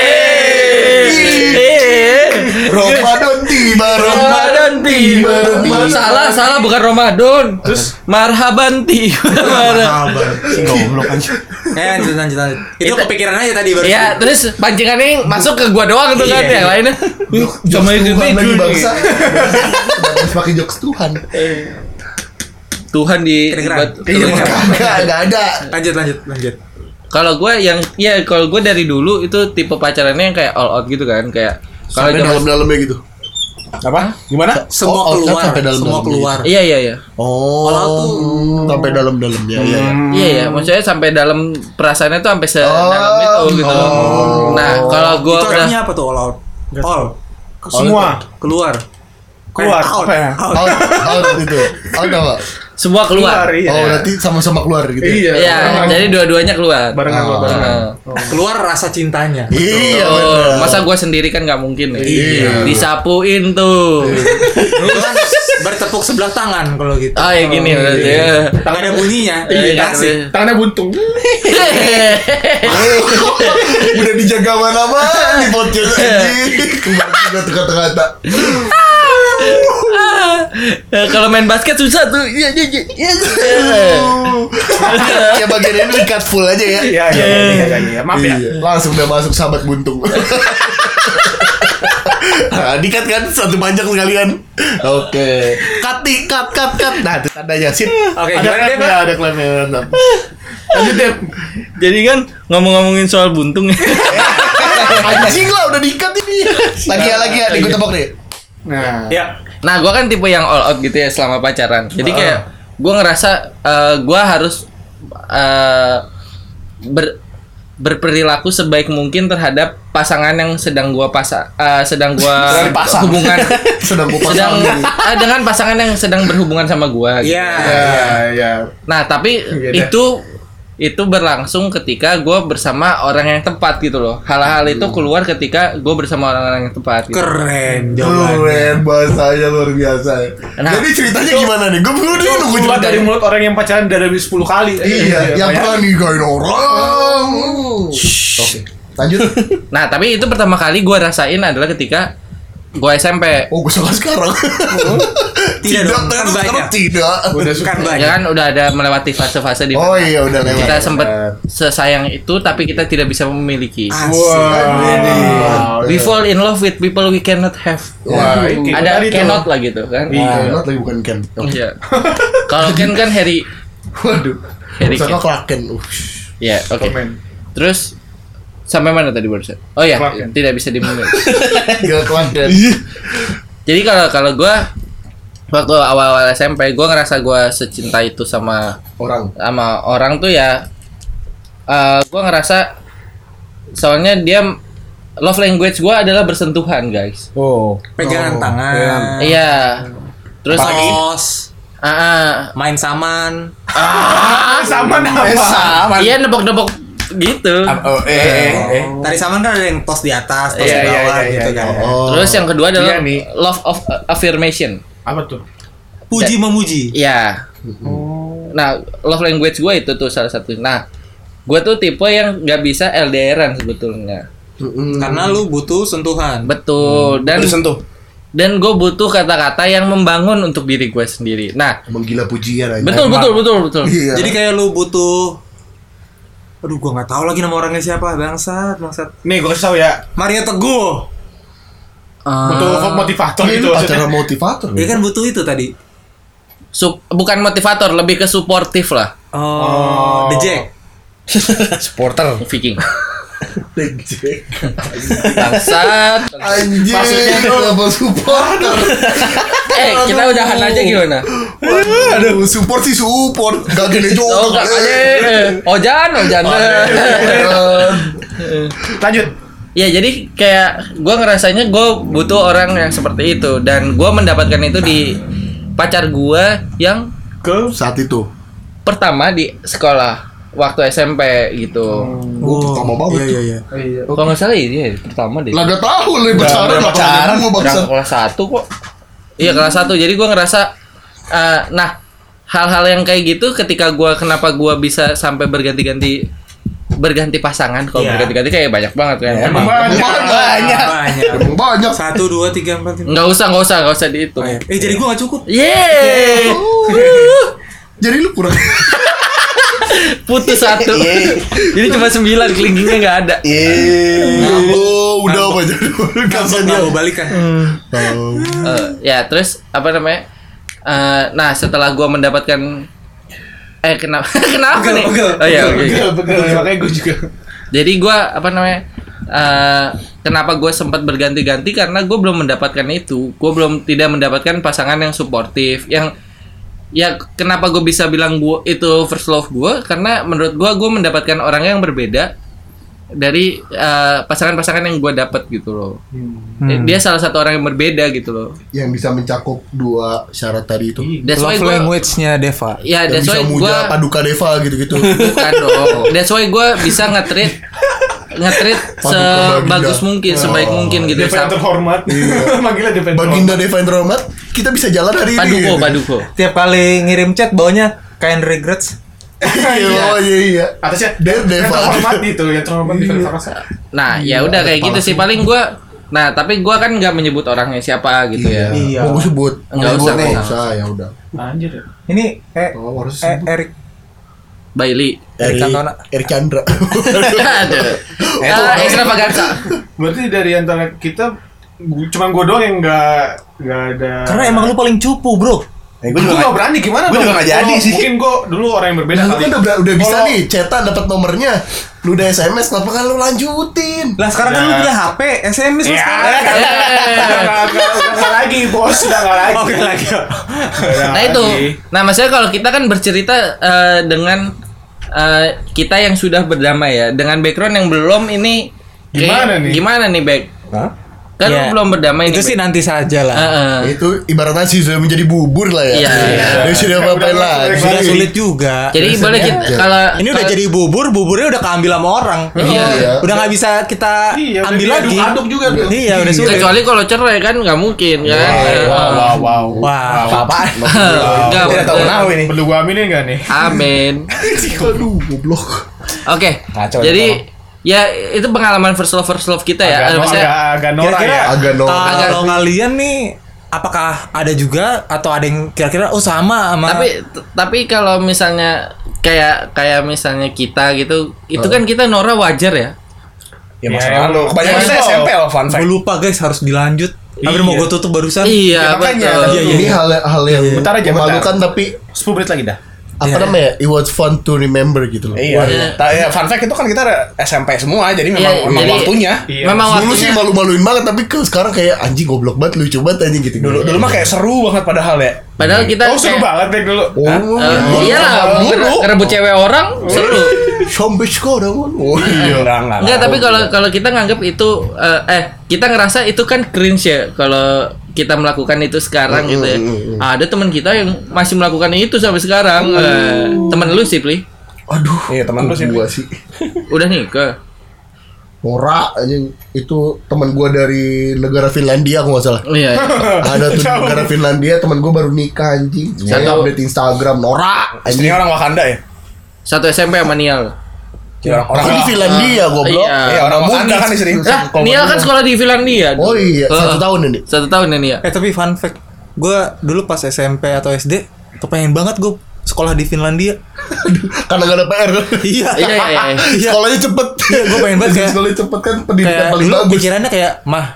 [SPEAKER 2] Ramadan tiba, Ramadan tiba, Ramadan
[SPEAKER 1] Salah, salah bukan Ramadan. Terus marhaban tiba. Marhaban.
[SPEAKER 2] Si goblok anjir.
[SPEAKER 4] Eh lanjut lanjut lanjut. Itu kepikiran aja tadi baru.
[SPEAKER 1] Ya, terus pancingannya yang masuk ke gua doang tuh kan yang lainnya. Sama itu
[SPEAKER 2] Tuhan lagi
[SPEAKER 1] nih.
[SPEAKER 2] bangsa. Harus pakai jokes Tuhan.
[SPEAKER 1] Tuhan di buat-
[SPEAKER 4] Keren-keren.
[SPEAKER 2] Iya, kagak enggak ada.
[SPEAKER 4] Lanjut lanjut lanjut.
[SPEAKER 1] Kalau gua yang ya kalau gua dari dulu itu tipe pacarannya yang kayak all out gitu kan, kayak kalau
[SPEAKER 2] Sampai
[SPEAKER 1] zaman-
[SPEAKER 2] dalam-dalamnya gitu.
[SPEAKER 5] Apa? Gimana?
[SPEAKER 4] Semua
[SPEAKER 2] Oh, oh,
[SPEAKER 4] keluar,
[SPEAKER 2] sampai dalam-dalam
[SPEAKER 4] semua
[SPEAKER 2] gitu.
[SPEAKER 4] keluar.
[SPEAKER 1] Iya, iya, iya.
[SPEAKER 2] Oh, hmm, sampai dalam-dalamnya ya.
[SPEAKER 6] Hmm.
[SPEAKER 1] Iya ya, maksudnya sampai dalam perasaannya tuh sampai sedalam
[SPEAKER 2] Oh.
[SPEAKER 1] itu gitu. Nah, kalau gua
[SPEAKER 4] itu
[SPEAKER 1] udah
[SPEAKER 4] artinya apa tuh all out? All
[SPEAKER 5] Semua.
[SPEAKER 4] keluar.
[SPEAKER 5] Keluar,
[SPEAKER 4] Out.
[SPEAKER 5] apa ya?
[SPEAKER 4] Out.
[SPEAKER 2] Out, out itu. Out apa?
[SPEAKER 1] semua keluar.
[SPEAKER 6] Keluar, iya.
[SPEAKER 2] Oh, berarti sama-sama keluar gitu. ya?
[SPEAKER 6] Iya.
[SPEAKER 1] Iya, jadi dua-duanya keluar.
[SPEAKER 6] Barengan gua,
[SPEAKER 2] Oh.
[SPEAKER 6] barengan.
[SPEAKER 1] Nah.
[SPEAKER 4] Keluar rasa cintanya.
[SPEAKER 2] Iya,
[SPEAKER 1] Oh,
[SPEAKER 2] bener.
[SPEAKER 1] masa gua sendiri kan nggak mungkin ya.
[SPEAKER 2] Iya.
[SPEAKER 1] Disapuin tuh.
[SPEAKER 4] Lu kan bertepuk sebelah tangan kalau gitu.
[SPEAKER 1] Ah ya gini berarti. ya.
[SPEAKER 4] Tangan ada bunyinya.
[SPEAKER 1] Iya,
[SPEAKER 4] Asik.
[SPEAKER 6] Tangannya buntung.
[SPEAKER 2] Udah dijaga mana-mana di podcast Ah, anjing. Kemarin juga tuh kata-kata.
[SPEAKER 1] Eh, Kalau main basket susah tuh. Iya, iya, iya, iya.
[SPEAKER 2] Ya bagian ini di cut full aja ya.
[SPEAKER 5] Iya, iya, iya, iya, iya. Maaf ya.
[SPEAKER 2] Iya, langsung udah masuk sahabat buntung. nah, dikat kan satu panjang sekalian. Oke. Cut nih, cut, cut, cut. Nah, itu tandanya sip.
[SPEAKER 4] Oke,
[SPEAKER 2] ada
[SPEAKER 4] gimana,
[SPEAKER 2] clapnya, ada clapnya. mantap.
[SPEAKER 1] Lanjut, Dep. Jadi kan ngomong-ngomongin soal buntung.
[SPEAKER 2] Anjing lah udah dikat ini. Lagi ya, lagi ya, di gue tepok nih.
[SPEAKER 6] Nah,
[SPEAKER 4] Ya.
[SPEAKER 1] Nah, gua kan tipe yang all out gitu ya selama pacaran. Jadi kayak gua ngerasa eh, gua harus eh, ber- berperilaku sebaik mungkin terhadap pasangan yang sedang gua pasa eh, sedang gua
[SPEAKER 5] Sedang dipasang.
[SPEAKER 1] hubungan
[SPEAKER 2] Sedang gue
[SPEAKER 1] sedang
[SPEAKER 2] pasang.
[SPEAKER 1] eh, dengan pasangan yang sedang berhubungan sama gua. gitu.
[SPEAKER 4] Iya.
[SPEAKER 6] ya, ya.
[SPEAKER 1] Nah, tapi
[SPEAKER 6] Iya dah.
[SPEAKER 1] itu itu berlangsung ketika gua bersama orang yang tepat gitu loh. Hal-hal itu keluar ketika gua bersama orang-orang yang tepat. Gitu.
[SPEAKER 4] Keren jawabannya.
[SPEAKER 5] ya.
[SPEAKER 2] Keren bahasanya luar biasa.
[SPEAKER 1] Nah.
[SPEAKER 2] Jadi ceritanya gimana nih? Gue gue udah nunggu
[SPEAKER 6] Keluar
[SPEAKER 2] cerita.
[SPEAKER 6] dari mulut orang yang pacaran dari 10 kali.
[SPEAKER 2] Iya, yang
[SPEAKER 6] banyak.
[SPEAKER 2] pernah nikahin orang. Oke, lanjut.
[SPEAKER 1] Nah, tapi itu pertama kali gua rasain adalah ketika gua SMP.
[SPEAKER 2] Oh, gue salah sekarang.
[SPEAKER 4] Tidak dong, kan
[SPEAKER 2] ternyata sekarang
[SPEAKER 4] banyak.
[SPEAKER 2] tidak.
[SPEAKER 6] Udah suka.
[SPEAKER 4] Kan
[SPEAKER 1] Ya
[SPEAKER 4] banyak.
[SPEAKER 1] kan udah ada melewati fase-fase di
[SPEAKER 2] iya. Oh iya udah lewat.
[SPEAKER 1] kita sempat sesayang itu tapi kita tidak bisa memiliki.
[SPEAKER 2] Ah,
[SPEAKER 6] Wow.
[SPEAKER 2] iya.
[SPEAKER 1] We fall in love with people we cannot have.
[SPEAKER 6] Wah, itu
[SPEAKER 1] ada
[SPEAKER 6] tadi tuh.
[SPEAKER 1] cannot lah gitu kan.
[SPEAKER 6] Iya.
[SPEAKER 2] Kenot lagi bukan Ken.
[SPEAKER 1] Iya. Kalau Ken kan Harry.
[SPEAKER 2] Waduh.
[SPEAKER 1] Harry
[SPEAKER 2] Saka
[SPEAKER 1] Ken.
[SPEAKER 2] Kraken. Uh,
[SPEAKER 1] Ya, oke.
[SPEAKER 6] Komen.
[SPEAKER 1] Terus sampai mana tadi barusan? Oh ya,
[SPEAKER 6] Kraken.
[SPEAKER 1] tidak bisa dimiliki.
[SPEAKER 2] Gila Kraken.
[SPEAKER 1] Jadi kalau kalau gua waktu awal-awal SMP gua ngerasa gua secinta itu sama
[SPEAKER 2] Orang.
[SPEAKER 1] sama orang tuh ya eh gue ngerasa soalnya dia love language gue adalah bersentuhan guys
[SPEAKER 5] Oh.
[SPEAKER 4] Pegangan tangan.
[SPEAKER 1] iya terus
[SPEAKER 4] Tos.
[SPEAKER 1] ah ah.
[SPEAKER 4] Main saman.
[SPEAKER 6] Ah, sama
[SPEAKER 5] Eh,
[SPEAKER 6] nama.
[SPEAKER 5] sama.
[SPEAKER 1] iya nepok nepok gitu
[SPEAKER 5] Oh, eh, eh, eh.
[SPEAKER 4] Tari saman kan ada yang tos di atas, tos
[SPEAKER 6] Iya,
[SPEAKER 4] di
[SPEAKER 6] iya,
[SPEAKER 4] bawah
[SPEAKER 6] iya,
[SPEAKER 4] gitu
[SPEAKER 6] iya,
[SPEAKER 4] kan.
[SPEAKER 2] Oh.
[SPEAKER 1] terus yang kedua adalah
[SPEAKER 6] Iya, Mi.
[SPEAKER 1] love of affirmation
[SPEAKER 6] Apa tuh?
[SPEAKER 4] Puji memuji.
[SPEAKER 1] iya nah love language gue itu tuh salah satu nah gue tuh tipe yang nggak bisa LDRan sebetulnya
[SPEAKER 4] Karena lu butuh sentuhan.
[SPEAKER 1] betul dan
[SPEAKER 5] Lu sentuh.
[SPEAKER 1] dan gue butuh kata-kata yang membangun untuk diri gue sendiri nah
[SPEAKER 2] Emang gila pujian aja.
[SPEAKER 1] betul betul betul betul
[SPEAKER 2] Iya.
[SPEAKER 4] Jadi kayak lu butuh Aduh gua nggak tahu lagi nama orangnya siapa bangsat bangsat
[SPEAKER 6] Nih, gue kasih tau ya.
[SPEAKER 4] Maria Teguh
[SPEAKER 1] Ah.
[SPEAKER 6] Untuk motivator
[SPEAKER 2] Ini
[SPEAKER 6] gitu
[SPEAKER 2] acara
[SPEAKER 6] maksudnya.
[SPEAKER 2] motivator.
[SPEAKER 7] Hmm.
[SPEAKER 4] Dia kan butuh itu tadi
[SPEAKER 1] Sup- bukan motivator lebih ke suportif lah
[SPEAKER 4] Oh, The Jack
[SPEAKER 5] supporter
[SPEAKER 1] Viking.
[SPEAKER 2] Anjing.
[SPEAKER 1] Bangsat.
[SPEAKER 2] Anjing.
[SPEAKER 1] Maksudnya
[SPEAKER 2] Kenapa supporter?
[SPEAKER 1] eh, kita udahan aja gimana?
[SPEAKER 2] Aduh, support sih support. Gak gini juga.
[SPEAKER 1] Oh, enggak aja. eh. Ojan, Ojan.
[SPEAKER 2] Eh,
[SPEAKER 6] Lanjut.
[SPEAKER 1] Ya jadi kayak gue ngerasanya gue butuh orang yang seperti itu dan gue mendapatkan itu di pacar gue yang
[SPEAKER 6] Ke
[SPEAKER 2] Saat itu.
[SPEAKER 1] pertama di sekolah waktu SMP gitu.
[SPEAKER 2] Oh, pertama banget.
[SPEAKER 4] Iya, iya, iya.
[SPEAKER 1] Kalau nggak salah iya pertama deh.
[SPEAKER 2] Lah gak tahu lu pacaran apa
[SPEAKER 5] pacaran.
[SPEAKER 2] ngomong
[SPEAKER 1] Udah
[SPEAKER 2] bangsa.
[SPEAKER 1] kelas satu kok. Iya kelas satu. Jadi gue ngerasa, eh, nah hal-hal yang kayak gitu ketika gue kenapa gue bisa sampai berganti-ganti berganti pasangan kalau
[SPEAKER 4] Iya.
[SPEAKER 1] berganti-ganti kayak banyak banget kan. Emang
[SPEAKER 5] banyak
[SPEAKER 4] Banyak.
[SPEAKER 2] Emang Banyak.
[SPEAKER 4] Satu, dua, tiga, empat, lima.
[SPEAKER 1] nggak usah nggak usah nggak usah dihitung.
[SPEAKER 4] Oh, iya. Eh jadi gua gak cukup.
[SPEAKER 1] Yeay.
[SPEAKER 2] Jadi lu kurang.
[SPEAKER 1] putus satu jadi cuma sembilan kelingkingnya nggak ada
[SPEAKER 2] Oh, udah apa jadi Iya. Gak usah dia.
[SPEAKER 4] Nggak mau balikan.
[SPEAKER 1] Hmm.
[SPEAKER 2] Tahu.
[SPEAKER 1] Eh, ya terus apa namanya Eh, nah setelah gua mendapatkan eh kenapa kenapa
[SPEAKER 4] Pegel,
[SPEAKER 1] nih
[SPEAKER 4] pegel.
[SPEAKER 1] oh ya oke oke.
[SPEAKER 6] Makanya gue juga.
[SPEAKER 1] jadi gua apa namanya eh, kenapa gua sempat berganti-ganti karena gua belum mendapatkan itu Gua belum tidak mendapatkan pasangan yang suportif yang ya kenapa gue bisa bilang gua itu first love gua karena menurut gua gua mendapatkan orang yang berbeda dari eh, pasangan-pasangan yang gua dapat gitu loh dia
[SPEAKER 2] Hmm.
[SPEAKER 1] salah satu orang yang berbeda gitu loh
[SPEAKER 2] Yang bisa mencakup dua syarat tadi itu.
[SPEAKER 1] that's why
[SPEAKER 7] Love
[SPEAKER 1] gue
[SPEAKER 7] language-nya Deva.
[SPEAKER 1] ya
[SPEAKER 2] Yang
[SPEAKER 1] that's
[SPEAKER 2] bisa
[SPEAKER 1] why
[SPEAKER 2] muja
[SPEAKER 1] gua
[SPEAKER 2] paduka deva gitu-gitu.
[SPEAKER 1] bukan dong that's why gue bisa ngetrit ngetrit
[SPEAKER 2] Paduka
[SPEAKER 1] sebagus
[SPEAKER 2] Baginda.
[SPEAKER 1] mungkin sebaik
[SPEAKER 2] Oh.
[SPEAKER 1] mungkin gitu
[SPEAKER 6] DP
[SPEAKER 1] Sam-
[SPEAKER 6] terhormat. Manggilnya DP terhormat.
[SPEAKER 2] Baginda Deva yang terhormat, kita bisa jalan hari ini.
[SPEAKER 1] paduko
[SPEAKER 2] gitu.
[SPEAKER 1] paduko
[SPEAKER 7] Tiap kali ngirim chat baunya kind regrets.
[SPEAKER 2] Iya, oh, iya, iya.
[SPEAKER 6] Atasnya
[SPEAKER 2] Dev
[SPEAKER 6] yang
[SPEAKER 2] Deva.
[SPEAKER 6] terhormat gitu, yang terhormat di Versa
[SPEAKER 1] nah ya udah kayak gitu sih paling gue nah tapi gue kan nggak menyebut orangnya siapa gitu ya
[SPEAKER 4] Iya.
[SPEAKER 2] Mau gue sebut.
[SPEAKER 1] Enggak
[SPEAKER 2] Mau
[SPEAKER 1] usah,
[SPEAKER 2] gue-
[SPEAKER 1] enggak
[SPEAKER 2] Enggak usah, ya udah.
[SPEAKER 6] Anjir.
[SPEAKER 7] Ini eh,
[SPEAKER 2] Oh, harus
[SPEAKER 7] eh
[SPEAKER 2] sebut.
[SPEAKER 7] Erik
[SPEAKER 1] Bailey
[SPEAKER 2] Eri
[SPEAKER 7] Cantona.
[SPEAKER 2] Eri Chandra.
[SPEAKER 1] Aduh. Ah, extravaganza
[SPEAKER 6] Berarti dari antara kita gu- cuma gue doang yang nggak nggak ada
[SPEAKER 4] Karena emang lu paling cupu, Bro.
[SPEAKER 6] gue
[SPEAKER 5] Eh, gua juga
[SPEAKER 6] nggak berani gimana
[SPEAKER 5] Gua
[SPEAKER 6] dong?
[SPEAKER 5] juga nggak jadi
[SPEAKER 6] Kalau
[SPEAKER 5] sih.
[SPEAKER 6] mungkin gue dulu orang yang berbeda
[SPEAKER 2] Nah, lu
[SPEAKER 6] kali
[SPEAKER 2] kan udah, ber- udah bisa
[SPEAKER 6] Kalau-
[SPEAKER 2] nih, cetak dapat nomornya. Lu udah SMS, kenapa kan lu lanjutin?
[SPEAKER 4] Lah sekarang
[SPEAKER 7] Ya.
[SPEAKER 4] kan lu punya HP, SMS lu
[SPEAKER 2] kan?
[SPEAKER 4] sekarang.
[SPEAKER 6] Udah Iya. nggak- nggak- udah nggak lagi bos udah nggak lagi
[SPEAKER 4] Oke lagi.
[SPEAKER 1] nah itu nah maksudnya kalau kita kan bercerita eh, dengan eh, kita yang sudah berdamai ya dengan background yang belum ini kayak-
[SPEAKER 6] Gimana nih?
[SPEAKER 1] gimana nih back
[SPEAKER 5] Hah?
[SPEAKER 1] kan lu
[SPEAKER 7] Ya.
[SPEAKER 1] belum berdamai
[SPEAKER 7] Itu sih
[SPEAKER 1] nih, Bek.
[SPEAKER 7] nanti saja
[SPEAKER 4] nah.
[SPEAKER 7] lah.
[SPEAKER 1] Heeh.
[SPEAKER 2] Itu ibaratnya sih sudah menjadi bubur lah ya.
[SPEAKER 1] Iya.
[SPEAKER 2] Dia sudah
[SPEAKER 6] Udah-
[SPEAKER 2] ngapain
[SPEAKER 6] udah-
[SPEAKER 2] lagi?
[SPEAKER 6] udah-
[SPEAKER 1] eh,
[SPEAKER 7] Sudah sulit juga.
[SPEAKER 1] jadi boleh kita kalau
[SPEAKER 7] ini udah
[SPEAKER 1] kalau-
[SPEAKER 7] jadi bubur, buburnya udah keambil sama orang.
[SPEAKER 1] Iya.
[SPEAKER 2] Iya.
[SPEAKER 7] Udah nggak bisa kita
[SPEAKER 6] Iya, udah
[SPEAKER 7] ambil lagi.
[SPEAKER 6] diaduk-aduk juga tuh.
[SPEAKER 7] Iya, udah
[SPEAKER 4] ya?
[SPEAKER 7] sulit.
[SPEAKER 1] kecuali kalau cerai kan nggak mungkin kan Heeh.
[SPEAKER 5] wow wow
[SPEAKER 7] Wah, apa-apaan?
[SPEAKER 1] Nggak,
[SPEAKER 5] tidak tahu
[SPEAKER 1] bener.
[SPEAKER 5] tahu ini
[SPEAKER 6] perlu gue aminin nggak nih
[SPEAKER 1] amin
[SPEAKER 2] Aduh, goblok.
[SPEAKER 1] oke
[SPEAKER 5] Kacau
[SPEAKER 1] jadi ya itu pengalaman first love first love kita ya
[SPEAKER 6] agak
[SPEAKER 1] Eh,
[SPEAKER 6] no-
[SPEAKER 1] maksudnya-
[SPEAKER 6] agak agak norak
[SPEAKER 7] Kira-kira
[SPEAKER 6] ya
[SPEAKER 2] Agak Iya, no.
[SPEAKER 7] kalau kalian nih apakah ada juga atau ada yang kira-kira oh sama sama
[SPEAKER 1] tapi t- tapi kalau misalnya kayak kayak misalnya kita gitu itu kan kita Nora wajar ya
[SPEAKER 5] ya masa
[SPEAKER 6] Ya,
[SPEAKER 5] lalu kebanyakan
[SPEAKER 6] ya,
[SPEAKER 5] saya
[SPEAKER 6] lo.
[SPEAKER 5] SMP loh fun fact
[SPEAKER 7] Gue lupa guys harus dilanjut. Hampir mau gue tutup
[SPEAKER 4] Kan
[SPEAKER 7] barusan.
[SPEAKER 1] iya
[SPEAKER 6] makanya.
[SPEAKER 1] betul
[SPEAKER 7] Iya, iya,
[SPEAKER 2] Ini
[SPEAKER 7] iya.
[SPEAKER 2] hal hal yang
[SPEAKER 6] Bentar aja, bentar.
[SPEAKER 2] memalukan tapi
[SPEAKER 6] 10 menit lagi dah
[SPEAKER 2] apa namanya? It was fun to remember gitu loh.
[SPEAKER 5] Iya,
[SPEAKER 1] Iya.
[SPEAKER 5] Ta- ya, fun fact itu kan kita ada SMP semua, jadi memang,
[SPEAKER 1] Iya,
[SPEAKER 5] memang
[SPEAKER 1] jadi-
[SPEAKER 5] waktunya.
[SPEAKER 6] Iya.
[SPEAKER 1] memang
[SPEAKER 7] Oh,
[SPEAKER 2] Dulu
[SPEAKER 1] waktunya
[SPEAKER 2] sih malu-maluin banget tapi ke sekarang kayak anjing goblok banget lucu banget anjing gitu.
[SPEAKER 5] Dulu dulu mah kayak seru banget padahal ya.
[SPEAKER 1] padahal kita
[SPEAKER 6] oh seru
[SPEAKER 1] kayak-
[SPEAKER 6] banget deh dulu
[SPEAKER 5] "Ah,
[SPEAKER 2] Oh,
[SPEAKER 1] Eh, iya lah ngerebut ngerebut cewek orang seru
[SPEAKER 2] sampai sekarang. Oh,
[SPEAKER 5] Iya, enggak enggak.
[SPEAKER 1] Enggak, tapi kalau kalau kita nganggap itu eh, eh kita ngerasa itu kan cringe ya kalau kita melakukan itu sekarang gitu ya. Ada teman kita yang masih melakukan itu sampai sekarang. Eh, teman lu sih, Pli.
[SPEAKER 2] Aduh.
[SPEAKER 5] Iya, teman lu sih.
[SPEAKER 2] Gua sih.
[SPEAKER 1] Udah nikah.
[SPEAKER 2] Ora anjing itu teman gua dari negara Finlandia kalau nggak salah.
[SPEAKER 1] Iya. iya.
[SPEAKER 2] Ada tuh di negara Finlandia teman gua baru nikah anjing. Saya
[SPEAKER 1] Satu.
[SPEAKER 2] update Instagram Nora.
[SPEAKER 5] Istrinya orang Wakanda ya.
[SPEAKER 1] Satu SMP sama Nial.
[SPEAKER 5] Iya, orang orang
[SPEAKER 2] Aku di
[SPEAKER 7] Ah,
[SPEAKER 2] Finlandia
[SPEAKER 1] Iya.
[SPEAKER 2] goblok.
[SPEAKER 5] Iya, orang
[SPEAKER 2] Nggak
[SPEAKER 5] Wakanda
[SPEAKER 2] mungkin.
[SPEAKER 5] kan istri.
[SPEAKER 1] Lah, Nial kan sekolah di Finlandia.
[SPEAKER 2] Oh iya,
[SPEAKER 1] Eh,
[SPEAKER 7] Ah.
[SPEAKER 2] satu tahun ini.
[SPEAKER 1] Satu tahun ya Nia.
[SPEAKER 7] Eh tapi fun fact, gue dulu pas SMP atau SD kepengen banget gue sekolah di Finlandia.
[SPEAKER 2] Karena gak ada PR.
[SPEAKER 7] Iya.
[SPEAKER 1] Iya, iya, iya.
[SPEAKER 7] Iya.
[SPEAKER 2] Sekolahnya cepet.
[SPEAKER 7] Iya, gua pengen banget
[SPEAKER 2] Jadi
[SPEAKER 7] kayak-
[SPEAKER 2] Sekolahnya cepet kan pendidikan
[SPEAKER 7] Kayak
[SPEAKER 2] paling
[SPEAKER 7] dulu
[SPEAKER 2] bagus.
[SPEAKER 7] pikirannya kayak mah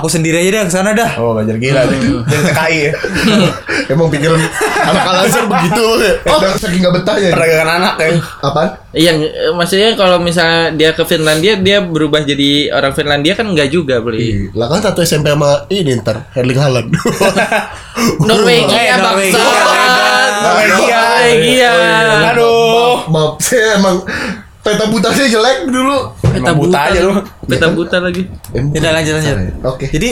[SPEAKER 7] Aku sendiri aja deh ke sana dah.
[SPEAKER 5] Oh belajar gila deh. Dari TKI ya.
[SPEAKER 2] Emang pikiran anak Al-Azhar begitu ya. Oh, saking nggak betah ya.
[SPEAKER 5] Perdagangan anak ya.
[SPEAKER 2] Apaan?
[SPEAKER 1] Yang eh, maksudnya kalau misalnya dia ke Finlandia dia berubah jadi orang Finlandia kan enggak juga beli.
[SPEAKER 2] Lah kan satu SMP sama ini ntar Erling Haaland.
[SPEAKER 1] Norwegia
[SPEAKER 7] Eh,
[SPEAKER 1] bangsa.
[SPEAKER 7] Norwegia.
[SPEAKER 5] Norwegia.
[SPEAKER 1] Norwegia.
[SPEAKER 5] Aduh.
[SPEAKER 2] Maaf, saya emang peta butasnya jelek dulu.
[SPEAKER 1] Peta
[SPEAKER 5] Emang buta aja lu.
[SPEAKER 1] Peta buta lagi.
[SPEAKER 7] Tidak lanjut lanjut.
[SPEAKER 2] ya? Oke.
[SPEAKER 7] Jadi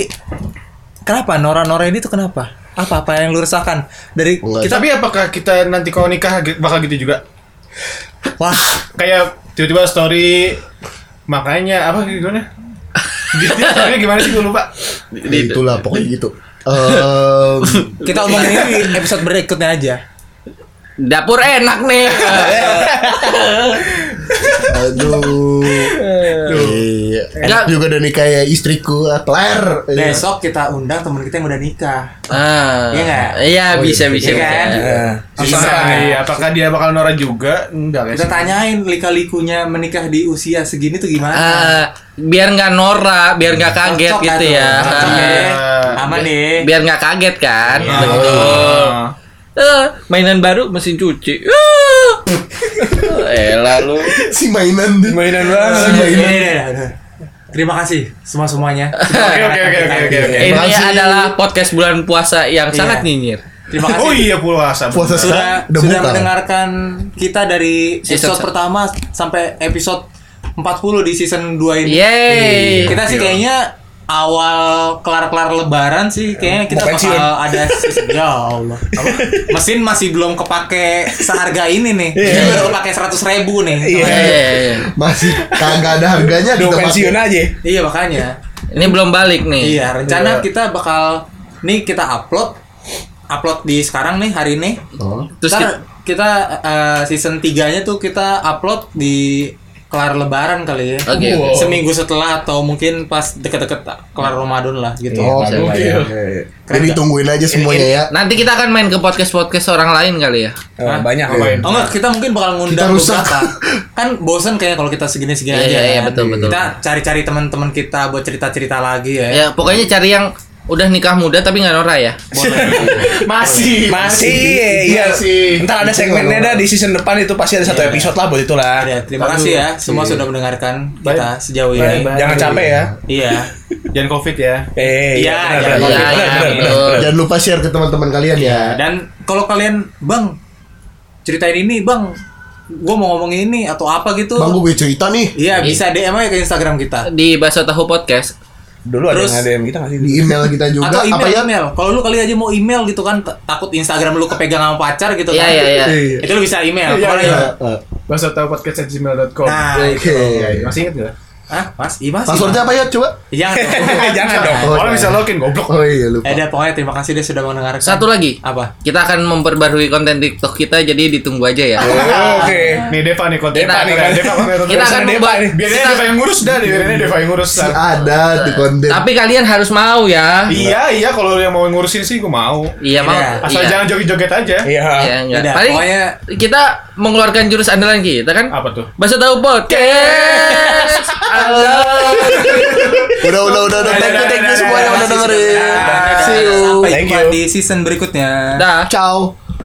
[SPEAKER 7] kenapa Nora-Nora ini tuh kenapa? Apa apa yang lu resahkan dari
[SPEAKER 2] Enggak.
[SPEAKER 6] Tapi apakah kita nanti kalau nikah ge- bakal gitu juga?
[SPEAKER 7] wah
[SPEAKER 6] Kayak tiba-tiba story makanya apa gimana? Dia dia story-nya gimana sih gue lupa.
[SPEAKER 2] Itulah pokoknya gitu. Ehm,
[SPEAKER 7] kita omongin ini di episode berikutnya aja.
[SPEAKER 1] Dapur enak nih.
[SPEAKER 4] Ah.
[SPEAKER 2] aduh. Iya. Enak juga dan nih kayak istriku lah, Claire.
[SPEAKER 7] Nah,
[SPEAKER 2] Iya.
[SPEAKER 4] Besok kita undang teman kita yang udah nikah.
[SPEAKER 1] Ah.
[SPEAKER 4] Iya nggak?
[SPEAKER 1] Iya bisa bisa.
[SPEAKER 4] Iya kan?
[SPEAKER 1] bisa.
[SPEAKER 6] Susah. Iya, apakah dia bakal Nora juga? Enggak
[SPEAKER 4] Kita
[SPEAKER 6] guys.
[SPEAKER 4] tanyain lika-likunya menikah di usia segini tuh gimana?
[SPEAKER 1] Ah, biar nggak norak, biar nggak kaget
[SPEAKER 4] Cocok
[SPEAKER 1] gitu
[SPEAKER 4] kan
[SPEAKER 1] ya.
[SPEAKER 4] tuh? Cocok
[SPEAKER 1] Ah.
[SPEAKER 4] ya. Aman nih.
[SPEAKER 1] biar nggak kaget kan
[SPEAKER 4] Iya.
[SPEAKER 1] betul
[SPEAKER 6] Oh.
[SPEAKER 1] Eh, mainan baru mesin cuci Ah. eh lalu
[SPEAKER 2] Si mainan tuh.
[SPEAKER 5] Mainan banget.
[SPEAKER 2] Si
[SPEAKER 4] Iya,
[SPEAKER 2] mainan.
[SPEAKER 4] iya, iya. Terima kasih semua semuanya.
[SPEAKER 6] Oke oke oke oke oke. oke.
[SPEAKER 1] ini
[SPEAKER 2] makasih.
[SPEAKER 1] adalah podcast bulan puasa yang
[SPEAKER 4] Iya.
[SPEAKER 1] sangat nyinyir
[SPEAKER 4] Terima kasih.
[SPEAKER 6] Oh iya puasa.
[SPEAKER 2] Puasa
[SPEAKER 6] bener.
[SPEAKER 2] sekarang
[SPEAKER 4] sudah
[SPEAKER 2] udah
[SPEAKER 4] sudah
[SPEAKER 2] buka.
[SPEAKER 4] mendengarkan kita dari
[SPEAKER 1] Season
[SPEAKER 4] episode pertama sampai episode 40 di season 2 ini.
[SPEAKER 1] yeay
[SPEAKER 4] Kita sih kayaknya awal kelar-kelar lebaran sih kayaknya kita
[SPEAKER 5] Mau pensiun.
[SPEAKER 4] bakal ada season ya Allah. Apa? Mesin masih belum kepake seharga ini nih. Ini baru kepake 100 ribu nih.
[SPEAKER 1] Iya, iya, iya.
[SPEAKER 2] Masih kagak ada harganya
[SPEAKER 5] Udah
[SPEAKER 2] kita
[SPEAKER 5] pensiun
[SPEAKER 2] pakai.
[SPEAKER 5] aja.
[SPEAKER 4] Iya makanya.
[SPEAKER 1] ini belum balik nih
[SPEAKER 4] Iya, rencana kita bakal nih kita upload upload di sekarang nih hari ini.
[SPEAKER 2] Oh.
[SPEAKER 1] terus
[SPEAKER 4] Terus
[SPEAKER 1] kita,
[SPEAKER 4] kita, eh, season 3-nya tuh kita upload di kelar lebaran kali ya.
[SPEAKER 1] Oke, oke.
[SPEAKER 4] Seminggu setelah atau mungkin pas deket-deket kelar
[SPEAKER 1] Hmm.
[SPEAKER 4] Ramadan lah gitu.
[SPEAKER 2] Oh,
[SPEAKER 1] Bisa,
[SPEAKER 2] oke.
[SPEAKER 1] iya.
[SPEAKER 2] Jadi tungguin aja semuanya ya.
[SPEAKER 1] nanti kita akan main ke podcast podcast orang lain kali ya
[SPEAKER 5] Eh, banyak
[SPEAKER 6] Ngapain?
[SPEAKER 4] Oh enggak, kita mungkin bakal ngundang
[SPEAKER 2] Kita rusak.
[SPEAKER 4] beberapa. Kan bosen kayaknya kalau kita segini-segini
[SPEAKER 1] Iya,
[SPEAKER 4] aja.
[SPEAKER 1] iya, iya,
[SPEAKER 4] kan.
[SPEAKER 1] betul, betul.
[SPEAKER 4] Kita cari-cari teman-teman kita buat cerita-cerita lagi ya.
[SPEAKER 1] ya pokoknya cari yang udah nikah muda tapi nggak norak ya
[SPEAKER 5] Masih, masih, iya.
[SPEAKER 2] Masih.
[SPEAKER 5] Ntar ada segmennya dah di season depan itu pasti ada satu episode lah buat itulah. Iya.
[SPEAKER 4] Ya, terima kasih ya semua sudah
[SPEAKER 2] Iya.
[SPEAKER 4] mendengarkan kita sejauh ini.
[SPEAKER 5] Jangan capek ya.
[SPEAKER 4] Iya.
[SPEAKER 6] Jangan covid ya.
[SPEAKER 5] Eh,
[SPEAKER 4] Iya,
[SPEAKER 5] benar,
[SPEAKER 1] Iya,
[SPEAKER 4] jangan
[SPEAKER 5] benar, benar,
[SPEAKER 1] iya,
[SPEAKER 5] benar, benar.
[SPEAKER 1] betul.
[SPEAKER 2] Jangan lupa share ke teman-teman kalian ya.
[SPEAKER 4] Dan kalau kalian, Bang, ceritain ini, Bang. Gua mau ngomongin ini atau apa gitu.
[SPEAKER 2] Bang gue punya cerita nih
[SPEAKER 4] Iya, bisa DM aja ke Instagram kita.
[SPEAKER 1] di Baso Tahu Podcast
[SPEAKER 5] Dulu ada
[SPEAKER 4] Terus-
[SPEAKER 5] yang ada yang kita ngasih.
[SPEAKER 2] di email kita juga.
[SPEAKER 4] Atau
[SPEAKER 2] apa
[SPEAKER 4] email,
[SPEAKER 2] ya?
[SPEAKER 4] email. Kalau lu kali aja mau email gitu kan, ta- takut Instagram lu kepegang sama pacar gitu
[SPEAKER 1] Iya,
[SPEAKER 4] kan.
[SPEAKER 1] iya, iya.
[SPEAKER 4] Itu lu bisa email.
[SPEAKER 6] Iya,
[SPEAKER 4] Kemana
[SPEAKER 6] iya.
[SPEAKER 4] ya?
[SPEAKER 2] Eh,
[SPEAKER 6] Bahasa tahu podcast gmail.com.
[SPEAKER 4] Nah,
[SPEAKER 2] Oke.
[SPEAKER 6] Masih inget nggak?
[SPEAKER 4] Hah, Mas? Iya, Mas.
[SPEAKER 2] Passwordnya apa ya? Coba.
[SPEAKER 4] Jangan. dong.
[SPEAKER 5] Jangan dong.
[SPEAKER 2] Oh,
[SPEAKER 6] Orang
[SPEAKER 2] iya.
[SPEAKER 6] bisa login goblok.
[SPEAKER 2] Oh iya lupa.
[SPEAKER 4] Eh, dah, pokoknya terima kasih deh sudah mendengarkan.
[SPEAKER 1] satu lagi
[SPEAKER 4] Apa?
[SPEAKER 1] kita akan memperbarui konten TikTok kita jadi ditunggu aja ya
[SPEAKER 5] Oke.
[SPEAKER 6] Nih Deva nih konten.
[SPEAKER 1] Deva nih, kan.
[SPEAKER 6] Deva konten.
[SPEAKER 1] kita akan
[SPEAKER 5] Depa
[SPEAKER 1] membuat
[SPEAKER 5] nih.
[SPEAKER 6] Biasanya Deva yang ngurus dah, biasanya Deva yang ngurus.
[SPEAKER 2] Si ada di konten.
[SPEAKER 1] Tapi kalian harus mau ya.
[SPEAKER 6] Iya iya kalau yang mau ngurusin sih gue mau.
[SPEAKER 1] Iya mau.
[SPEAKER 4] Iya.
[SPEAKER 6] Asal
[SPEAKER 1] iya.
[SPEAKER 6] jangan joget-joget aja.
[SPEAKER 5] Iya.
[SPEAKER 1] Iya, enggak.
[SPEAKER 4] Udah,
[SPEAKER 1] Paling
[SPEAKER 4] pokoknya
[SPEAKER 1] kita mengeluarkan jurus andalan kita kan.
[SPEAKER 6] Apa tuh?
[SPEAKER 1] Bahasa tahu podcast. Allah.
[SPEAKER 2] Udah udah udah udah. Thank you thank you semuanya udah dengerin. See you.
[SPEAKER 4] Sampai
[SPEAKER 5] Thank
[SPEAKER 4] jumpa
[SPEAKER 5] you.
[SPEAKER 4] di season berikutnya.
[SPEAKER 1] Dah.
[SPEAKER 2] Ciao.